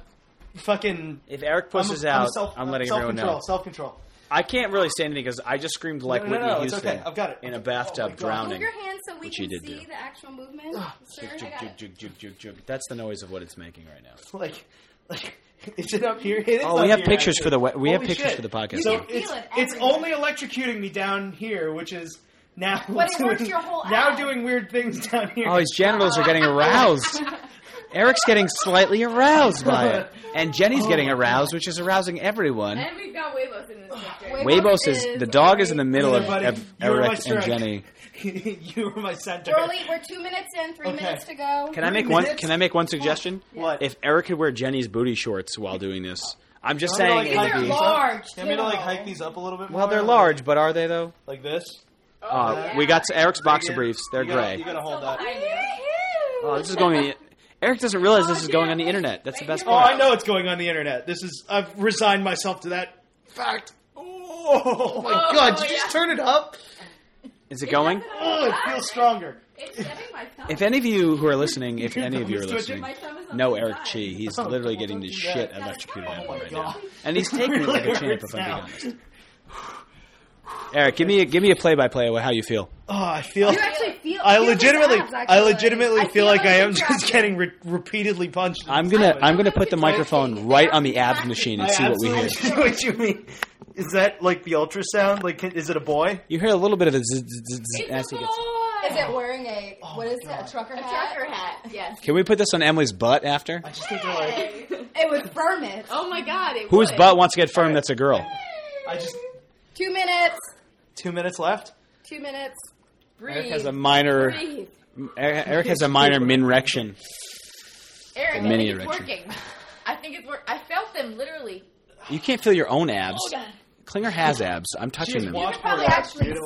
[SPEAKER 1] fucking.
[SPEAKER 2] If Eric
[SPEAKER 1] I'm-
[SPEAKER 2] pushes
[SPEAKER 1] I'm
[SPEAKER 2] out, I'm,
[SPEAKER 1] self-
[SPEAKER 2] letting
[SPEAKER 1] self
[SPEAKER 2] everyone
[SPEAKER 1] control,
[SPEAKER 2] know.
[SPEAKER 1] Self control.
[SPEAKER 2] I can't really say anything because I just screamed like
[SPEAKER 1] No, no,
[SPEAKER 2] Whitney
[SPEAKER 1] no, it's
[SPEAKER 2] Houston
[SPEAKER 1] okay. I've got it.
[SPEAKER 2] in a
[SPEAKER 1] Oh my
[SPEAKER 2] bathtub
[SPEAKER 1] God.
[SPEAKER 2] drowning.
[SPEAKER 4] Move your hands so we
[SPEAKER 2] Which
[SPEAKER 4] can
[SPEAKER 2] he
[SPEAKER 4] see
[SPEAKER 2] did do.
[SPEAKER 4] the actual movement. Sir, I
[SPEAKER 2] Juk,
[SPEAKER 4] got
[SPEAKER 2] juk,
[SPEAKER 4] it.
[SPEAKER 2] juk, juk, juk, juk, juk. That's the noise of what it's making right now.
[SPEAKER 1] Like, like is it up here? It is
[SPEAKER 2] Oh,
[SPEAKER 1] up
[SPEAKER 2] we have
[SPEAKER 1] here,
[SPEAKER 2] pictures
[SPEAKER 1] actually.
[SPEAKER 2] for the we- we have
[SPEAKER 1] Holy
[SPEAKER 2] pictures
[SPEAKER 1] shit.
[SPEAKER 2] for the podcast.
[SPEAKER 1] So
[SPEAKER 4] can feel
[SPEAKER 1] it's,
[SPEAKER 4] it
[SPEAKER 1] it's
[SPEAKER 4] everywhere.
[SPEAKER 1] only electrocuting me down here, which is now
[SPEAKER 4] But it works
[SPEAKER 1] doing-
[SPEAKER 4] your whole
[SPEAKER 1] now
[SPEAKER 4] ass.
[SPEAKER 1] doing weird things down here.
[SPEAKER 2] Oh, his genitals are getting aroused. Eric's getting slightly aroused by it, and
[SPEAKER 4] Oh
[SPEAKER 2] Jenny's getting aroused, which is arousing everyone.
[SPEAKER 6] And we've got Weibos in this picture.
[SPEAKER 4] Wait-
[SPEAKER 2] Weibos is the dog is in the middle of,
[SPEAKER 1] Everybody,
[SPEAKER 2] of
[SPEAKER 1] you were my
[SPEAKER 2] Eric and
[SPEAKER 1] strength.
[SPEAKER 2] Jenny.
[SPEAKER 1] you were my center.
[SPEAKER 4] We're, only, we're two minutes in, three
[SPEAKER 1] Okay.
[SPEAKER 4] minutes to go.
[SPEAKER 2] Can I
[SPEAKER 1] Three
[SPEAKER 2] make one?
[SPEAKER 1] minutes?
[SPEAKER 2] Can I make one suggestion?
[SPEAKER 1] What?
[SPEAKER 2] If Eric could wear Jenny's booty shorts while doing this, I'm just
[SPEAKER 1] I'm gonna,
[SPEAKER 2] saying.
[SPEAKER 1] like,
[SPEAKER 2] it
[SPEAKER 1] hike
[SPEAKER 2] would be,
[SPEAKER 1] these up.
[SPEAKER 4] large,
[SPEAKER 1] I'm gonna like
[SPEAKER 4] too.
[SPEAKER 1] hike these up a little bit.
[SPEAKER 2] well,
[SPEAKER 1] more,
[SPEAKER 2] they're
[SPEAKER 1] like-
[SPEAKER 2] large, but are they though?
[SPEAKER 1] like this.
[SPEAKER 2] Uh,
[SPEAKER 1] yeah.
[SPEAKER 2] We got to Eric's boxer
[SPEAKER 1] Yeah.
[SPEAKER 2] briefs. They're
[SPEAKER 1] You gotta-
[SPEAKER 2] gray.
[SPEAKER 1] You gotta hold that.
[SPEAKER 2] Oh, this is going. on the- Eric doesn't realize this is going on the internet. That's the best
[SPEAKER 1] Oh,
[SPEAKER 2] part.
[SPEAKER 1] I know it's going on the internet. This is I've resigned myself to that fact. Oh, my
[SPEAKER 6] Oh,
[SPEAKER 1] god! Did you
[SPEAKER 6] yeah.
[SPEAKER 1] just turn it up?
[SPEAKER 2] Is it going?
[SPEAKER 1] Oh, it feels stronger.
[SPEAKER 6] It's getting my thumb.
[SPEAKER 2] If any of you who are listening, if any of you are
[SPEAKER 1] Mr. Jim-
[SPEAKER 2] listening,
[SPEAKER 6] My thumb is on
[SPEAKER 2] know
[SPEAKER 6] the
[SPEAKER 2] Eric
[SPEAKER 6] side.
[SPEAKER 2] Chi, he's
[SPEAKER 1] Oh,
[SPEAKER 2] literally
[SPEAKER 1] well,
[SPEAKER 2] getting
[SPEAKER 1] don't
[SPEAKER 2] the
[SPEAKER 1] do
[SPEAKER 2] shit
[SPEAKER 1] that.
[SPEAKER 2] electrocuted out
[SPEAKER 1] Oh
[SPEAKER 2] of
[SPEAKER 1] my
[SPEAKER 2] him right now,
[SPEAKER 1] God.
[SPEAKER 2] and he's taking it like a
[SPEAKER 1] Really
[SPEAKER 2] champ. If
[SPEAKER 1] hurts
[SPEAKER 2] I'm being
[SPEAKER 1] now.
[SPEAKER 2] honest. Eric, give me a, give me a play by play of how you feel.
[SPEAKER 1] Oh, I feel.
[SPEAKER 4] You actually feel
[SPEAKER 1] I
[SPEAKER 4] feel his
[SPEAKER 1] legitimately,
[SPEAKER 4] abs,
[SPEAKER 1] I
[SPEAKER 4] actually.
[SPEAKER 1] legitimately feel, like
[SPEAKER 4] it
[SPEAKER 1] I am just
[SPEAKER 4] contracting.
[SPEAKER 1] getting re- repeatedly punched.
[SPEAKER 2] I'm gonna I'm gonna
[SPEAKER 6] know
[SPEAKER 2] put
[SPEAKER 6] if
[SPEAKER 2] the
[SPEAKER 6] it's
[SPEAKER 2] microphone
[SPEAKER 6] working.
[SPEAKER 2] right on the abs machine and
[SPEAKER 1] I
[SPEAKER 2] see what we hear.
[SPEAKER 1] absolutely know what you mean? Is that like the ultrasound? Like, can- is it a boy?
[SPEAKER 2] You hear a little bit of a zzz, zzz, zzz, zzz as he gets.
[SPEAKER 4] Is it wearing a,
[SPEAKER 2] Oh
[SPEAKER 4] what is it, a trucker
[SPEAKER 6] A
[SPEAKER 4] hat?
[SPEAKER 6] trucker hat, yes.
[SPEAKER 2] Can we put this on Emily's butt after?
[SPEAKER 1] I just think they're like.
[SPEAKER 4] It was vermin.
[SPEAKER 6] Oh my god, it
[SPEAKER 2] Whose
[SPEAKER 6] would.
[SPEAKER 2] butt wants to get firm? That's a girl.
[SPEAKER 1] I just
[SPEAKER 4] Two minutes.
[SPEAKER 1] two minutes left.
[SPEAKER 4] Two minutes.
[SPEAKER 6] Breathe.
[SPEAKER 2] Eric has a minor
[SPEAKER 6] Breathe.
[SPEAKER 2] Eric Eric has a minor minrection.
[SPEAKER 6] Eric,
[SPEAKER 2] A
[SPEAKER 6] I
[SPEAKER 2] mini
[SPEAKER 6] think it's
[SPEAKER 2] erection.
[SPEAKER 6] working. I think it's work. I felt them literally.
[SPEAKER 2] You can't feel your own abs.
[SPEAKER 6] Hold on.
[SPEAKER 2] Klinger has abs. I'm touching them.
[SPEAKER 4] You could probably actually see. if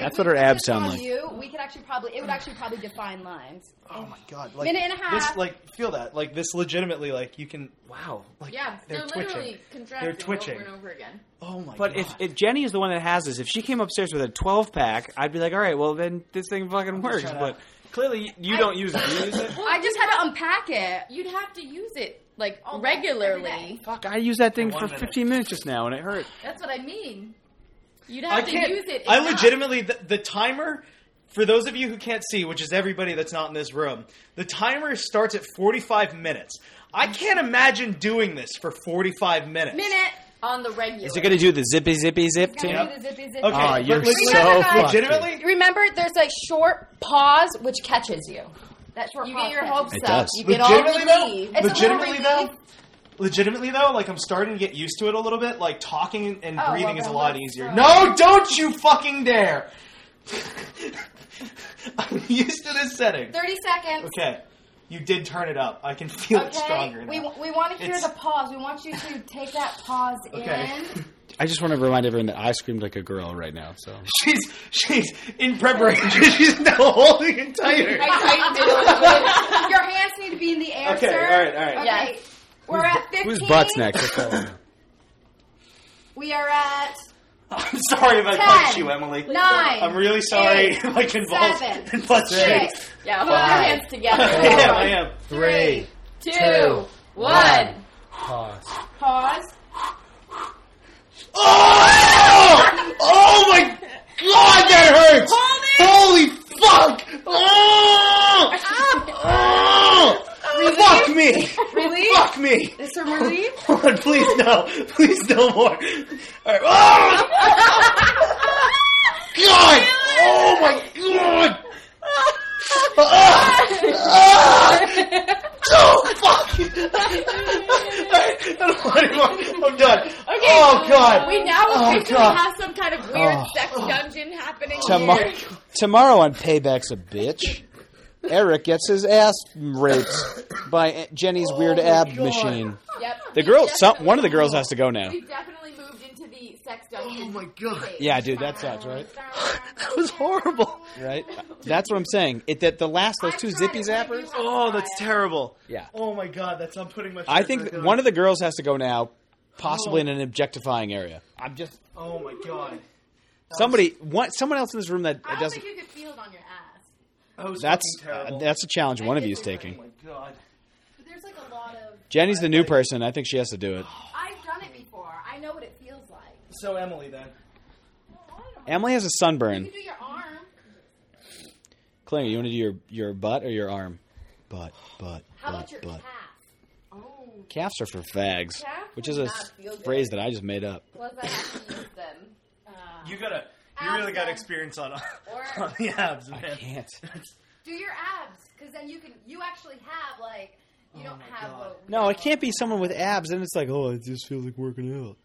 [SPEAKER 2] That's
[SPEAKER 4] we
[SPEAKER 2] what her
[SPEAKER 4] put
[SPEAKER 2] abs
[SPEAKER 4] this on
[SPEAKER 2] sound like.
[SPEAKER 4] You, we could actually probably. It would actually probably define lines.
[SPEAKER 1] Oh my god! Like,
[SPEAKER 4] Minute and a half.
[SPEAKER 1] This, like feel that. Like this legitimately. Like you can. Wow. Like
[SPEAKER 6] Yeah,
[SPEAKER 1] they're,
[SPEAKER 6] they're,
[SPEAKER 1] twitching.
[SPEAKER 6] literally contracting
[SPEAKER 1] They're twitching.
[SPEAKER 6] over and over again.
[SPEAKER 1] Oh my
[SPEAKER 2] But
[SPEAKER 1] god!
[SPEAKER 2] if, if Jenny is the one that has this, if she came upstairs with a 12 pack, I'd be like, all right, well then this thing fucking works.
[SPEAKER 1] try to-
[SPEAKER 2] But clearly you don't use it. You use it.
[SPEAKER 4] I just had to unpack it.
[SPEAKER 6] You'd have to use it like
[SPEAKER 4] All day, every
[SPEAKER 6] regularly.
[SPEAKER 2] Fuck, I used that thing
[SPEAKER 1] One
[SPEAKER 2] for
[SPEAKER 1] minute.
[SPEAKER 2] 15 minutes just now and it hurt.
[SPEAKER 6] That's what I mean. You'd
[SPEAKER 1] I
[SPEAKER 6] have to
[SPEAKER 1] can't.
[SPEAKER 6] use it.
[SPEAKER 1] I
[SPEAKER 6] enough.
[SPEAKER 1] legitimately the, the timer. For those of you who can't see, which is everybody that's not in this room, the timer starts at 45 minutes. I
[SPEAKER 6] Mm.
[SPEAKER 1] can't imagine doing this for 45 minutes.
[SPEAKER 4] Minute.
[SPEAKER 6] on the regular.
[SPEAKER 2] Is it going to do the zippy zippy zip
[SPEAKER 4] Gotta
[SPEAKER 2] too?
[SPEAKER 1] Yep.
[SPEAKER 4] do the zippy zippy.
[SPEAKER 1] Okay,
[SPEAKER 2] Aw,
[SPEAKER 1] but
[SPEAKER 2] Ah, you're
[SPEAKER 1] leg-
[SPEAKER 4] so fucked.
[SPEAKER 1] legitimately,
[SPEAKER 4] Remember, there's like short pause which catches you. That short
[SPEAKER 6] You
[SPEAKER 4] pause
[SPEAKER 6] get your
[SPEAKER 4] catches
[SPEAKER 6] hopes
[SPEAKER 2] It
[SPEAKER 6] up.
[SPEAKER 2] does.
[SPEAKER 6] You get all
[SPEAKER 1] legitimately
[SPEAKER 6] relieved.
[SPEAKER 1] though,
[SPEAKER 4] It's a little
[SPEAKER 1] legitimately though, legitimately though, like I'm starting to get used to it a little bit. Like talking and
[SPEAKER 4] Oh, well,
[SPEAKER 1] breathing is a
[SPEAKER 4] then
[SPEAKER 1] lot
[SPEAKER 4] let's
[SPEAKER 1] easier.
[SPEAKER 4] go.
[SPEAKER 1] No, don't you fucking dare! I'm used to this setting.
[SPEAKER 4] Thirty seconds.
[SPEAKER 1] Okay, you did turn it up. I can feel it stronger.
[SPEAKER 4] we
[SPEAKER 1] now.
[SPEAKER 4] we want to hear
[SPEAKER 1] It's-
[SPEAKER 4] the pause. We want you to take that pause
[SPEAKER 1] Okay.
[SPEAKER 4] in
[SPEAKER 2] I just want to remind everyone that I screamed like a girl right now. So
[SPEAKER 1] She's she's in preparation. She's now holding it tighter.
[SPEAKER 4] I tightened it a little bit. Your hands need to be in the air,
[SPEAKER 1] Okay,
[SPEAKER 4] sir.
[SPEAKER 1] all right, all right.
[SPEAKER 4] Okay. We're at 15.
[SPEAKER 2] who's butts next? Let's go.
[SPEAKER 4] We are at
[SPEAKER 1] I'm sorry if I
[SPEAKER 4] Ten.
[SPEAKER 1] punched you, Emily.
[SPEAKER 4] 9.
[SPEAKER 1] I'm really sorry
[SPEAKER 4] Eight.
[SPEAKER 1] if I convulsed
[SPEAKER 4] Seven.
[SPEAKER 1] and punched you. I
[SPEAKER 4] Six,
[SPEAKER 6] Yeah, hold your
[SPEAKER 4] Five.
[SPEAKER 6] hands together.
[SPEAKER 1] am. I am.
[SPEAKER 4] three,
[SPEAKER 6] Two, one.
[SPEAKER 4] pause.
[SPEAKER 1] Oh! Oh my god, that hurts! Holy fuck!
[SPEAKER 4] Ah!
[SPEAKER 1] Oh! Oh! Fuck me!
[SPEAKER 4] Relief?
[SPEAKER 1] Fuck me!
[SPEAKER 4] Is there relief?
[SPEAKER 1] Hold on, please no. Please no more. Alright. Oh! God! Oh my god! Ah! Ah! Oh, fuck! I don't want anymore. I'm done. oh god!
[SPEAKER 6] We now
[SPEAKER 1] Oh,
[SPEAKER 6] officially
[SPEAKER 1] God.
[SPEAKER 6] have some kind of weird
[SPEAKER 2] Oh.
[SPEAKER 6] sex dungeon happening
[SPEAKER 2] Tomorrow,
[SPEAKER 6] here.
[SPEAKER 2] tomorrow on Payback's a bitch. Eric gets his ass raped by Jenny's
[SPEAKER 1] Oh
[SPEAKER 2] weird ab machine.
[SPEAKER 6] Yep.
[SPEAKER 2] The girl, some, one of the girls has to go now.
[SPEAKER 6] We definitely moved into the sex dungeon.
[SPEAKER 1] Oh my god!
[SPEAKER 6] phase.
[SPEAKER 2] Yeah, dude, that sucks, right?
[SPEAKER 1] That was horrible.
[SPEAKER 2] Right? That's what I'm saying. It that the last those two zippy zappers.
[SPEAKER 1] Oh, that's terrible.
[SPEAKER 2] Yeah.
[SPEAKER 1] Oh my god, that's I'm putting my.
[SPEAKER 2] I think that one of the girls has to go now, possibly in an objectifying area. I'm just
[SPEAKER 1] Oh my god.
[SPEAKER 2] somebody, one, someone else in this room that
[SPEAKER 6] I don't
[SPEAKER 2] doesn't.
[SPEAKER 6] think you could feel it on your ass.
[SPEAKER 1] That was
[SPEAKER 2] That's
[SPEAKER 1] fucking
[SPEAKER 2] uh,
[SPEAKER 1] terrible.
[SPEAKER 2] that's a challenge one of you is
[SPEAKER 1] Oh
[SPEAKER 2] taking.
[SPEAKER 1] my god.
[SPEAKER 6] But there's like a lot of.
[SPEAKER 2] Jenny's the new person. I think she has to do it.
[SPEAKER 6] I've done it before. I know what it feels like.
[SPEAKER 1] So Emily then.
[SPEAKER 2] Emily has a sunburn.
[SPEAKER 6] You do your arm.
[SPEAKER 2] Klinger, you want to do your, your butt or your arm? Butt, butt,
[SPEAKER 6] How about
[SPEAKER 2] butt,
[SPEAKER 6] your
[SPEAKER 2] butt.
[SPEAKER 6] calf? Oh,
[SPEAKER 2] Calves are for fags,
[SPEAKER 6] Calf
[SPEAKER 2] which is a
[SPEAKER 6] does
[SPEAKER 2] s-
[SPEAKER 6] not feel good.
[SPEAKER 2] phrase that I just made up.
[SPEAKER 6] well, I have to use them. Uh,
[SPEAKER 1] You gotta. You really
[SPEAKER 6] Abs
[SPEAKER 1] got
[SPEAKER 6] then.
[SPEAKER 1] experience on,
[SPEAKER 6] Or-
[SPEAKER 1] on the abs, man.
[SPEAKER 2] I can't.
[SPEAKER 6] do your abs, because then you can. You actually have like. You don't have
[SPEAKER 1] Oh God.
[SPEAKER 6] what. we
[SPEAKER 2] No,
[SPEAKER 6] have.
[SPEAKER 2] it can't be someone with abs, and it's like, oh, it just feels like working out.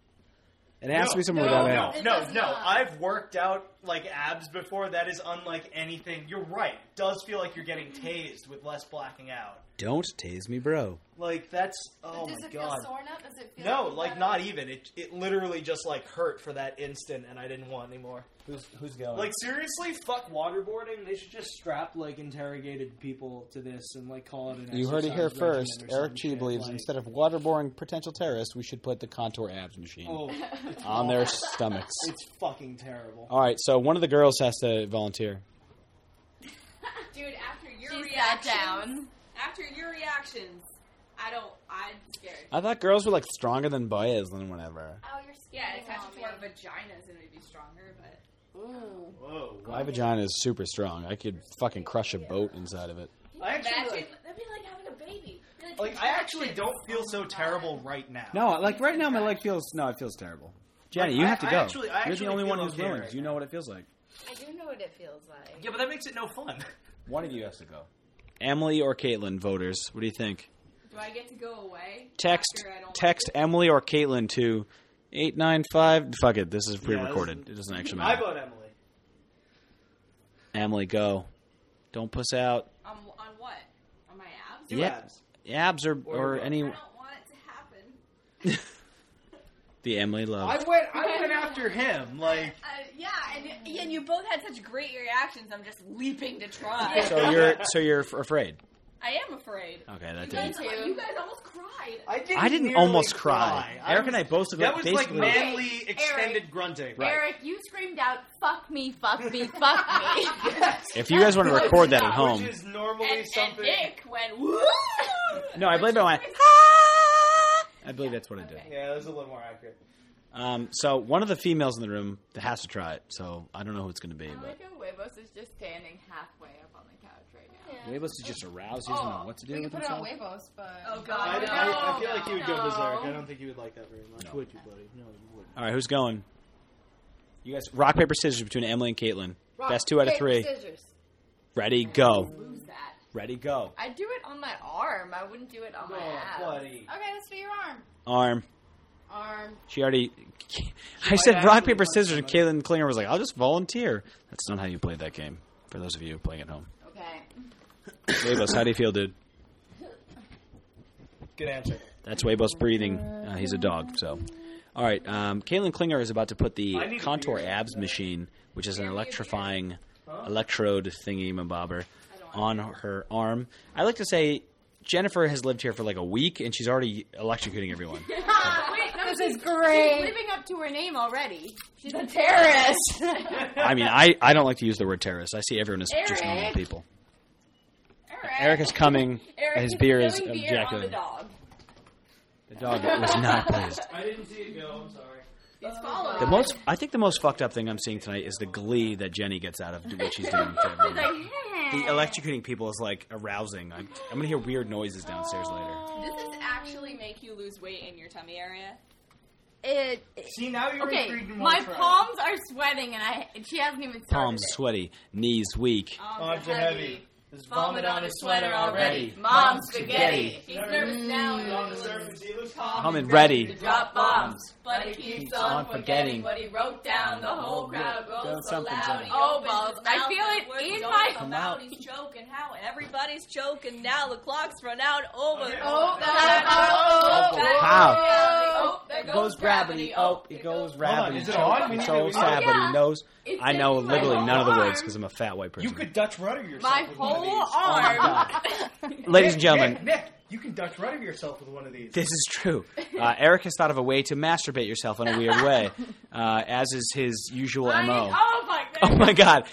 [SPEAKER 2] It has to be someone
[SPEAKER 6] no,
[SPEAKER 2] without
[SPEAKER 6] no.
[SPEAKER 2] abs.
[SPEAKER 6] It
[SPEAKER 1] No, no,
[SPEAKER 6] does
[SPEAKER 1] no.
[SPEAKER 6] not.
[SPEAKER 1] I've worked out like abs before. That is unlike anything. You're right. It does feel like you're getting tased with less blacking out.
[SPEAKER 2] Don't tase me, bro.
[SPEAKER 1] Like that's. Oh
[SPEAKER 6] Does
[SPEAKER 1] my
[SPEAKER 6] it feel
[SPEAKER 1] god.
[SPEAKER 6] sore enough? Does it feel
[SPEAKER 1] No,
[SPEAKER 6] you
[SPEAKER 1] like
[SPEAKER 6] have-
[SPEAKER 1] not even. It it literally just like hurt for that instant, and I didn't want anymore.
[SPEAKER 3] Who's, who's going?
[SPEAKER 1] Like seriously,
[SPEAKER 3] fuck waterboarding. They should just strap like interrogated people to this and like call it an.
[SPEAKER 2] You heard it here
[SPEAKER 3] exercise regimen
[SPEAKER 2] first.
[SPEAKER 3] or some
[SPEAKER 2] Eric Chi
[SPEAKER 3] shit,
[SPEAKER 2] believes
[SPEAKER 3] like-
[SPEAKER 2] instead of waterboarding potential terrorists, we should put the contour abs machine
[SPEAKER 3] Oh,
[SPEAKER 2] on their stomachs.
[SPEAKER 3] it's fucking terrible.
[SPEAKER 2] All right, so one of the girls has to volunteer.
[SPEAKER 5] Dude, after your
[SPEAKER 6] She sat
[SPEAKER 5] reactions,
[SPEAKER 6] down.
[SPEAKER 5] after your reactions, I don't. I'm scared.
[SPEAKER 1] Uh,
[SPEAKER 2] I thought girls were like stronger than boys than whatever.
[SPEAKER 6] Oh, you're
[SPEAKER 5] Yeah, it's
[SPEAKER 6] scaring
[SPEAKER 5] actually
[SPEAKER 6] on
[SPEAKER 5] more
[SPEAKER 6] me.
[SPEAKER 5] vaginas and it'd be stronger, but
[SPEAKER 6] Ooh.
[SPEAKER 1] Whoa.
[SPEAKER 2] My vagina is super strong. I could fucking crush a boat inside of it.
[SPEAKER 1] I actually
[SPEAKER 5] Imagine-
[SPEAKER 1] like,
[SPEAKER 5] that'd be like having a baby. It'd be
[SPEAKER 1] like I actually don't feel so terrible right now.
[SPEAKER 2] No, like right now, my leg feels no, it feels terrible. Jenny,
[SPEAKER 1] Like,
[SPEAKER 2] you
[SPEAKER 1] I-
[SPEAKER 2] have to
[SPEAKER 1] I
[SPEAKER 2] go.
[SPEAKER 1] actually- I
[SPEAKER 2] You're
[SPEAKER 1] actually
[SPEAKER 2] the only one
[SPEAKER 1] feel
[SPEAKER 2] who's
[SPEAKER 1] okay
[SPEAKER 2] willing.
[SPEAKER 1] right
[SPEAKER 2] 'cause you know what it feels like.
[SPEAKER 6] I do know what it feels like.
[SPEAKER 1] Yeah, but that makes it no fun.
[SPEAKER 2] One of you has to go. Emily or Caitlin, voters. What do you think?
[SPEAKER 5] Do I get to go away?
[SPEAKER 2] Text
[SPEAKER 5] After I don't
[SPEAKER 2] text Emily or Caitlin to eight nine five. Fuck it, this is pre-recorded. it doesn't actually
[SPEAKER 1] I
[SPEAKER 2] matter.
[SPEAKER 1] vote Emily.
[SPEAKER 2] Emily, go. Don't puss out.
[SPEAKER 5] On, on what? On my abs?
[SPEAKER 2] Yeah. Abs or or,
[SPEAKER 1] Or-
[SPEAKER 5] I
[SPEAKER 2] any
[SPEAKER 5] don't want it to happen.
[SPEAKER 2] the Emily love.
[SPEAKER 1] I went. I went after him. Like
[SPEAKER 5] Uh, yeah, and, and you both had such great reactions. I'm just leaping to try.
[SPEAKER 2] So you're so you're f- afraid.
[SPEAKER 5] I am afraid.
[SPEAKER 2] Okay, that
[SPEAKER 5] You
[SPEAKER 2] didn't.
[SPEAKER 5] guys,
[SPEAKER 6] too.
[SPEAKER 5] you guys almost cried.
[SPEAKER 1] I didn't.
[SPEAKER 2] I didn't
[SPEAKER 1] nearly
[SPEAKER 2] almost cry. Eric
[SPEAKER 1] was-
[SPEAKER 2] and I both looked
[SPEAKER 1] That was like
[SPEAKER 2] basically.
[SPEAKER 1] manly
[SPEAKER 6] Eric.
[SPEAKER 1] extended grunting.
[SPEAKER 2] Right.
[SPEAKER 6] Eric, you screamed out, "Fuck me, fuck me, fuck me."
[SPEAKER 2] if you guys want to record that at
[SPEAKER 1] Which
[SPEAKER 2] home,
[SPEAKER 1] is normally
[SPEAKER 5] And, and
[SPEAKER 1] something.
[SPEAKER 5] Nick went, woo!
[SPEAKER 2] no, I believe I went. I believe that's what I did.
[SPEAKER 1] yeah, that was a little more accurate.
[SPEAKER 6] Oh,
[SPEAKER 2] Um, so one of the females in the room has to try it. So I don't know who it's going to be,
[SPEAKER 6] I
[SPEAKER 2] but
[SPEAKER 6] like how Huevos is just standing halfway up on the couch right now.
[SPEAKER 2] Wabos is just aroused. He doesn't know what to do
[SPEAKER 4] We can
[SPEAKER 2] with
[SPEAKER 4] put it on
[SPEAKER 2] himself.
[SPEAKER 4] Huevos, but.
[SPEAKER 5] Oh,
[SPEAKER 1] I,
[SPEAKER 5] God.
[SPEAKER 1] I, I feel
[SPEAKER 5] no,
[SPEAKER 1] like you would go
[SPEAKER 6] no.
[SPEAKER 1] berserk. I don't think you would like that very much. Would you, buddy? No, you wouldn't.
[SPEAKER 2] All right, who's going? You guys, rock paper scissors between Emily and Caitlin.
[SPEAKER 6] Rock,
[SPEAKER 2] Best two out of
[SPEAKER 6] paper,
[SPEAKER 2] three.
[SPEAKER 6] Scissors.
[SPEAKER 2] Ready, go.
[SPEAKER 6] Lose that.
[SPEAKER 2] Ready, go.
[SPEAKER 6] I'd do it on my arm. I wouldn't do it on my ass.
[SPEAKER 1] Oh, buddy.
[SPEAKER 4] Okay, let's do your arm.
[SPEAKER 2] Arm.
[SPEAKER 4] Arm.
[SPEAKER 2] She already. I said rock,
[SPEAKER 1] actually
[SPEAKER 2] paper,
[SPEAKER 1] punch
[SPEAKER 2] scissors, and Caitlin Klinger was like, "I'll just volunteer." That's not how you play that game. For those of you playing at home,
[SPEAKER 6] Okay.
[SPEAKER 2] Wabos, how do you feel, dude?
[SPEAKER 1] Good answer.
[SPEAKER 2] That's Wabos breathing. Uh, he's a dog, so. All right, um, Caitlin Klinger is about to put
[SPEAKER 3] I need
[SPEAKER 2] the
[SPEAKER 3] a
[SPEAKER 2] contour
[SPEAKER 3] beer.
[SPEAKER 2] abs machine, which is an electrifying electrode thingy mabobber, on her arm. I like to say Jennifer has lived here for like a week, and she's already electrocuting everyone.
[SPEAKER 4] this is great.
[SPEAKER 6] Living up to her name already. She's a
[SPEAKER 4] Terrorist.
[SPEAKER 2] I mean, I, I don't like to use the word terrorist. I see everyone as just
[SPEAKER 6] Eric.
[SPEAKER 2] normal people.
[SPEAKER 6] Eric.
[SPEAKER 2] Eric is coming.
[SPEAKER 6] Eric
[SPEAKER 2] His beer is
[SPEAKER 6] spilling beer on the
[SPEAKER 2] ejaculating.
[SPEAKER 6] dog.
[SPEAKER 2] The dog was not pleased.
[SPEAKER 3] I didn't see it go. I'm sorry.
[SPEAKER 6] He's following.
[SPEAKER 2] The most, I think, the most fucked up thing I'm seeing tonight is the glee that Jenny gets out of what she's doing. To everyone. the electrocuting people is like arousing. I'm, I'm gonna hear weird noises downstairs later.
[SPEAKER 6] Oh,
[SPEAKER 5] Does this actually make you lose weight in your tummy area?
[SPEAKER 6] It,
[SPEAKER 1] See, now you're
[SPEAKER 6] okay,
[SPEAKER 1] intrigued more.
[SPEAKER 6] my palms are sweating, and I and she hasn't even started.
[SPEAKER 2] Palms
[SPEAKER 6] it.
[SPEAKER 2] sweaty, knees weak.
[SPEAKER 6] Oh,
[SPEAKER 1] Arms are heavy. There's vomit on his sweater already.
[SPEAKER 6] Mom's spaghetti.
[SPEAKER 5] He's nervous now.
[SPEAKER 1] On the surface, he looks
[SPEAKER 2] Coming ready.
[SPEAKER 5] Drop bombs, but he keeps,
[SPEAKER 2] Keeps
[SPEAKER 5] on
[SPEAKER 2] on forgetting.
[SPEAKER 5] forgetting what he wrote down. The whole crowd
[SPEAKER 2] Doing
[SPEAKER 5] goes so
[SPEAKER 2] something
[SPEAKER 5] loud.
[SPEAKER 2] to
[SPEAKER 5] He
[SPEAKER 2] him.
[SPEAKER 6] Oh,
[SPEAKER 5] opens his
[SPEAKER 6] balls. I
[SPEAKER 5] mouth,
[SPEAKER 6] feel
[SPEAKER 5] his
[SPEAKER 6] it
[SPEAKER 5] words
[SPEAKER 6] in
[SPEAKER 5] don't
[SPEAKER 6] my-
[SPEAKER 5] come
[SPEAKER 2] Come out.
[SPEAKER 5] out. He's choking how, and everybody's choking now. The clock's run out. Over.
[SPEAKER 4] Oh,
[SPEAKER 5] Back
[SPEAKER 4] oh, oh,
[SPEAKER 5] up,
[SPEAKER 4] oh,
[SPEAKER 5] back
[SPEAKER 2] How?
[SPEAKER 5] down. Oh, there goes gravity. Oh,
[SPEAKER 2] it goes
[SPEAKER 1] rabbity.
[SPEAKER 2] It's
[SPEAKER 1] Is it on? We need
[SPEAKER 2] so
[SPEAKER 1] to-
[SPEAKER 2] sad, but
[SPEAKER 6] Oh, yeah.
[SPEAKER 2] he knows.
[SPEAKER 6] It's
[SPEAKER 2] I know
[SPEAKER 6] in my
[SPEAKER 2] literally none of the
[SPEAKER 6] arm.
[SPEAKER 2] words because I'm a fat white person.
[SPEAKER 1] You could Dutch rudder yourself.
[SPEAKER 6] My
[SPEAKER 1] with one of
[SPEAKER 6] whole
[SPEAKER 1] these.
[SPEAKER 2] Oh my
[SPEAKER 6] arm.
[SPEAKER 2] God. Ladies and gentlemen,
[SPEAKER 1] Nick, Nick, you can Dutch rudder yourself with one of these.
[SPEAKER 2] This is true. Uh, Eric has thought of a way to masturbate yourself in a weird way, uh, as is his usual mo.
[SPEAKER 6] Oh my
[SPEAKER 2] Oh
[SPEAKER 6] god.
[SPEAKER 2] my God,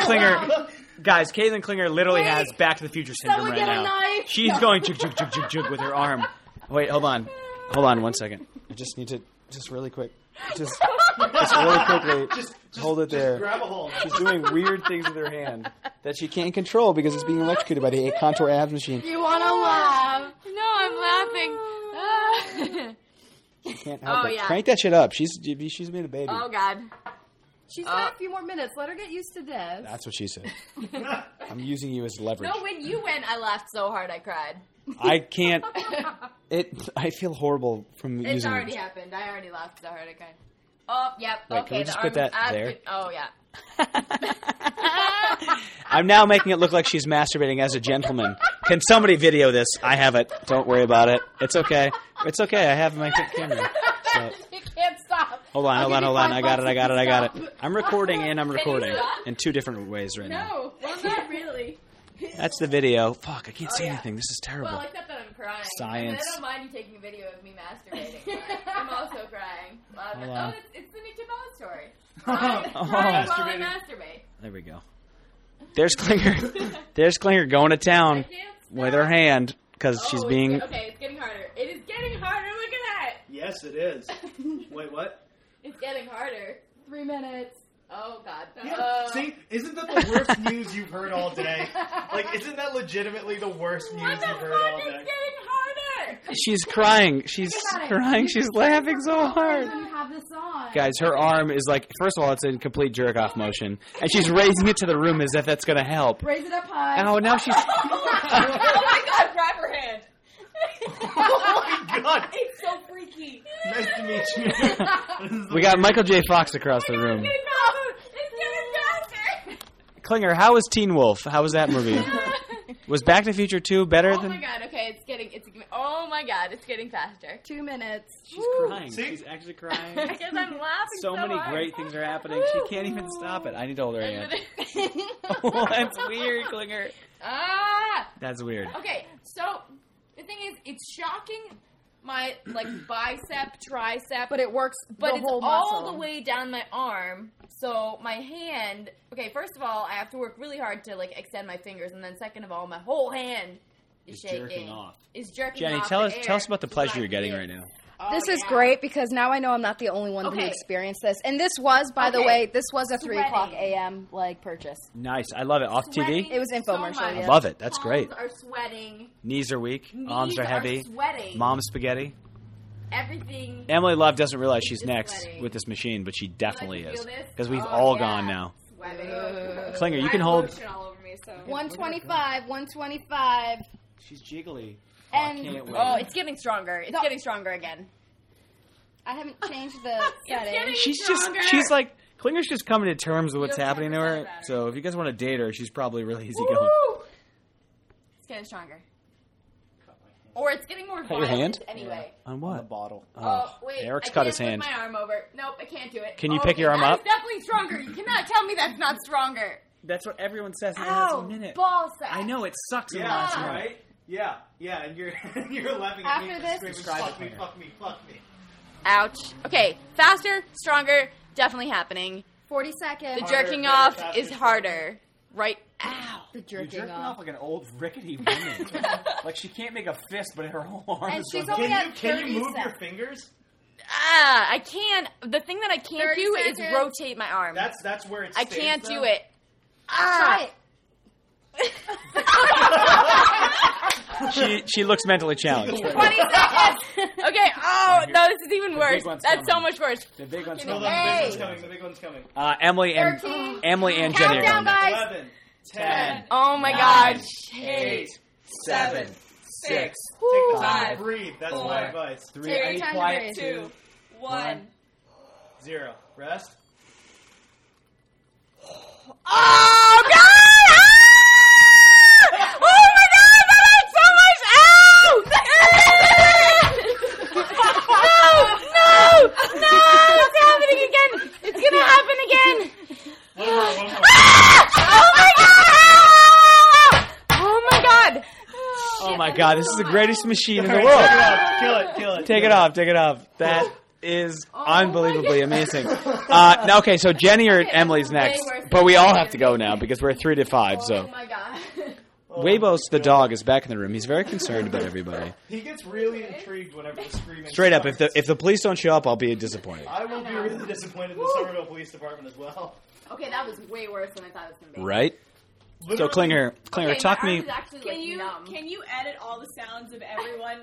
[SPEAKER 2] Klinger, guys, Caitlin Klinger literally has Back to the Future syndrome
[SPEAKER 4] someone
[SPEAKER 2] right
[SPEAKER 4] get a
[SPEAKER 2] now.
[SPEAKER 4] knife?
[SPEAKER 2] She's going jug jug jug jug jug with her arm. Wait, hold on, hold on, one second. I just need to, just really quick, just, just really quickly,
[SPEAKER 1] Just, just
[SPEAKER 2] hold it
[SPEAKER 1] just
[SPEAKER 2] there.
[SPEAKER 1] Grab a hold.
[SPEAKER 2] She's doing weird things with her hand that she can't control because it's being electrocuted by the contour abs machine.
[SPEAKER 4] You want to laugh?
[SPEAKER 6] No, I'm laughing. Ah.
[SPEAKER 2] Can't
[SPEAKER 6] help Oh, it. yeah.
[SPEAKER 2] Crank
[SPEAKER 6] Crank
[SPEAKER 2] that shit up. She's she's made a baby.
[SPEAKER 6] oh god.
[SPEAKER 4] She's got a few more minutes. Let her get used to this.
[SPEAKER 2] That's what she said. I'm using you as leverage.
[SPEAKER 6] No, when you went, I laughed so hard I cried.
[SPEAKER 2] I can't. It. I feel horrible from
[SPEAKER 6] It's
[SPEAKER 2] using.
[SPEAKER 6] already
[SPEAKER 2] it.
[SPEAKER 6] happened. I already laughed so hard I cried. Oh, yep.
[SPEAKER 2] Wait,
[SPEAKER 6] okay,
[SPEAKER 2] can we just
[SPEAKER 6] the
[SPEAKER 2] put
[SPEAKER 6] arm is
[SPEAKER 2] that there?
[SPEAKER 6] absolute- Oh yeah.
[SPEAKER 2] I'm now making it look like she's masturbating as a gentleman. Can somebody video this? I have it. Don't worry about it. It's okay. It's okay. I have my camera. So,
[SPEAKER 4] You can't stop.
[SPEAKER 2] hold on,
[SPEAKER 4] I'll
[SPEAKER 2] hold
[SPEAKER 4] give
[SPEAKER 2] on,
[SPEAKER 4] you
[SPEAKER 2] hold on.
[SPEAKER 4] five
[SPEAKER 2] I got it.
[SPEAKER 4] bucks
[SPEAKER 2] I
[SPEAKER 4] if
[SPEAKER 2] got
[SPEAKER 4] you
[SPEAKER 2] it. I got
[SPEAKER 4] stop.
[SPEAKER 2] it. I'm recording and I'm
[SPEAKER 6] Can you
[SPEAKER 2] recording
[SPEAKER 6] stop?
[SPEAKER 2] in two different ways right now.
[SPEAKER 6] No, well, not really.
[SPEAKER 2] That's the video. Fuck. I
[SPEAKER 4] Oh,
[SPEAKER 2] can't see
[SPEAKER 6] yeah.
[SPEAKER 2] anything. This is
[SPEAKER 6] Well,
[SPEAKER 2] terrible.
[SPEAKER 6] except that I'm crying. I, mean, I
[SPEAKER 2] Science.
[SPEAKER 6] don't mind you taking a video of me masturbating. but I'm also crying. Well, I'm-
[SPEAKER 2] Hold
[SPEAKER 6] oh,
[SPEAKER 2] on.
[SPEAKER 6] it's, it's the Nick DeBose story. I'm crying while I masturbate.
[SPEAKER 2] Oh. There we go. There's Klinger. There's Klinger going to town
[SPEAKER 6] I can't stop.
[SPEAKER 2] Um, with her hand because
[SPEAKER 6] Oh,
[SPEAKER 2] she's
[SPEAKER 6] it's
[SPEAKER 2] being.
[SPEAKER 6] get- okay, it's getting harder. It is getting harder. Look at
[SPEAKER 1] Yes, it is.
[SPEAKER 6] that.
[SPEAKER 1] Wait, what?
[SPEAKER 6] it's getting harder.
[SPEAKER 4] Three minutes.
[SPEAKER 6] Oh God.
[SPEAKER 1] Yeah.
[SPEAKER 6] Uh,
[SPEAKER 1] See, isn't that the worst news you've heard all day? Like, isn't that legitimately the worst news
[SPEAKER 6] What the
[SPEAKER 1] you've heard all
[SPEAKER 6] fuck is
[SPEAKER 1] day?
[SPEAKER 6] getting harder?
[SPEAKER 2] She's crying. She's
[SPEAKER 4] Think about it.
[SPEAKER 2] crying. She's laughing so hard.
[SPEAKER 4] You have this on.
[SPEAKER 2] Guys, her arm is like. First of all, it's in complete jerk off motion, and she's raising it to the room as if that's going to help.
[SPEAKER 4] Raise it up high.
[SPEAKER 2] Oh, now she's.
[SPEAKER 6] oh my God! Grab her hand.
[SPEAKER 1] Oh my god!
[SPEAKER 6] It's so freaky.
[SPEAKER 1] Nice to meet you.
[SPEAKER 2] We got Michael J. Fox across the room.
[SPEAKER 6] It's awesome. It's getting faster.
[SPEAKER 2] Klinger, how was Teen Wolf? How was that movie? Was Back to the Future 2 better
[SPEAKER 6] oh my
[SPEAKER 2] than.
[SPEAKER 6] God! Okay, it's getting. It's. Oh my God! It's getting faster.
[SPEAKER 4] Two minutes.
[SPEAKER 2] She's crying.
[SPEAKER 1] See? She's
[SPEAKER 2] actually crying.
[SPEAKER 6] Because I'm laughing so,
[SPEAKER 2] so many
[SPEAKER 6] hard.
[SPEAKER 2] great things are happening. She can't even stop it. I need to hold her hand. That's weird, Klinger.
[SPEAKER 6] ah.
[SPEAKER 2] That's weird.
[SPEAKER 6] Okay, so the thing is, it's shocking my like bicep, tricep,
[SPEAKER 4] But it works
[SPEAKER 6] but
[SPEAKER 4] the
[SPEAKER 6] it's
[SPEAKER 4] whole
[SPEAKER 6] all
[SPEAKER 4] muscle.
[SPEAKER 6] the way down my arm. So my hand. Okay, first of all, I have to work really hard to like extend my fingers, and then second of all, my whole hand is
[SPEAKER 2] Is
[SPEAKER 6] shaking.
[SPEAKER 2] jerking off.
[SPEAKER 6] Is jerking
[SPEAKER 2] Jenny,
[SPEAKER 6] off
[SPEAKER 2] tell
[SPEAKER 6] the
[SPEAKER 2] us
[SPEAKER 6] air,
[SPEAKER 2] tell us about the
[SPEAKER 6] which is what
[SPEAKER 2] pleasure
[SPEAKER 6] I
[SPEAKER 2] you're getting
[SPEAKER 6] feel.
[SPEAKER 2] right now.
[SPEAKER 4] This
[SPEAKER 6] Oh,
[SPEAKER 4] is
[SPEAKER 6] yeah.
[SPEAKER 4] great because now I know I'm not the only one who
[SPEAKER 6] Okay.
[SPEAKER 4] experienced this. And this was, by the
[SPEAKER 6] Okay.
[SPEAKER 4] way, this was a three
[SPEAKER 6] Sweating.
[SPEAKER 4] o'clock a.m. like purchase.
[SPEAKER 2] Nice. I love it. Off TV.
[SPEAKER 6] Sweating
[SPEAKER 4] It was
[SPEAKER 6] so
[SPEAKER 4] infomercial,
[SPEAKER 6] much.
[SPEAKER 4] yeah. I
[SPEAKER 2] love it. That's
[SPEAKER 6] Palms
[SPEAKER 2] great.
[SPEAKER 6] Are sweating.
[SPEAKER 2] Knees are weak.
[SPEAKER 6] Knees
[SPEAKER 2] arms are heavy.
[SPEAKER 6] sweating.
[SPEAKER 2] Mom spaghetti.
[SPEAKER 6] Everything.
[SPEAKER 2] Emily Love doesn't realize she's
[SPEAKER 6] It's
[SPEAKER 2] next
[SPEAKER 6] sweating.
[SPEAKER 2] with this machine, but she definitely
[SPEAKER 6] you
[SPEAKER 2] is
[SPEAKER 6] feel this?
[SPEAKER 2] because we've
[SPEAKER 6] Oh,
[SPEAKER 2] all
[SPEAKER 6] yeah.
[SPEAKER 2] gone now.
[SPEAKER 6] Sweating.
[SPEAKER 2] Klinger, you
[SPEAKER 6] I
[SPEAKER 2] can
[SPEAKER 6] have
[SPEAKER 2] hold.
[SPEAKER 6] lotion all over me, so.
[SPEAKER 4] 125, 125.
[SPEAKER 2] She's jiggly.
[SPEAKER 4] And-
[SPEAKER 6] Oh, it's getting stronger. It's getting stronger again.
[SPEAKER 4] I haven't changed the setting.
[SPEAKER 2] she's just she's like Klinger's just coming to terms with what's happening to her. So if you guys want to date her, she's probably really easy going.
[SPEAKER 6] It's getting stronger. or it's getting more
[SPEAKER 2] your
[SPEAKER 6] violent
[SPEAKER 2] hand?
[SPEAKER 6] anyway.
[SPEAKER 2] On
[SPEAKER 7] on the
[SPEAKER 2] what?
[SPEAKER 7] bottle.
[SPEAKER 2] Oh,
[SPEAKER 6] Oh, wait,
[SPEAKER 2] Eric's
[SPEAKER 6] I
[SPEAKER 2] cut
[SPEAKER 6] can't
[SPEAKER 2] his
[SPEAKER 6] put
[SPEAKER 2] hand.
[SPEAKER 6] My arm over. Nope, I can't do it.
[SPEAKER 2] Can you
[SPEAKER 6] Oh,
[SPEAKER 2] pick
[SPEAKER 6] okay,
[SPEAKER 2] your arm
[SPEAKER 6] that
[SPEAKER 2] up?
[SPEAKER 6] is definitely stronger. You cannot tell me that's not stronger.
[SPEAKER 2] That's what everyone says in the last
[SPEAKER 6] Ow,
[SPEAKER 2] minute.
[SPEAKER 6] ball sack.
[SPEAKER 2] I know it sucks in the
[SPEAKER 1] Yeah,
[SPEAKER 2] last
[SPEAKER 6] Ah.
[SPEAKER 2] minute.
[SPEAKER 1] right? Yeah, yeah, and you're and you're laughing at me. for
[SPEAKER 6] After this-
[SPEAKER 1] screaming,
[SPEAKER 2] Describe
[SPEAKER 1] fuck
[SPEAKER 2] it
[SPEAKER 1] me,
[SPEAKER 2] later.
[SPEAKER 1] fuck me, fuck me.
[SPEAKER 6] Ouch. Okay, faster, stronger, definitely happening.
[SPEAKER 4] Forty seconds.
[SPEAKER 6] The
[SPEAKER 1] Harder,
[SPEAKER 6] jerking
[SPEAKER 1] better,
[SPEAKER 6] off
[SPEAKER 1] faster,
[SPEAKER 6] is harder. Right. Ow.
[SPEAKER 4] The
[SPEAKER 2] You're
[SPEAKER 4] jerking
[SPEAKER 2] jerking
[SPEAKER 4] off.
[SPEAKER 2] off like an old rickety woman. like she can't make a fist, but her whole arm
[SPEAKER 6] And
[SPEAKER 2] is
[SPEAKER 6] she's
[SPEAKER 2] on-
[SPEAKER 6] only
[SPEAKER 1] Can you
[SPEAKER 6] at
[SPEAKER 1] can
[SPEAKER 6] 30
[SPEAKER 1] you move your
[SPEAKER 6] seconds.
[SPEAKER 1] fingers?
[SPEAKER 6] Ah, I can't. The thing that I can't
[SPEAKER 4] 30
[SPEAKER 6] do is
[SPEAKER 4] seconds.
[SPEAKER 6] rotate my arm.
[SPEAKER 1] That's that's where it's.
[SPEAKER 6] I can't
[SPEAKER 1] though.
[SPEAKER 6] do it.
[SPEAKER 4] Try
[SPEAKER 6] Ah.
[SPEAKER 4] it.
[SPEAKER 2] she she looks mentally challenged.
[SPEAKER 6] 20 seconds. Okay. Oh, no, this is even worse.
[SPEAKER 2] one's
[SPEAKER 6] That's so
[SPEAKER 2] coming.
[SPEAKER 6] much worse.
[SPEAKER 2] The big one's
[SPEAKER 1] Hold
[SPEAKER 2] coming.
[SPEAKER 1] on, the
[SPEAKER 4] Hey.
[SPEAKER 1] big one's coming. The big one's coming.
[SPEAKER 2] Uh, Emily and
[SPEAKER 4] Thirteen.
[SPEAKER 2] Emily and Jenny are
[SPEAKER 6] Countdown,
[SPEAKER 2] going. next.
[SPEAKER 6] guys.
[SPEAKER 1] 11, 10,
[SPEAKER 6] Oh my
[SPEAKER 2] Nine,
[SPEAKER 6] gosh. Shit.
[SPEAKER 2] seven,
[SPEAKER 5] six,
[SPEAKER 1] Take the time
[SPEAKER 5] Five,
[SPEAKER 1] to breathe. That's
[SPEAKER 5] four,
[SPEAKER 1] my advice.
[SPEAKER 2] three.
[SPEAKER 4] Take
[SPEAKER 2] I
[SPEAKER 4] your
[SPEAKER 2] need
[SPEAKER 4] time to
[SPEAKER 2] quiet.
[SPEAKER 4] breathe.
[SPEAKER 5] two, one.
[SPEAKER 1] Zero. Rest.
[SPEAKER 6] Oh god! Ah! Oh my god! That hurts so much! Ow! Oh, no! No! No! It's happening again! It's gonna happen again!
[SPEAKER 1] One more, one more.
[SPEAKER 6] Ah! Oh my god! Oh my god!
[SPEAKER 2] Oh my god, this is the greatest machine in the
[SPEAKER 1] All
[SPEAKER 2] world.
[SPEAKER 1] right, Kill it off. Kill it. Kill it.
[SPEAKER 2] Take it off, take it off. That is
[SPEAKER 6] Oh my
[SPEAKER 2] unbelievably amazing. Uh, now, okay, so Jenny or
[SPEAKER 6] Okay, that's
[SPEAKER 2] Emily's
[SPEAKER 6] way
[SPEAKER 2] next,
[SPEAKER 6] worse
[SPEAKER 2] but we
[SPEAKER 6] than
[SPEAKER 2] all
[SPEAKER 6] the
[SPEAKER 2] have to go now because we're three to five.
[SPEAKER 6] Oh
[SPEAKER 2] So
[SPEAKER 6] my god.
[SPEAKER 1] Oh,
[SPEAKER 2] Weibos the dog is back in the room. He's very concerned about everybody.
[SPEAKER 1] He gets really intrigued whenever the screaming.
[SPEAKER 2] Straight up, if the
[SPEAKER 1] starts.
[SPEAKER 2] if the police don't show up, I'll be disappointed.
[SPEAKER 1] I will be really disappointed in the Somerville Police Department as well.
[SPEAKER 6] Okay, that was way worse than I thought it was gonna be.
[SPEAKER 2] Right? So
[SPEAKER 1] Literally-
[SPEAKER 2] Klinger, Klinger,
[SPEAKER 6] Okay, my
[SPEAKER 2] talk
[SPEAKER 6] arm
[SPEAKER 2] me.
[SPEAKER 6] is actually,
[SPEAKER 5] Can
[SPEAKER 6] like,
[SPEAKER 5] you
[SPEAKER 6] numb.
[SPEAKER 5] can you edit all the sounds of everyone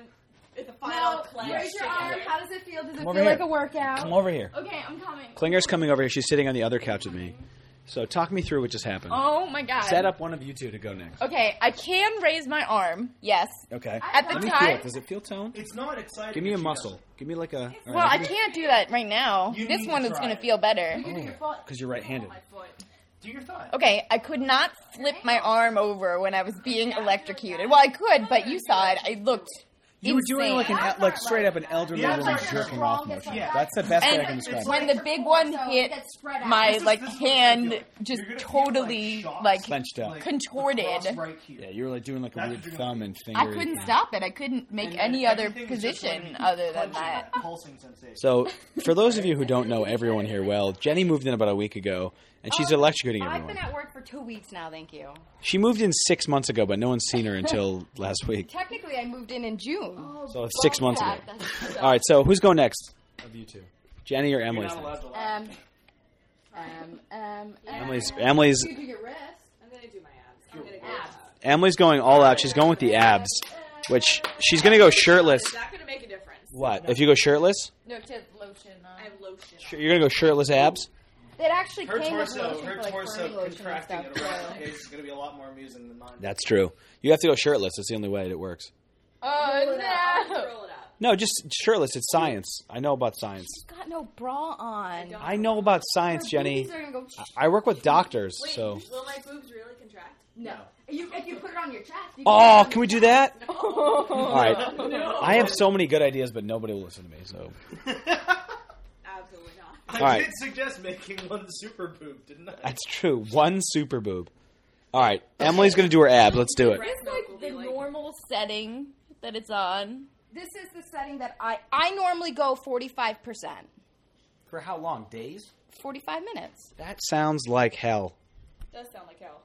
[SPEAKER 5] at the final
[SPEAKER 6] No,
[SPEAKER 5] clash?
[SPEAKER 6] raise your
[SPEAKER 5] together?
[SPEAKER 6] arm. How does it feel? Does it
[SPEAKER 2] Come over
[SPEAKER 6] feel
[SPEAKER 2] here.
[SPEAKER 6] like a workout?
[SPEAKER 2] Come over here.
[SPEAKER 6] Okay, I'm coming.
[SPEAKER 2] Klinger's coming over here. She's sitting on the other couch with me. So talk me through what just happened.
[SPEAKER 6] Oh my god.
[SPEAKER 2] Set up one of you two to go next.
[SPEAKER 6] Okay, I can raise my arm. Yes.
[SPEAKER 2] Okay.
[SPEAKER 6] At the
[SPEAKER 2] Let me feel
[SPEAKER 6] time.
[SPEAKER 2] it. Does it feel toned?
[SPEAKER 1] It's not exciting.
[SPEAKER 2] Give me
[SPEAKER 1] if
[SPEAKER 2] a
[SPEAKER 1] she
[SPEAKER 2] muscle.
[SPEAKER 1] doesn't.
[SPEAKER 2] Give me like a.
[SPEAKER 6] Well, I can't do that right now.
[SPEAKER 1] You need
[SPEAKER 6] this
[SPEAKER 1] to
[SPEAKER 6] one is
[SPEAKER 1] try
[SPEAKER 6] going
[SPEAKER 1] it.
[SPEAKER 6] to feel better.
[SPEAKER 2] Because you're
[SPEAKER 6] Oh,
[SPEAKER 2] right-handed.
[SPEAKER 1] Do your thigh.
[SPEAKER 6] Okay, I could not flip my arm over when I was being electrocuted. Well, I could, but you saw it. I looked.
[SPEAKER 2] You were doing like an
[SPEAKER 6] insane.
[SPEAKER 2] el- like straight up an elderly
[SPEAKER 1] Yeah,
[SPEAKER 2] woman
[SPEAKER 1] that's right.
[SPEAKER 2] jerking off motion.
[SPEAKER 1] Yeah.
[SPEAKER 2] That's the best way I
[SPEAKER 6] And
[SPEAKER 2] can describe it.
[SPEAKER 6] when the big one hit my
[SPEAKER 1] is-
[SPEAKER 6] like
[SPEAKER 1] this is what you're
[SPEAKER 6] hand
[SPEAKER 1] doing.
[SPEAKER 6] just
[SPEAKER 1] You're gonna feel, like,
[SPEAKER 6] totally
[SPEAKER 1] shots.
[SPEAKER 6] like
[SPEAKER 2] Clenched up.
[SPEAKER 1] Like,
[SPEAKER 6] contorted.
[SPEAKER 1] across right here.
[SPEAKER 2] Yeah, you were like doing like a
[SPEAKER 1] That's
[SPEAKER 2] weird
[SPEAKER 1] doing-
[SPEAKER 2] thumb and finger.
[SPEAKER 6] I couldn't
[SPEAKER 2] thing.
[SPEAKER 6] stop it. I couldn't make
[SPEAKER 1] And
[SPEAKER 6] any
[SPEAKER 1] then
[SPEAKER 6] other
[SPEAKER 1] everything is just
[SPEAKER 6] position
[SPEAKER 1] like
[SPEAKER 6] other than
[SPEAKER 1] punching
[SPEAKER 6] that.
[SPEAKER 1] Pulsing sensation.
[SPEAKER 2] So, for those of you who don't know everyone here well, Jenny moved in about a week ago, and
[SPEAKER 6] Oh,
[SPEAKER 2] she's electrocuting everyone.
[SPEAKER 6] at work for two weeks now, thank you.
[SPEAKER 2] She moved in six months ago, but no one's seen her until last week.
[SPEAKER 6] Technically, I moved in in June.
[SPEAKER 2] So it's six months ago. All right, so who's going next? Of you two, Jenny or
[SPEAKER 1] You're
[SPEAKER 2] Emily's?
[SPEAKER 1] not allowed
[SPEAKER 2] next?
[SPEAKER 1] to laugh.
[SPEAKER 6] Um, um, um,
[SPEAKER 2] Emily's Emily's
[SPEAKER 6] do your wrist.
[SPEAKER 5] I'm gonna do my abs. I'm gonna go.
[SPEAKER 6] Abs.
[SPEAKER 5] abs.
[SPEAKER 2] Emily's going all out. She's going with the abs, which she's gonna go shirtless.
[SPEAKER 5] Is that gonna make a difference?
[SPEAKER 2] What if you go shirtless?
[SPEAKER 6] No, it says lotion
[SPEAKER 5] I have lotion. on.
[SPEAKER 2] You're gonna go shirtless abs.
[SPEAKER 6] It actually
[SPEAKER 1] Her
[SPEAKER 6] came with
[SPEAKER 1] torso,
[SPEAKER 6] lotion
[SPEAKER 1] her
[SPEAKER 6] for like firming
[SPEAKER 1] torso
[SPEAKER 6] lotion and
[SPEAKER 1] contracting
[SPEAKER 6] stuff.
[SPEAKER 1] at around is going to be a lot more amusing than mine.
[SPEAKER 2] That's true. You have to go shirtless. That's the only way that it works.
[SPEAKER 6] Oh no!
[SPEAKER 5] Roll it up.
[SPEAKER 2] No, just shirtless. It's science. I know about science.
[SPEAKER 6] Got no bra on.
[SPEAKER 5] Don't-
[SPEAKER 2] I know about science, Jenny. I work with doctors,
[SPEAKER 5] Wait,
[SPEAKER 2] so.
[SPEAKER 5] will my boobs really contract?
[SPEAKER 6] No, you, if you put it on your chest. You
[SPEAKER 2] Oh, can we do that? All right.
[SPEAKER 5] No,
[SPEAKER 2] I have so many good ideas, but nobody will listen to me. So
[SPEAKER 5] absolutely not.
[SPEAKER 1] I
[SPEAKER 2] All right.
[SPEAKER 1] did suggest making one super boob, didn't I?
[SPEAKER 2] that's true. One super boob. All right, Emily's gonna do her abs. Let's do it.
[SPEAKER 6] It's
[SPEAKER 5] Will
[SPEAKER 6] like
[SPEAKER 5] be
[SPEAKER 6] the
[SPEAKER 5] like-
[SPEAKER 6] normal setting that it's on. This is the setting that I I normally go forty five percent,
[SPEAKER 2] For how long? Days.
[SPEAKER 6] forty five minutes.
[SPEAKER 2] That sounds like hell.
[SPEAKER 5] Does sound like hell.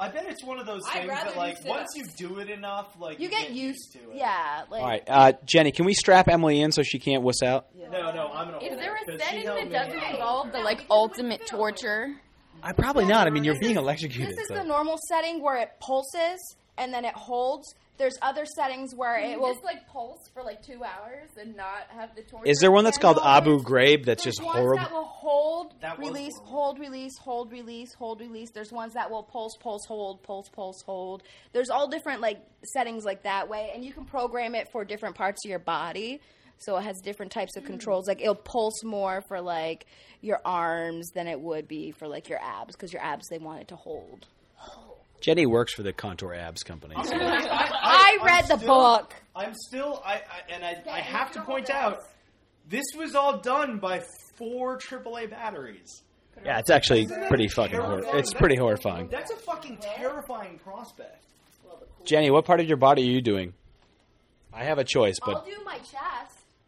[SPEAKER 1] I bet it's one of those
[SPEAKER 5] I'd
[SPEAKER 1] things
[SPEAKER 5] rather
[SPEAKER 1] that,
[SPEAKER 5] do
[SPEAKER 1] like,
[SPEAKER 5] sit-ups.
[SPEAKER 1] once you do it enough, like,
[SPEAKER 6] You get used to it. Yeah, like
[SPEAKER 2] All right, uh, Jenny, can we strap Emily in so she can't wuss out?
[SPEAKER 1] No, no, I'm gonna.
[SPEAKER 6] Is
[SPEAKER 1] hold
[SPEAKER 6] there
[SPEAKER 1] it, 'cause
[SPEAKER 6] a
[SPEAKER 1] she
[SPEAKER 6] setting
[SPEAKER 1] held
[SPEAKER 6] that
[SPEAKER 1] me
[SPEAKER 6] doesn't
[SPEAKER 1] out.
[SPEAKER 6] involve the like ultimate torture?
[SPEAKER 2] I probably not. I mean, you're being
[SPEAKER 6] This
[SPEAKER 2] electrocuted.
[SPEAKER 6] is the
[SPEAKER 2] So.
[SPEAKER 6] normal setting where it pulses and then it holds. There's other settings where it will just like pulse for like two hours and not have the torture.
[SPEAKER 2] Is there one that's called
[SPEAKER 6] No, there's-
[SPEAKER 2] Abu Ghraib? That's
[SPEAKER 6] there's
[SPEAKER 2] just
[SPEAKER 6] ones
[SPEAKER 2] horrible.
[SPEAKER 6] That will hold,
[SPEAKER 1] That was
[SPEAKER 6] release,
[SPEAKER 1] horrible.
[SPEAKER 6] hold, release, hold, release, hold, release. There's ones that will pulse, pulse, hold, pulse, pulse, hold. There's all different like settings like that way, and you can program it for different parts of your body. So it has different types of
[SPEAKER 1] Hmm.
[SPEAKER 6] controls. Like it'll pulse more for like your arms than it would be for like your abs because your abs they want it to hold.
[SPEAKER 2] Jenny works for the Contour Abs company. so-
[SPEAKER 6] I
[SPEAKER 1] I'm
[SPEAKER 6] read the
[SPEAKER 1] still-
[SPEAKER 6] book.
[SPEAKER 1] I'm still, I, I and I, I have to point out, this was all done by four AAA batteries.
[SPEAKER 2] Yeah, it's actually pretty fucking. Hor-
[SPEAKER 1] Terrifying.
[SPEAKER 2] it's pretty horrifying.
[SPEAKER 1] That's a fucking terrifying prospect.
[SPEAKER 2] Jenny, what part of your body are you doing? I have a choice,
[SPEAKER 6] I'll
[SPEAKER 2] but
[SPEAKER 6] do my chest.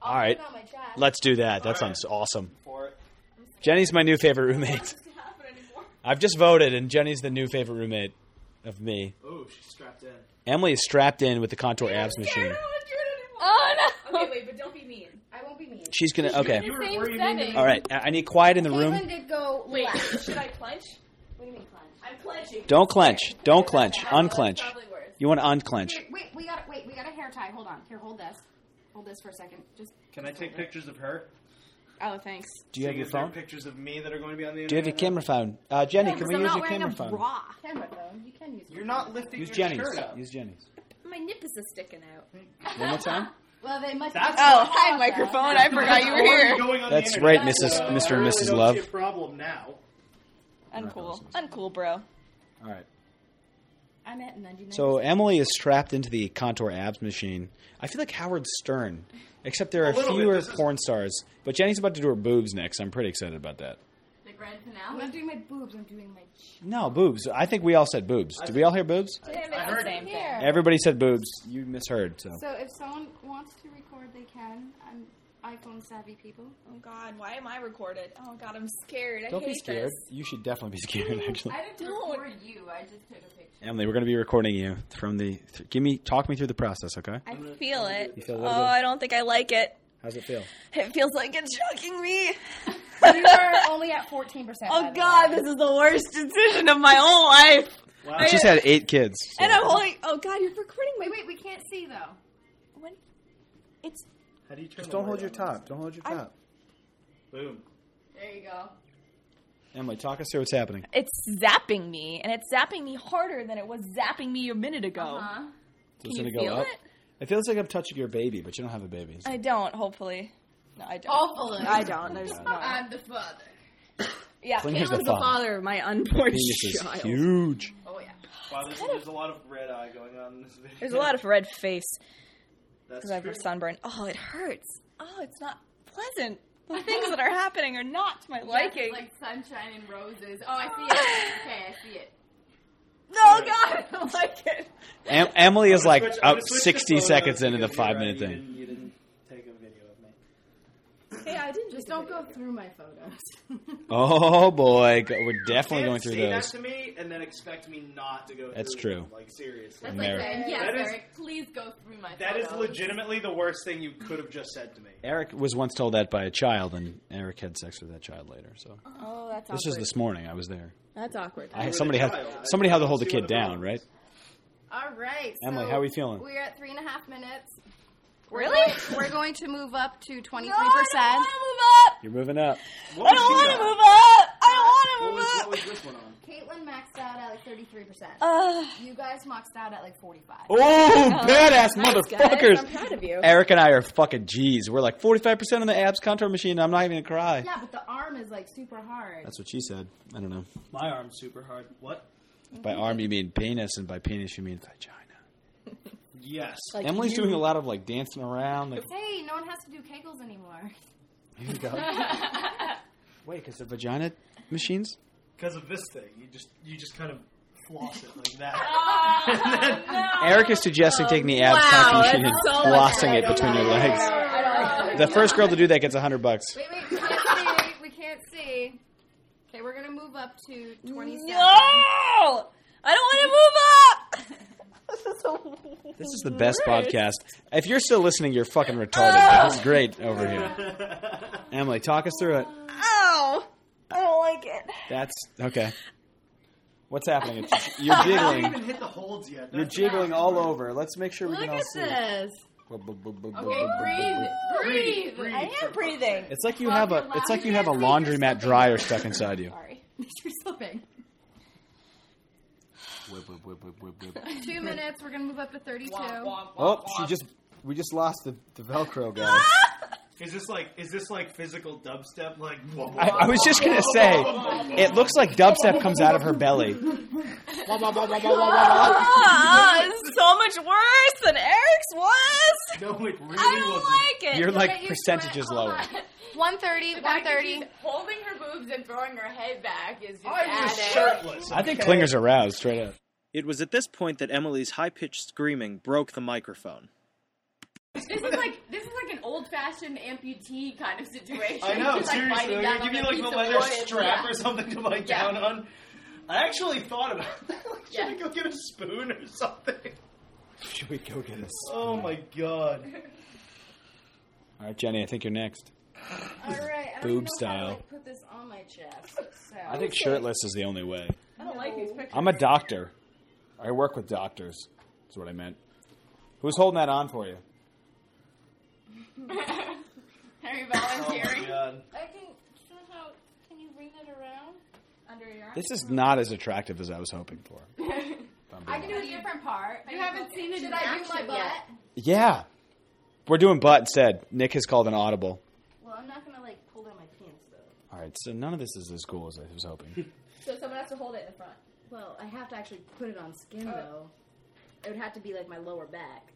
[SPEAKER 6] I'll
[SPEAKER 2] All right.
[SPEAKER 6] do it on my chest.
[SPEAKER 2] let's do that. That sounds awesome.
[SPEAKER 1] For it.
[SPEAKER 2] Jenny's my new favorite roommate. I've just voted, and Jenny's the new favorite roommate of me.
[SPEAKER 1] Oh, she's strapped in.
[SPEAKER 2] Emily is strapped in with the contour abs machine.
[SPEAKER 5] Oh no! Okay, wait, but don't be mean.
[SPEAKER 6] I won't be mean.
[SPEAKER 2] She's gonna. Okay.
[SPEAKER 5] You were- were you mean to me?
[SPEAKER 2] All right. I I need quiet in the
[SPEAKER 6] Caitlin
[SPEAKER 2] room.
[SPEAKER 6] did go
[SPEAKER 5] Wait,
[SPEAKER 6] left.
[SPEAKER 5] should I clench?
[SPEAKER 6] What do you mean, Clan?
[SPEAKER 5] I'm clenching.
[SPEAKER 2] Don't clench. Don't clench.
[SPEAKER 5] That's
[SPEAKER 2] Unclench.
[SPEAKER 5] Probably worse.
[SPEAKER 2] You want to unclench?
[SPEAKER 6] Wait, we got wait, we got a hair tie. Hold on. Here, hold this. Hold this for a second. Just
[SPEAKER 1] Can I take pictures of her?
[SPEAKER 6] Oh, thanks.
[SPEAKER 2] Do you have
[SPEAKER 1] Seeing
[SPEAKER 2] your
[SPEAKER 1] if there are
[SPEAKER 2] phone?
[SPEAKER 1] Pictures of me that are going to be on the internet.
[SPEAKER 2] Do you have your camera phone? Uh, Jenny, can we
[SPEAKER 6] I'm
[SPEAKER 2] use
[SPEAKER 6] not
[SPEAKER 2] your
[SPEAKER 6] wearing
[SPEAKER 2] camera
[SPEAKER 6] a
[SPEAKER 2] phone?
[SPEAKER 6] bra. Camera phone. You can use.
[SPEAKER 1] You're not lifting
[SPEAKER 2] Use
[SPEAKER 1] your
[SPEAKER 2] Jenny's.
[SPEAKER 1] shirt up.
[SPEAKER 2] Use Jenny's.
[SPEAKER 5] My nipples are sticking out.
[SPEAKER 2] One more time.
[SPEAKER 6] Well, they must.
[SPEAKER 1] That's-
[SPEAKER 6] Oh,
[SPEAKER 5] hi, microphone. I forgot you were
[SPEAKER 1] Already
[SPEAKER 5] here.
[SPEAKER 1] going on the
[SPEAKER 2] That's
[SPEAKER 1] internet,
[SPEAKER 2] right, Mrs.
[SPEAKER 1] so I
[SPEAKER 2] Mr. and
[SPEAKER 1] really
[SPEAKER 2] Mrs.
[SPEAKER 1] don't
[SPEAKER 2] Love.
[SPEAKER 1] see a problem now.
[SPEAKER 5] Uncool. Uncool, bro.
[SPEAKER 2] All right.
[SPEAKER 6] I'm at 99.
[SPEAKER 2] So Emily is strapped into the contour abs machine. I feel like Howard Stern, except there are
[SPEAKER 1] little bit,
[SPEAKER 2] fewer
[SPEAKER 1] this is-
[SPEAKER 2] porn stars. But Jenny's about to do her boobs next. I'm pretty excited about that.
[SPEAKER 5] The Grand
[SPEAKER 6] I'm
[SPEAKER 5] Finale.
[SPEAKER 6] not doing my boobs. I'm doing my. ch-
[SPEAKER 2] No boobs. I think we all said boobs. Did we all hear boobs?
[SPEAKER 5] Damn, it's the same thing.
[SPEAKER 6] Here.
[SPEAKER 2] Everybody said boobs. You misheard. So
[SPEAKER 6] So if someone wants to record, they can. I'm iPhone savvy people.
[SPEAKER 5] Oh God, why am I recorded? Oh God, I'm scared. I
[SPEAKER 2] don't
[SPEAKER 5] hate
[SPEAKER 2] be scared.
[SPEAKER 5] This.
[SPEAKER 2] You should definitely be scared. Actually,
[SPEAKER 6] I didn't
[SPEAKER 5] Don't.
[SPEAKER 6] record you. I just took a picture.
[SPEAKER 2] Emily, we're going to be recording you from the. Th- give me talk me through the process, okay?
[SPEAKER 5] I feel it.
[SPEAKER 2] You feel a
[SPEAKER 5] oh,
[SPEAKER 2] little bit-
[SPEAKER 5] I don't think I like it.
[SPEAKER 2] How's it feel?
[SPEAKER 5] It feels like it's choking me.
[SPEAKER 6] We are only at 14. percent
[SPEAKER 5] Oh God, this is the worst decision of my whole life.
[SPEAKER 1] Wow.
[SPEAKER 5] I-
[SPEAKER 2] She's had eight kids. so-
[SPEAKER 5] and I'm like, oh God, you're recording
[SPEAKER 6] Wait,
[SPEAKER 5] me.
[SPEAKER 6] wait. We can't see though.
[SPEAKER 5] When? It's
[SPEAKER 1] How do you turn
[SPEAKER 2] Just
[SPEAKER 1] the
[SPEAKER 2] don't
[SPEAKER 1] light
[SPEAKER 2] hold your
[SPEAKER 1] on?
[SPEAKER 2] top. Don't hold your
[SPEAKER 5] I-
[SPEAKER 2] top.
[SPEAKER 1] Boom.
[SPEAKER 6] There you go.
[SPEAKER 2] Emily, talk us through what's happening.
[SPEAKER 5] it's zapping me, and it's zapping me harder than it was zapping me a minute ago.
[SPEAKER 6] Huh?
[SPEAKER 2] Can
[SPEAKER 5] you feel it?
[SPEAKER 2] It feels like I'm touching your baby, but you don't have a baby. so-
[SPEAKER 5] I don't. Hopefully, no, I don't.
[SPEAKER 6] Hopefully.
[SPEAKER 5] I don't. There's no.
[SPEAKER 6] I'm the father.
[SPEAKER 5] Yeah,
[SPEAKER 2] Clinger's
[SPEAKER 5] Caitlin's
[SPEAKER 2] the
[SPEAKER 5] the
[SPEAKER 2] father.
[SPEAKER 5] father of my unborn
[SPEAKER 2] Penis is
[SPEAKER 5] child.
[SPEAKER 2] huge.
[SPEAKER 6] Oh yeah.
[SPEAKER 1] Wow, there's, there's a lot of red eye going on in this video.
[SPEAKER 5] There's a lot of red face
[SPEAKER 1] That's
[SPEAKER 5] because I have
[SPEAKER 1] true.
[SPEAKER 5] a sunburn. Oh, it hurts. Oh, it's not pleasant. The things that are happening are not to my liking.
[SPEAKER 6] Like sunshine and roses. Oh, I see it. Okay, I see it.
[SPEAKER 5] no, God, I don't like it.
[SPEAKER 2] Em- Emily is like
[SPEAKER 1] Switch- I'm
[SPEAKER 2] out
[SPEAKER 1] gonna switch the
[SPEAKER 2] 60
[SPEAKER 1] photos
[SPEAKER 2] seconds into the
[SPEAKER 1] because you're
[SPEAKER 2] five
[SPEAKER 1] right,
[SPEAKER 2] minute
[SPEAKER 1] you
[SPEAKER 2] thing.
[SPEAKER 1] didn't- You didn't take a video of me.
[SPEAKER 5] Hey, I didn't
[SPEAKER 6] Just don't go through my photos.
[SPEAKER 2] Oh boy, go- we're definitely
[SPEAKER 1] Can't
[SPEAKER 2] going through
[SPEAKER 1] say
[SPEAKER 2] those.
[SPEAKER 1] that to me and then expect me not to go
[SPEAKER 2] That's
[SPEAKER 1] through
[SPEAKER 2] true.
[SPEAKER 1] them, Like, seriously.
[SPEAKER 6] That's
[SPEAKER 2] Mary.
[SPEAKER 6] like saying, yes,
[SPEAKER 1] That is-
[SPEAKER 6] Eric, please go through my
[SPEAKER 1] That is
[SPEAKER 6] photos.
[SPEAKER 1] legitimately the worst thing you could have just said to me.
[SPEAKER 2] Eric was once told that by a child, and Eric had sex with that child later. So
[SPEAKER 5] Oh, that's
[SPEAKER 2] this was this morning. I was there.
[SPEAKER 5] That's awkward.
[SPEAKER 2] I had
[SPEAKER 1] with
[SPEAKER 2] somebody
[SPEAKER 1] a
[SPEAKER 2] had
[SPEAKER 1] child.
[SPEAKER 2] somebody had to hold the
[SPEAKER 1] See
[SPEAKER 2] kid
[SPEAKER 1] what the
[SPEAKER 2] down,
[SPEAKER 1] problem
[SPEAKER 2] right?
[SPEAKER 1] is.
[SPEAKER 6] All right.
[SPEAKER 2] Emily,
[SPEAKER 6] so
[SPEAKER 2] how are we feeling?
[SPEAKER 6] We're at three and a half minutes. We're
[SPEAKER 5] Really?
[SPEAKER 6] going- We're going to move up to 23%.
[SPEAKER 5] No, I don't want
[SPEAKER 2] You're moving up.
[SPEAKER 5] to move up. I don't want to move up. I
[SPEAKER 1] What
[SPEAKER 5] don't
[SPEAKER 1] was,
[SPEAKER 5] want
[SPEAKER 1] what
[SPEAKER 5] to move
[SPEAKER 1] was this one on?
[SPEAKER 6] Caitlin maxed out at like 33%.
[SPEAKER 5] up.
[SPEAKER 6] you guys maxed out at like 45.
[SPEAKER 2] Oh, badass
[SPEAKER 5] guys. I'm
[SPEAKER 2] motherfuckers!
[SPEAKER 5] proud of you.
[SPEAKER 2] Eric and I are fucking G's. We're like 45 percent on the abs contour machine. I'm not even gonna cry.
[SPEAKER 6] Yeah, but the arm is like super hard.
[SPEAKER 2] That's what she said. I don't know.
[SPEAKER 1] My arm's super hard. What?
[SPEAKER 2] If by arm you mean penis, and by penis you mean vagina.
[SPEAKER 1] Yes.
[SPEAKER 2] Emily's doing a lot of like dancing around. Like,
[SPEAKER 6] hey, no one has to do kegels anymore.
[SPEAKER 2] here you go. Wait, because they're vagina machines?
[SPEAKER 1] Because of this thing, you just you just kind of floss it like that. And then-
[SPEAKER 2] Eric is suggesting taking the abs
[SPEAKER 5] Wow,
[SPEAKER 2] contour machine and
[SPEAKER 5] that's so
[SPEAKER 2] flossing
[SPEAKER 5] much
[SPEAKER 2] it between your legs. The first girl to do that gets a hundred bucks.
[SPEAKER 6] Wait, wait, we can't see. We can't see. Okay, we're gonna move up to 27.
[SPEAKER 5] No! I don't want to move up! this is so
[SPEAKER 2] This is the best
[SPEAKER 5] Nice.
[SPEAKER 2] podcast. If you're still listening, you're fucking retarded.
[SPEAKER 5] Oh.
[SPEAKER 2] This is great over here. Emily, talk us through it.
[SPEAKER 5] Ow! Oh, I don't like it.
[SPEAKER 2] That's okay. What's happening? It's- You're
[SPEAKER 1] I haven't
[SPEAKER 2] jiggling.
[SPEAKER 1] even hit the holds yet.
[SPEAKER 2] You're
[SPEAKER 1] That's-
[SPEAKER 2] jiggling all over. Let's make sure we
[SPEAKER 6] Look
[SPEAKER 2] can all
[SPEAKER 6] at
[SPEAKER 2] see. it.
[SPEAKER 6] this. Okay,
[SPEAKER 2] It's
[SPEAKER 6] breathe, breathe.
[SPEAKER 5] I am breathing.
[SPEAKER 2] like you have a it's like you have a laundromat dryer stuck inside you.
[SPEAKER 6] Sorry, you're slipping. Two minutes. We're gonna move up to 32.
[SPEAKER 5] Ah!
[SPEAKER 2] Oh, she just we just lost the, the Velcro guys.
[SPEAKER 1] Is this like is this like physical dubstep? Like
[SPEAKER 2] I, I was just gonna say, it looks like dubstep comes out of her belly.
[SPEAKER 5] Ah, it's so much worse than Eric's was.
[SPEAKER 1] no, it really
[SPEAKER 5] I don't
[SPEAKER 1] wasn't.
[SPEAKER 5] like it.
[SPEAKER 2] You're
[SPEAKER 4] Look
[SPEAKER 2] like
[SPEAKER 4] at you
[SPEAKER 2] percentages
[SPEAKER 4] sweat.
[SPEAKER 2] lower.
[SPEAKER 4] Hold on.
[SPEAKER 6] 130,
[SPEAKER 5] The fact that
[SPEAKER 6] 130.
[SPEAKER 5] she's holding her boobs and throwing her head back is just
[SPEAKER 1] I was
[SPEAKER 5] added.
[SPEAKER 1] shirtless.
[SPEAKER 2] I think Klinger's aroused straight up.
[SPEAKER 7] It was at this point that Emily's high pitched screaming broke the microphone.
[SPEAKER 5] This is like this is like an old fashioned amputee kind of situation.
[SPEAKER 1] I know,
[SPEAKER 5] She's, like,
[SPEAKER 1] seriously.
[SPEAKER 5] biting
[SPEAKER 1] They're
[SPEAKER 5] down
[SPEAKER 1] gonna give
[SPEAKER 5] on
[SPEAKER 1] me
[SPEAKER 5] a
[SPEAKER 1] like the
[SPEAKER 5] piece of
[SPEAKER 1] leather
[SPEAKER 5] wood.
[SPEAKER 1] strap
[SPEAKER 5] Yeah.
[SPEAKER 1] or something to bite
[SPEAKER 5] Yeah.
[SPEAKER 1] down on. I actually thought about that. Like, should
[SPEAKER 5] Yeah.
[SPEAKER 1] we go get a spoon or something?
[SPEAKER 2] Should we go get this?
[SPEAKER 1] Oh my god.
[SPEAKER 2] All right, Jenny, I think you're next.
[SPEAKER 6] All right, I don't
[SPEAKER 2] Boob
[SPEAKER 6] even know How
[SPEAKER 2] style.
[SPEAKER 6] to, like, put this on my chest. So.
[SPEAKER 2] I think shirtless is the only way.
[SPEAKER 5] I don't like these pictures.
[SPEAKER 2] I'm a doctor. I work with doctors. That's what I meant. Who's holding that on for you?
[SPEAKER 5] Are you
[SPEAKER 1] Oh my
[SPEAKER 5] volunteering
[SPEAKER 1] god.
[SPEAKER 6] I can somehow. Can you bring it around?
[SPEAKER 5] under your arm?
[SPEAKER 2] This is not as attractive as I was hoping for.
[SPEAKER 6] I can do a different part.
[SPEAKER 5] You haven't seen it
[SPEAKER 6] Should
[SPEAKER 5] in
[SPEAKER 6] I do my
[SPEAKER 5] action
[SPEAKER 6] butt?
[SPEAKER 5] yet.
[SPEAKER 2] Yeah. We're doing butt instead. Nick has called an audible.
[SPEAKER 6] Well, I'm not gonna like pull down my pants though.
[SPEAKER 2] All right, so none of this is as cool as I was hoping.
[SPEAKER 5] So someone has to hold it in the front.
[SPEAKER 6] Well, I have to actually put it on skin though. It would have to be like my lower back.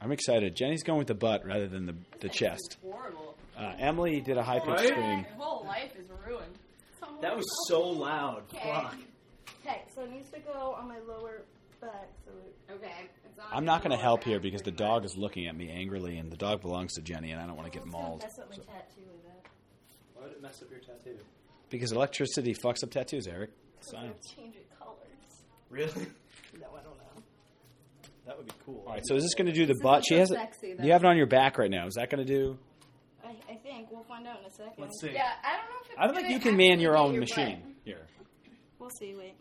[SPEAKER 2] I'm excited. Jenny's going with the butt rather than the, the chest.
[SPEAKER 5] Horrible.
[SPEAKER 2] Uh, Emily did a high pitched
[SPEAKER 1] Right?
[SPEAKER 2] scream.
[SPEAKER 5] Your whole life is ruined.
[SPEAKER 1] That was so loud. Fuck.
[SPEAKER 6] Okay, so it needs to go on my lower back. So it...
[SPEAKER 5] Okay. It's on
[SPEAKER 2] I'm not going
[SPEAKER 5] your
[SPEAKER 2] to help
[SPEAKER 5] back.
[SPEAKER 2] here because the dog is looking at me angrily, and the dog belongs to Jenny, and I don't want to get mauled.
[SPEAKER 6] That's what my tattoo is. at.
[SPEAKER 1] Why did it mess up your tattoo?
[SPEAKER 2] Because electricity fucks up tattoos, Eric. Science.
[SPEAKER 6] Change it colors.
[SPEAKER 1] Really?
[SPEAKER 6] No, I don't know.
[SPEAKER 1] That would be cool.
[SPEAKER 2] All right, so is this going to do the butt?
[SPEAKER 6] so
[SPEAKER 2] She has it.
[SPEAKER 6] sexy, though.
[SPEAKER 2] You have it on your back right now. Is that going to do?
[SPEAKER 6] I, I think we'll find out in a second.
[SPEAKER 1] Let's see.
[SPEAKER 5] Yeah, I don't know if it's
[SPEAKER 2] I don't think
[SPEAKER 5] gonna
[SPEAKER 2] you can man
[SPEAKER 5] actually
[SPEAKER 2] your
[SPEAKER 5] hit
[SPEAKER 2] own
[SPEAKER 5] butt.
[SPEAKER 2] machine here.
[SPEAKER 6] We'll see. Wait.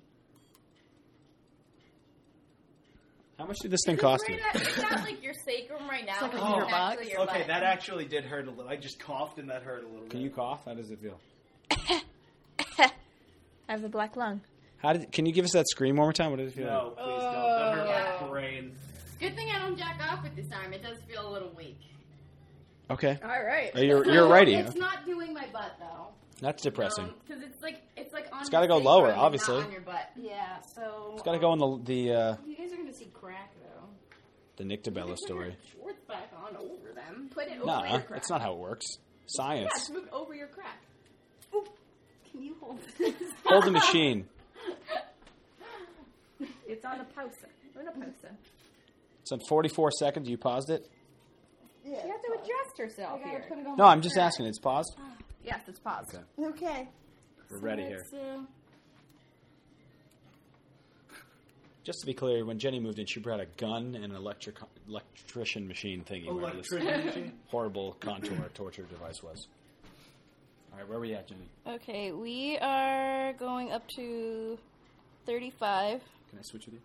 [SPEAKER 2] How much did this thing
[SPEAKER 5] It's
[SPEAKER 2] cost
[SPEAKER 5] right
[SPEAKER 2] you?
[SPEAKER 5] at- It's not like your sacrum right now.
[SPEAKER 6] like a
[SPEAKER 5] it's
[SPEAKER 1] hundred
[SPEAKER 5] actually
[SPEAKER 6] bucks.
[SPEAKER 5] your
[SPEAKER 1] Okay,
[SPEAKER 5] butt.
[SPEAKER 1] that actually did hurt a little. I just coughed and that hurt a little
[SPEAKER 2] Can
[SPEAKER 1] bit.
[SPEAKER 2] you cough? How does it feel?
[SPEAKER 5] I have the black lung.
[SPEAKER 2] How did? Can you give us that scream one more time? What did it feel?
[SPEAKER 1] No,
[SPEAKER 2] like?
[SPEAKER 1] please don't. That hurt my brain.
[SPEAKER 5] Good thing I don't jack off with this arm. It does feel a little weak.
[SPEAKER 2] Okay.
[SPEAKER 5] All right.
[SPEAKER 2] Uh, You're you're righty.
[SPEAKER 6] It's not doing my butt though.
[SPEAKER 2] That's depressing.
[SPEAKER 5] Because Um, it's like it's like on.
[SPEAKER 2] It's gotta
[SPEAKER 5] your
[SPEAKER 2] go lower,
[SPEAKER 5] sacrum and not
[SPEAKER 2] obviously.
[SPEAKER 5] on your butt.
[SPEAKER 6] Yeah. So
[SPEAKER 2] It's got to go in the the uh,
[SPEAKER 6] You guys are gonna see crack though.
[SPEAKER 2] the Nick DiBella
[SPEAKER 5] Put your
[SPEAKER 2] story.
[SPEAKER 5] Shorts back on over them. Put it over
[SPEAKER 2] Nah,
[SPEAKER 5] your crack.
[SPEAKER 2] it's not how it works.
[SPEAKER 5] Yeah,
[SPEAKER 2] Science.
[SPEAKER 5] just move it over your crack.
[SPEAKER 6] Can you hold this?
[SPEAKER 2] Hold the machine.
[SPEAKER 5] It's on a posa. On a posa.
[SPEAKER 2] It's in 44 seconds. You paused it?
[SPEAKER 5] You have to adjust yourself here.
[SPEAKER 6] it on.
[SPEAKER 2] No, I'm just asking. It's paused.
[SPEAKER 5] Yes, it's paused.
[SPEAKER 2] Okay.
[SPEAKER 6] Okay.
[SPEAKER 2] We're ready here.
[SPEAKER 6] Let's, uh,
[SPEAKER 2] Just to be clear, when Jenny moved in, she brought a gun and an electric electrician machine thingy. whatever this
[SPEAKER 1] Electricity.
[SPEAKER 2] horrible contour torture device was. All right, where are we at, Jenny?
[SPEAKER 6] Okay, we are going up to 35.
[SPEAKER 2] Can I switch with you?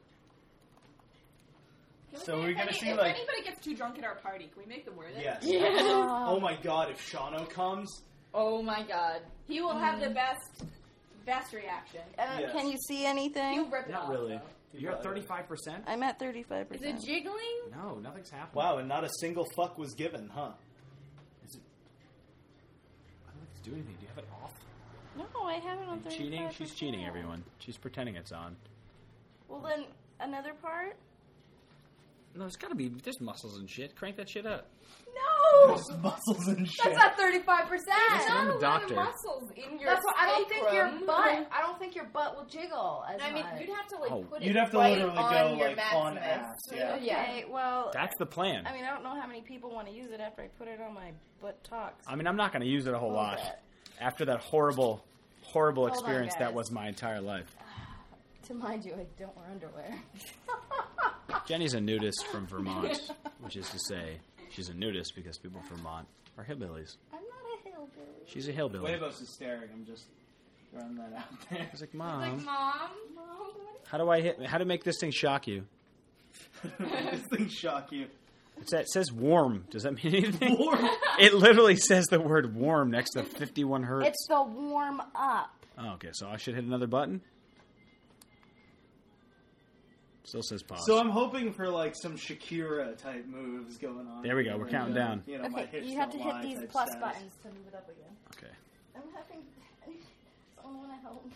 [SPEAKER 1] So we're gonna see,
[SPEAKER 5] if
[SPEAKER 1] like-
[SPEAKER 5] anybody gets too drunk at our party, can we make them wear this?
[SPEAKER 1] yes. Oh my god, if Shano comes,
[SPEAKER 5] Oh my god. He will have
[SPEAKER 6] Mm.
[SPEAKER 5] the best, best reaction.
[SPEAKER 6] Uh,
[SPEAKER 1] Yes.
[SPEAKER 6] Can you see
[SPEAKER 5] He'll
[SPEAKER 6] anything?
[SPEAKER 5] rip it off, though.
[SPEAKER 2] You're at 35%?
[SPEAKER 6] I'm at 35%.
[SPEAKER 5] Is it jiggling?
[SPEAKER 2] No, nothing's happening.
[SPEAKER 1] wow, and not a single fuck was given, huh?
[SPEAKER 2] I don't think it's doing anything. Do you have it off?
[SPEAKER 6] no, I have it on 35
[SPEAKER 2] Cheating? She's cheating, everyone. She's pretending it's on.
[SPEAKER 6] Well, then, another part?
[SPEAKER 2] No, it's gotta be. There's muscles and shit. Crank that shit up.
[SPEAKER 5] No!
[SPEAKER 1] muscles and shit.
[SPEAKER 5] That's not 35%.
[SPEAKER 2] Listen, I'm a doctor.
[SPEAKER 5] muscles in your
[SPEAKER 6] That's why I don't think your
[SPEAKER 5] sacrum.
[SPEAKER 6] butt. I don't think your butt will jiggle as
[SPEAKER 5] I mean,
[SPEAKER 6] much.
[SPEAKER 5] you'd have to like
[SPEAKER 2] Oh.
[SPEAKER 5] put
[SPEAKER 1] You'd
[SPEAKER 5] it
[SPEAKER 1] have to
[SPEAKER 5] right
[SPEAKER 1] literally
[SPEAKER 5] on
[SPEAKER 1] go
[SPEAKER 5] your
[SPEAKER 1] like on
[SPEAKER 5] maximus.
[SPEAKER 1] ass. Yeah.
[SPEAKER 5] yeah.
[SPEAKER 6] Okay, well,
[SPEAKER 2] That's the plan.
[SPEAKER 6] I mean, I don't know how many people want to use it after I put it on my butt talks.
[SPEAKER 2] I mean, I'm not going to use it a whole lot after that horrible, horrible experience that
[SPEAKER 6] guys.
[SPEAKER 2] was my entire life.
[SPEAKER 6] to mind you, I don't wear underwear.
[SPEAKER 2] Jenny's a nudist from Vermont, which is to say, she's a nudist because people from Vermont are hillbillies.
[SPEAKER 6] I'm not a hillbilly.
[SPEAKER 2] She's a hillbilly. I
[SPEAKER 1] Huevos is staring. I'm just throwing that out there.
[SPEAKER 2] was like,
[SPEAKER 5] Like,
[SPEAKER 2] Mom,
[SPEAKER 5] mom,
[SPEAKER 2] how do I hit? How to make this thing shock you?
[SPEAKER 1] this thing shock you.
[SPEAKER 2] It's, it says warm. Does that mean anything?
[SPEAKER 1] Warm.
[SPEAKER 2] It literally says the word warm next to 51 hertz.
[SPEAKER 6] It's the warm up.
[SPEAKER 2] Oh, okay, so I should hit another button. Still says pause.
[SPEAKER 1] So I'm hoping for like some Shakira type moves going on.
[SPEAKER 2] There we go, we're
[SPEAKER 1] Like,
[SPEAKER 2] counting
[SPEAKER 1] uh,
[SPEAKER 2] down.
[SPEAKER 1] You know, my
[SPEAKER 6] Okay,
[SPEAKER 1] hips
[SPEAKER 6] you have to
[SPEAKER 1] don't
[SPEAKER 6] hit
[SPEAKER 1] lie
[SPEAKER 6] these
[SPEAKER 1] type
[SPEAKER 6] plus
[SPEAKER 1] status.
[SPEAKER 6] buttons to move it up again.
[SPEAKER 2] okay.
[SPEAKER 6] I'm having. Someone help me.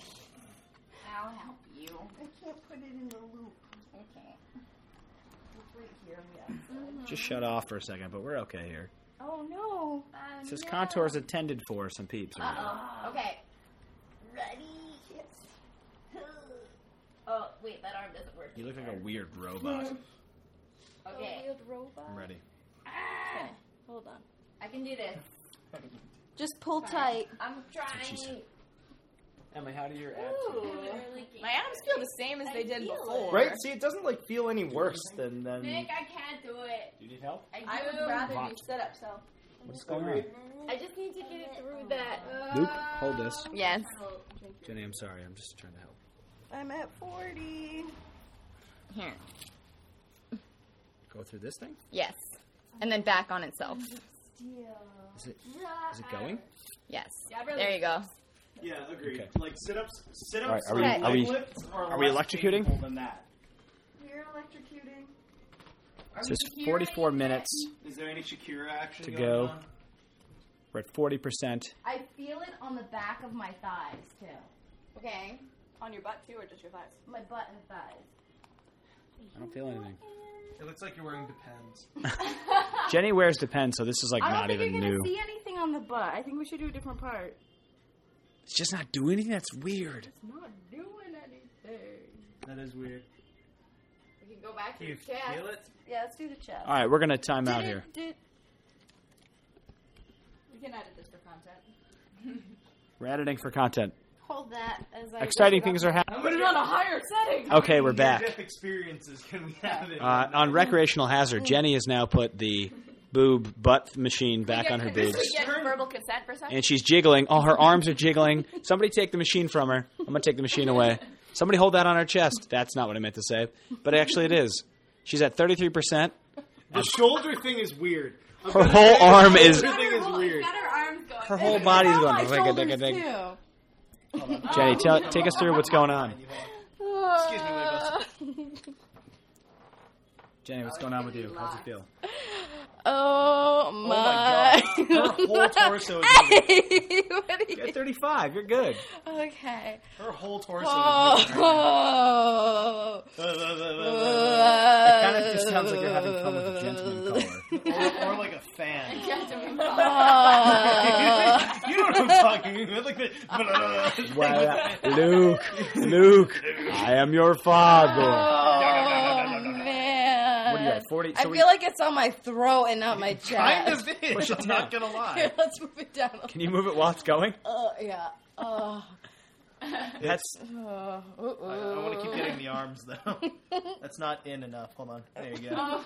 [SPEAKER 5] I'll help you.
[SPEAKER 6] I can't put it in the loop. Okay. It's right here on the outside.
[SPEAKER 2] Mm-hmm. Just shut off for a second, but we're okay here.
[SPEAKER 6] Oh no.
[SPEAKER 2] It says contours intended for some peeps. or whatever.
[SPEAKER 5] Um, Uh-oh. Um, Okay.
[SPEAKER 6] Ready? Yes.
[SPEAKER 5] Oh, wait, that arm doesn't work.
[SPEAKER 2] You look like a weird robot.
[SPEAKER 5] Okay.
[SPEAKER 6] Weird robot.
[SPEAKER 2] I'm ready.
[SPEAKER 5] Ah,
[SPEAKER 6] Hold on.
[SPEAKER 5] I can do this.
[SPEAKER 6] Just pull tight.
[SPEAKER 5] I'm
[SPEAKER 2] she said.
[SPEAKER 5] trying.
[SPEAKER 3] Emma, how do your abs?
[SPEAKER 6] Oh,
[SPEAKER 5] My arms feel the same as they did before.
[SPEAKER 1] Right? See, it doesn't like feel any worse than than.
[SPEAKER 5] Nick, I can't do it.
[SPEAKER 2] Do you need help?
[SPEAKER 5] I, would rather
[SPEAKER 2] Watch.
[SPEAKER 5] be set up, so.
[SPEAKER 2] What's going on?
[SPEAKER 5] I just need to get
[SPEAKER 6] Oh,
[SPEAKER 5] it through that.
[SPEAKER 2] Luke, hold this.
[SPEAKER 6] Yes.
[SPEAKER 2] Jenny, I'm sorry. I'm just trying to help.
[SPEAKER 6] I'm
[SPEAKER 5] uh,
[SPEAKER 6] at 40.
[SPEAKER 4] Here.
[SPEAKER 2] Go through this thing?
[SPEAKER 4] Yes. And then back on itself.
[SPEAKER 2] Is it, is it going?
[SPEAKER 4] Yes.
[SPEAKER 5] Yeah, I'd rather-
[SPEAKER 4] There you go.
[SPEAKER 1] Yeah, agreed.
[SPEAKER 2] Okay.
[SPEAKER 1] Like sit ups, sit
[SPEAKER 2] All
[SPEAKER 1] ups.
[SPEAKER 2] right, are we-
[SPEAKER 4] are
[SPEAKER 2] we- are we electrocuting?
[SPEAKER 1] Than that.
[SPEAKER 6] You're electrocuting.
[SPEAKER 2] It says 44 minutes.
[SPEAKER 1] Is there any Shakira action
[SPEAKER 2] To
[SPEAKER 1] going
[SPEAKER 2] go.
[SPEAKER 1] on?
[SPEAKER 2] We're at 40%.
[SPEAKER 6] I feel it on the back of my thighs too.
[SPEAKER 4] Okay.
[SPEAKER 5] On your butt, too, or just your thighs?
[SPEAKER 6] My butt and thighs.
[SPEAKER 2] I don't feel anything.
[SPEAKER 1] It looks like you're wearing Depends.
[SPEAKER 2] Jenny wears Depends, so this is like
[SPEAKER 6] I don't
[SPEAKER 2] not
[SPEAKER 6] think
[SPEAKER 2] even
[SPEAKER 6] you're gonna
[SPEAKER 2] new.
[SPEAKER 6] see anything on the butt. I think we should do a different part.
[SPEAKER 2] It's just not doing anything. That's weird.
[SPEAKER 5] Not doing anything.
[SPEAKER 1] That is weird.
[SPEAKER 5] We can go back
[SPEAKER 1] Do
[SPEAKER 5] to
[SPEAKER 1] you
[SPEAKER 5] your chest.
[SPEAKER 1] feel it?
[SPEAKER 6] Yeah, let's do the chest.
[SPEAKER 2] All right, we're gonna time out here.
[SPEAKER 5] We can edit this for content.
[SPEAKER 2] We're editing for content.
[SPEAKER 6] Hold that as I
[SPEAKER 2] Exciting things are happening.
[SPEAKER 5] I'm putting on a higher setting.
[SPEAKER 2] Okay, we're back.
[SPEAKER 1] Near-death experiences can we have it?
[SPEAKER 2] Uh, on recreational hazard, Jenny has now put the boob butt machine back on her boobs,
[SPEAKER 5] Did we get verbal consent for a second?
[SPEAKER 2] and she's jiggling. All her arms are jiggling. Somebody take the machine from her. I'm gonna take the machine away. Somebody hold that on her chest. That's not what I meant to say, but actually it is. She's at 33 percent.
[SPEAKER 1] the shoulder thing is weird.
[SPEAKER 2] Her whole arm is.
[SPEAKER 1] Shoulder thing is weird.
[SPEAKER 5] Got her arms going.
[SPEAKER 2] Her whole body's
[SPEAKER 6] Oh, my
[SPEAKER 2] going.
[SPEAKER 6] shoulders too.
[SPEAKER 2] Jenny, tell, take us through what's going on.
[SPEAKER 1] Excuse me, my boss.
[SPEAKER 2] Jenny, what's going on with you? How's it feel?
[SPEAKER 6] Oh my.
[SPEAKER 1] Oh my god, her whole torso is weird.
[SPEAKER 6] Hey, what are
[SPEAKER 2] You're
[SPEAKER 6] you-
[SPEAKER 2] at 35. You're good.
[SPEAKER 6] okay.
[SPEAKER 1] Her whole torso is weird.
[SPEAKER 6] Oh.
[SPEAKER 2] It kind of just sounds like you're having fun with a gentleman caller.
[SPEAKER 1] or, or like a fan.
[SPEAKER 6] Oh.
[SPEAKER 1] you know what I'm talking about. Like the,
[SPEAKER 2] Well, uh, Luke, Luke, I am your father.
[SPEAKER 6] Oh, man.
[SPEAKER 2] What are you at? 40?
[SPEAKER 6] I
[SPEAKER 2] So we,
[SPEAKER 6] feel like it's on my throat and not my chest.
[SPEAKER 1] kind of is.
[SPEAKER 2] Push it
[SPEAKER 1] I'm not
[SPEAKER 2] down.
[SPEAKER 1] gonna lie.
[SPEAKER 6] Here, let's move it down. a
[SPEAKER 2] can you move it while it's going?
[SPEAKER 6] little. yeah.
[SPEAKER 2] Uh.
[SPEAKER 6] Oh.
[SPEAKER 2] That's
[SPEAKER 6] oh.
[SPEAKER 1] I, I want to keep getting the arms though. That's not in enough. Hold on. There you go.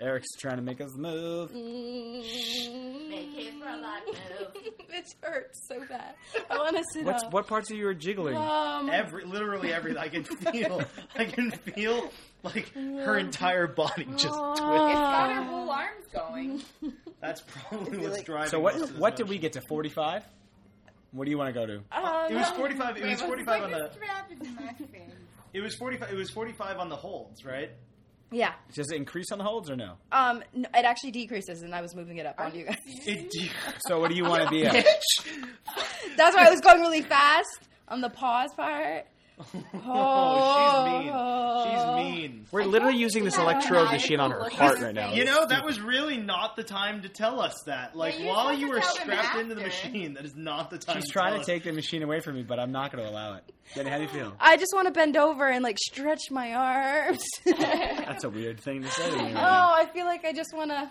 [SPEAKER 2] Eric's trying to make us move.
[SPEAKER 5] Make it for a lot of move.
[SPEAKER 6] This hurts so bad. I want to sit
[SPEAKER 2] What's
[SPEAKER 6] up.
[SPEAKER 2] what parts of you are jiggling?
[SPEAKER 6] Um,
[SPEAKER 1] Every literally every I can feel. I can feel like her entire body just
[SPEAKER 5] uh,
[SPEAKER 1] twitch.
[SPEAKER 5] Got her whole arms going.
[SPEAKER 1] That's probably what's driving.
[SPEAKER 2] So
[SPEAKER 1] most of
[SPEAKER 2] what
[SPEAKER 1] this
[SPEAKER 2] what did we
[SPEAKER 1] motion.
[SPEAKER 2] get to? 45. What do you want to go to?
[SPEAKER 6] oh,
[SPEAKER 1] It was
[SPEAKER 6] no.
[SPEAKER 1] 45. It was 45 on the.
[SPEAKER 5] strap is my thing.
[SPEAKER 1] It was 45. It was 45 on the holds, right?
[SPEAKER 6] Yeah.
[SPEAKER 2] Does it increase on the holds or no?
[SPEAKER 6] Um, no, it actually decreases, and I was moving it up on you guys.
[SPEAKER 1] It,
[SPEAKER 2] So what do you want to be at?
[SPEAKER 1] bitch.
[SPEAKER 6] That's why I was going really fast on the pause part.
[SPEAKER 1] Oh, she's mean. She's mean.
[SPEAKER 2] We're literally using this electrode machine on her heart right now.
[SPEAKER 1] You know, that was really not the time to tell us that. Like,
[SPEAKER 5] you
[SPEAKER 1] while
[SPEAKER 5] have
[SPEAKER 1] you
[SPEAKER 5] to
[SPEAKER 1] were
[SPEAKER 5] tell them
[SPEAKER 1] strapped into the
[SPEAKER 5] after.
[SPEAKER 1] machine, that is not the time
[SPEAKER 2] She's
[SPEAKER 1] to
[SPEAKER 2] trying
[SPEAKER 1] tell
[SPEAKER 2] to
[SPEAKER 1] us.
[SPEAKER 2] take the machine away from me, but I'm not going to allow it. Jenny, how do you feel?
[SPEAKER 6] I just want to bend over and like stretch my arms. oh,
[SPEAKER 2] That's a weird thing to say to me. Right
[SPEAKER 4] Oh,
[SPEAKER 2] now.
[SPEAKER 6] I feel like I just want to,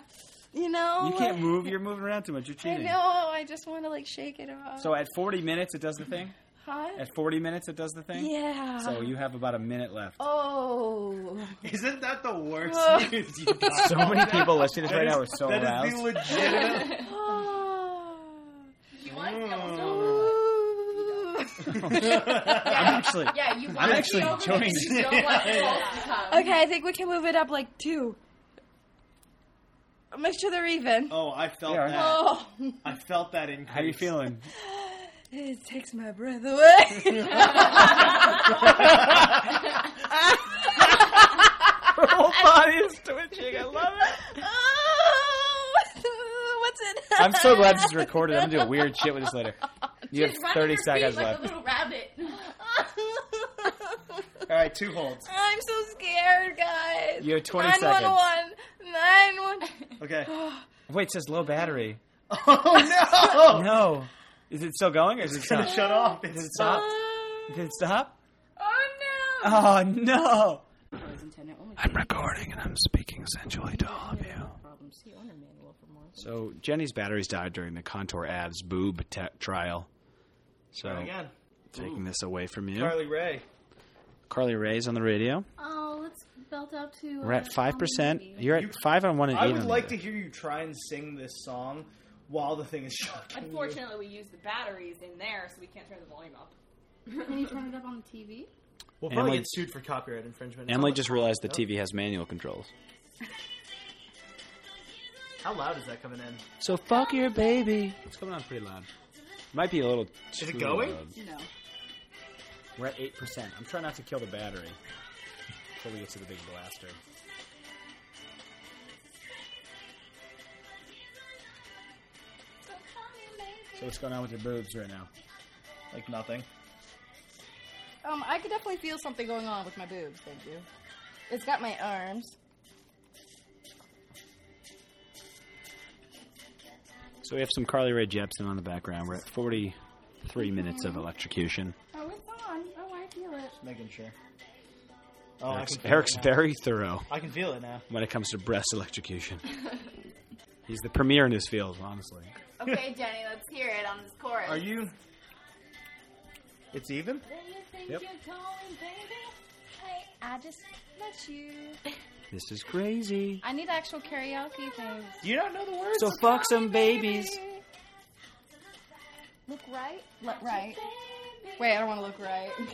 [SPEAKER 6] you know.
[SPEAKER 2] You can't move. You're moving around too much. You're
[SPEAKER 6] I
[SPEAKER 2] cheating.
[SPEAKER 6] know. I just want to like shake it off.
[SPEAKER 2] So at 40 minutes, it does the thing.
[SPEAKER 6] hot.
[SPEAKER 2] At 40 minutes, it does the thing.
[SPEAKER 6] Yeah.
[SPEAKER 2] So you have about a minute left.
[SPEAKER 6] Oh.
[SPEAKER 1] Isn't that the worst
[SPEAKER 6] Oh.
[SPEAKER 1] news you got?
[SPEAKER 2] So many people listening to this right now are so
[SPEAKER 1] That is
[SPEAKER 2] aroused.
[SPEAKER 1] the legitimate.
[SPEAKER 6] Oh.
[SPEAKER 5] You want to feel
[SPEAKER 2] I'm actually,
[SPEAKER 5] Yeah, you
[SPEAKER 2] I'm
[SPEAKER 5] want to
[SPEAKER 2] actually
[SPEAKER 5] feel
[SPEAKER 2] joining.
[SPEAKER 5] You don't want balls to come.
[SPEAKER 6] Okay, I think we can move it up like two. Make sure they're even.
[SPEAKER 1] oh, I felt
[SPEAKER 2] Yeah.
[SPEAKER 1] that.
[SPEAKER 6] Oh,
[SPEAKER 1] I felt that increase.
[SPEAKER 2] How you feeling?
[SPEAKER 6] it takes my breath away.
[SPEAKER 2] whole body is twitching. I love it.
[SPEAKER 6] Oh, what's it?
[SPEAKER 2] I'm so glad this is recorded. I'm gonna do weird shit with this later. You have
[SPEAKER 5] She's running
[SPEAKER 2] 30
[SPEAKER 5] her feet
[SPEAKER 2] seconds
[SPEAKER 5] like
[SPEAKER 2] left.
[SPEAKER 5] a little rabbit.
[SPEAKER 1] All right, two holds.
[SPEAKER 6] I'm so scared, guys.
[SPEAKER 2] You have 20
[SPEAKER 6] 911. 911.
[SPEAKER 1] Okay.
[SPEAKER 2] Wait, it says low battery.
[SPEAKER 1] Oh no!
[SPEAKER 2] No. Is it still going or is it
[SPEAKER 1] It's gonna
[SPEAKER 2] stopped?
[SPEAKER 1] shut off.
[SPEAKER 2] Did it
[SPEAKER 1] It's
[SPEAKER 2] stop? Did it stop?
[SPEAKER 5] oh no!
[SPEAKER 2] Oh no!
[SPEAKER 5] Oh
[SPEAKER 4] I'm
[SPEAKER 2] recording and I'm speaking sensually to all of you. So Jenny's batteries died during the Contour Abs boob te- trial. So
[SPEAKER 1] again.
[SPEAKER 2] taking this away from you, Carly,
[SPEAKER 1] Carly Ray.
[SPEAKER 2] Ray's on the radio.
[SPEAKER 5] Oh, let's belt up to.
[SPEAKER 8] uh,
[SPEAKER 2] We're at five percent.
[SPEAKER 5] You're
[SPEAKER 2] You're at
[SPEAKER 1] You-
[SPEAKER 2] five on one and
[SPEAKER 1] I
[SPEAKER 2] eight.
[SPEAKER 1] would
[SPEAKER 2] on
[SPEAKER 1] like
[SPEAKER 2] the
[SPEAKER 1] to hear you try and sing this song while the thing is shocking. you.
[SPEAKER 5] Unfortunately, we used the batteries in there, so we can't turn the volume up.
[SPEAKER 8] Can you turn it up on the TV?
[SPEAKER 1] We'll probably
[SPEAKER 2] Emily-
[SPEAKER 1] get sued for copyright infringement.
[SPEAKER 2] Emily just realized the TV has manual controls.
[SPEAKER 1] How loud is that coming in?
[SPEAKER 2] So fuck your baby. It's coming on pretty loud. Might be a little.
[SPEAKER 1] Is it
[SPEAKER 2] too
[SPEAKER 1] going?
[SPEAKER 2] loud.
[SPEAKER 8] No.
[SPEAKER 2] We're at eight percent. I'm trying not to kill the battery before we get to the big blaster. So what's going on with your boobs right now?
[SPEAKER 1] Like nothing.
[SPEAKER 6] Um, I could definitely feel something going on with my boobs. Thank you. It's got my arms.
[SPEAKER 2] So we have some Carly Rae Jepsen on the background. We're at forty-three minutes of electrocution.
[SPEAKER 8] Oh, it's on. Oh, I feel it.
[SPEAKER 1] Just making sure. Oh,
[SPEAKER 2] Eric's,
[SPEAKER 1] I can feel
[SPEAKER 2] Eric's
[SPEAKER 1] it now.
[SPEAKER 2] very thorough
[SPEAKER 1] I can feel it now.
[SPEAKER 2] when it comes to breast electrocution. He's the premier in his field, honestly.
[SPEAKER 5] Okay, Jenny, let's hear it on this chorus.
[SPEAKER 1] Are you? It's even.
[SPEAKER 2] Yep.
[SPEAKER 6] Hey, I just met you.
[SPEAKER 2] This is crazy.
[SPEAKER 6] I need actual karaoke things.
[SPEAKER 1] You don't know the words.
[SPEAKER 2] So fuck some babies.
[SPEAKER 6] Look right. Look right. Wait, I don't want to look right.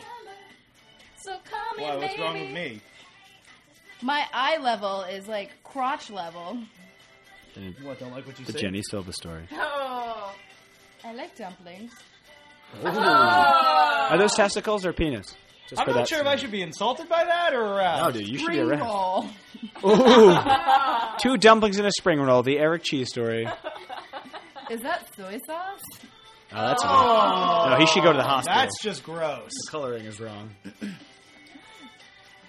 [SPEAKER 6] So come
[SPEAKER 1] Why? What's wrong with me?
[SPEAKER 6] My eye level is like crotch level.
[SPEAKER 1] What? Don't like what you
[SPEAKER 2] The
[SPEAKER 1] say?
[SPEAKER 2] Jenny Silva story.
[SPEAKER 5] Oh,
[SPEAKER 6] I like dumplings.
[SPEAKER 2] Are those testicles or penis? Just
[SPEAKER 1] I'm
[SPEAKER 2] for
[SPEAKER 1] not
[SPEAKER 2] that
[SPEAKER 1] sure if I
[SPEAKER 2] scene.
[SPEAKER 1] should be insulted by that or uh,
[SPEAKER 2] No,
[SPEAKER 1] aroused.
[SPEAKER 2] dude, you should be
[SPEAKER 6] Spring
[SPEAKER 2] around.
[SPEAKER 6] roll.
[SPEAKER 2] Ooh. Two dumplings and a spring roll. The Eric Cheese story.
[SPEAKER 6] Is that soy sauce?
[SPEAKER 2] Oh, that's all. No, he should go to the hospital.
[SPEAKER 1] Oh, That's just gross.
[SPEAKER 2] coloring is wrong.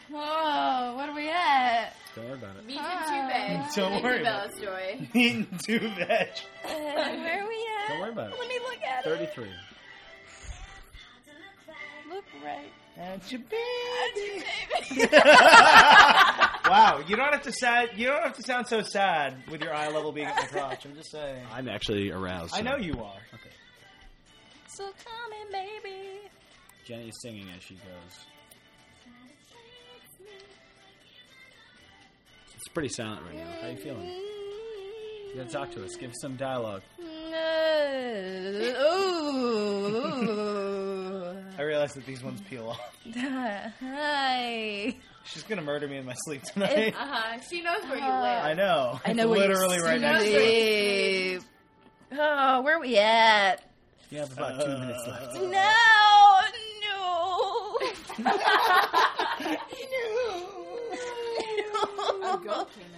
[SPEAKER 6] Whoa, Oh, what are we at?
[SPEAKER 2] Don't worry about it.
[SPEAKER 5] meat and two veg.
[SPEAKER 1] Don't
[SPEAKER 5] Big
[SPEAKER 1] worry
[SPEAKER 5] Bella
[SPEAKER 1] about
[SPEAKER 5] story.
[SPEAKER 1] Meat and two veg.
[SPEAKER 6] Where are we at?
[SPEAKER 2] Don't worry about it.
[SPEAKER 6] Let me look at it.
[SPEAKER 2] Thirty-three.
[SPEAKER 6] Look right.
[SPEAKER 1] That's your wow, you don't have to sad. You don't have to sound so sad with your eye level being at the crotch. I'm just saying.
[SPEAKER 2] I'm actually aroused.
[SPEAKER 1] I
[SPEAKER 2] so-
[SPEAKER 1] know you are.
[SPEAKER 6] So come in, baby.
[SPEAKER 2] Jenny is singing as she goes. It's pretty silent right now. How you feeling? You gotta talk to us. Give us some dialogue.
[SPEAKER 6] Ooh.
[SPEAKER 1] I realize that these ones peel off.
[SPEAKER 6] Hi.
[SPEAKER 1] She's gonna murder me in my sleep tonight.
[SPEAKER 5] Uh huh. She knows where you
[SPEAKER 6] Uh,
[SPEAKER 5] live.
[SPEAKER 1] I know.
[SPEAKER 6] I know where
[SPEAKER 1] literally
[SPEAKER 6] you
[SPEAKER 1] right next to it.
[SPEAKER 6] sleep. Oh, where are we at?
[SPEAKER 2] You have about two minutes
[SPEAKER 1] Uh,
[SPEAKER 2] left.
[SPEAKER 6] No, no.
[SPEAKER 5] A goat came in.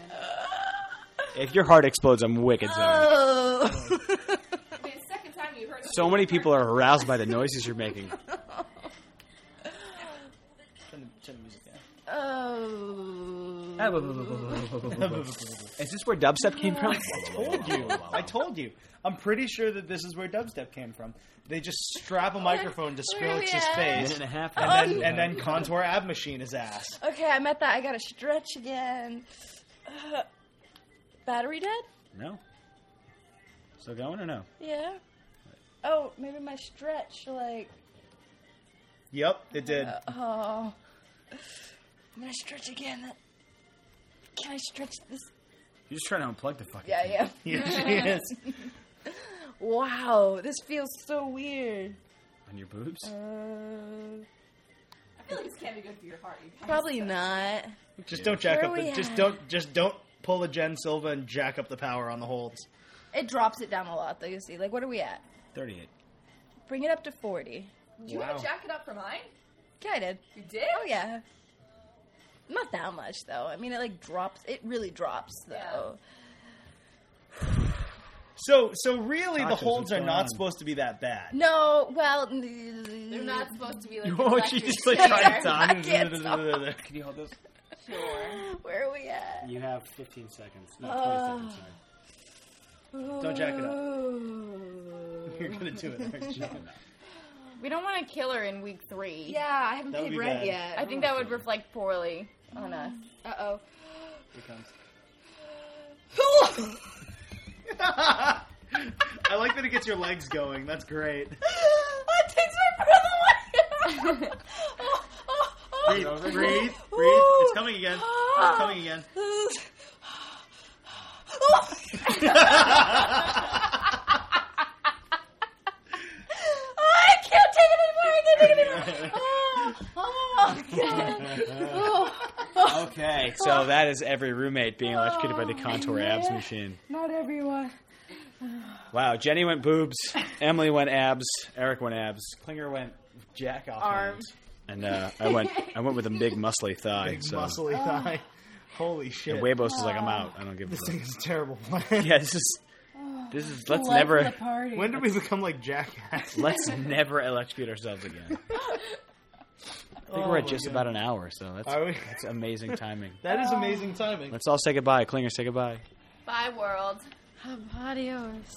[SPEAKER 2] If your heart explodes, I'm wicked sorry.
[SPEAKER 6] Oh.
[SPEAKER 5] Okay, the second time you heard.
[SPEAKER 2] So many people are aroused by the noises you're making.
[SPEAKER 1] Turn the- turn the music down.
[SPEAKER 6] oh.
[SPEAKER 2] Ah, Is this where dubstep came from? I told you.
[SPEAKER 1] I told you. I'm pretty sure that this is where dubstep came from. They just strap a microphone to Sprilix's
[SPEAKER 6] yeah.
[SPEAKER 1] face,
[SPEAKER 2] Minute and a half.
[SPEAKER 1] and then, and then contour ab machine his ass.
[SPEAKER 6] Okay, I'm at that. I gotta stretch again. Uh, battery dead?
[SPEAKER 2] no. Still going or no?
[SPEAKER 6] Yeah. Oh, maybe my stretch, like,
[SPEAKER 1] Yep, it did.
[SPEAKER 6] oh. I'm gonna stretch again. Can I stretch this?
[SPEAKER 2] You're just trying to unplug the fucking.
[SPEAKER 6] Yeah,
[SPEAKER 2] thing.
[SPEAKER 6] yeah.
[SPEAKER 1] Here she is.
[SPEAKER 6] Wow, this feels so weird.
[SPEAKER 2] On your boobs.
[SPEAKER 6] Uh,
[SPEAKER 5] I feel like this can't be good for your heart. You guys.
[SPEAKER 6] probably not.
[SPEAKER 1] Just don't jack
[SPEAKER 6] Where
[SPEAKER 1] up
[SPEAKER 6] we
[SPEAKER 1] the. Just
[SPEAKER 6] at?
[SPEAKER 1] don't. Just don't pull a Jen Silva and jack up the power on the holds.
[SPEAKER 6] It drops it down a lot, though, you see. Like, what are we at?
[SPEAKER 2] Thirty-eight.
[SPEAKER 6] Bring it up to 40.
[SPEAKER 5] Did you want to jack it up for mine?
[SPEAKER 6] Yeah, I did.
[SPEAKER 5] You did?
[SPEAKER 6] Oh, yeah. Not that much though. I mean, it like drops. It really drops though.
[SPEAKER 1] So, so really, the
[SPEAKER 2] Doctors,
[SPEAKER 1] holds
[SPEAKER 2] what's
[SPEAKER 1] are
[SPEAKER 2] going
[SPEAKER 1] not
[SPEAKER 2] on?
[SPEAKER 1] supposed to be that bad.
[SPEAKER 6] No, well,
[SPEAKER 5] They're not supposed to be like.
[SPEAKER 1] Oh,
[SPEAKER 5] the
[SPEAKER 1] she's just, like
[SPEAKER 5] collector's
[SPEAKER 1] trying
[SPEAKER 5] chair.
[SPEAKER 6] I can't
[SPEAKER 1] to.
[SPEAKER 2] Can you hold this?
[SPEAKER 5] Sure.
[SPEAKER 6] Where are we at?
[SPEAKER 2] You have 15 seconds. No, 20
[SPEAKER 6] Uh.
[SPEAKER 2] seconds, sorry.
[SPEAKER 6] Don't
[SPEAKER 3] jack it
[SPEAKER 6] up.
[SPEAKER 1] You're gonna do it. aren't you?
[SPEAKER 9] We don't want to kill her in week three.
[SPEAKER 6] Yeah, I haven't
[SPEAKER 1] That would
[SPEAKER 6] paid
[SPEAKER 1] be
[SPEAKER 6] rent
[SPEAKER 1] bad.
[SPEAKER 6] yet.
[SPEAKER 9] I think that would reflect poorly on us.
[SPEAKER 6] Uh oh.
[SPEAKER 1] I like that it gets your legs going. That's great.
[SPEAKER 6] That takes my breath away. oh, oh, oh.
[SPEAKER 1] Breathe, breathe, breathe. It's coming again. It's coming again.
[SPEAKER 6] I can't take it anymore. I can't take it anymore. Oh, oh God.
[SPEAKER 2] Okay, so that is every roommate being electrocuted by the contour abs machine.
[SPEAKER 8] Oh, Not everyone.
[SPEAKER 2] Wow, Jenny went boobs, Emily went abs, Eric went abs, Klinger went jack off
[SPEAKER 9] Arm.
[SPEAKER 2] hands, and uh, I went I went with a big muscly thigh.
[SPEAKER 1] Big
[SPEAKER 2] so
[SPEAKER 1] muscly thigh. Holy
[SPEAKER 2] uh, and
[SPEAKER 1] shit.
[SPEAKER 2] Weybos is like, I'm out. I don't give a
[SPEAKER 1] This
[SPEAKER 2] fuck.
[SPEAKER 1] thing is a terrible plan.
[SPEAKER 2] Yeah, this is this is let's
[SPEAKER 8] Life of
[SPEAKER 2] never
[SPEAKER 8] the party.
[SPEAKER 1] When did we become like jackasses?
[SPEAKER 2] let's never electrocute ourselves again. I think
[SPEAKER 1] Oh,
[SPEAKER 2] we're at just
[SPEAKER 1] yeah.
[SPEAKER 2] about an hour, so that's
[SPEAKER 1] Are we?
[SPEAKER 2] that's amazing timing.
[SPEAKER 1] That is amazing timing.
[SPEAKER 2] Let's all say goodbye. Klinger, say goodbye.
[SPEAKER 5] Bye, world.
[SPEAKER 8] Adios.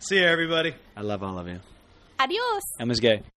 [SPEAKER 1] See you, everybody.
[SPEAKER 2] I love all of you.
[SPEAKER 6] Adios.
[SPEAKER 2] Emma's gay.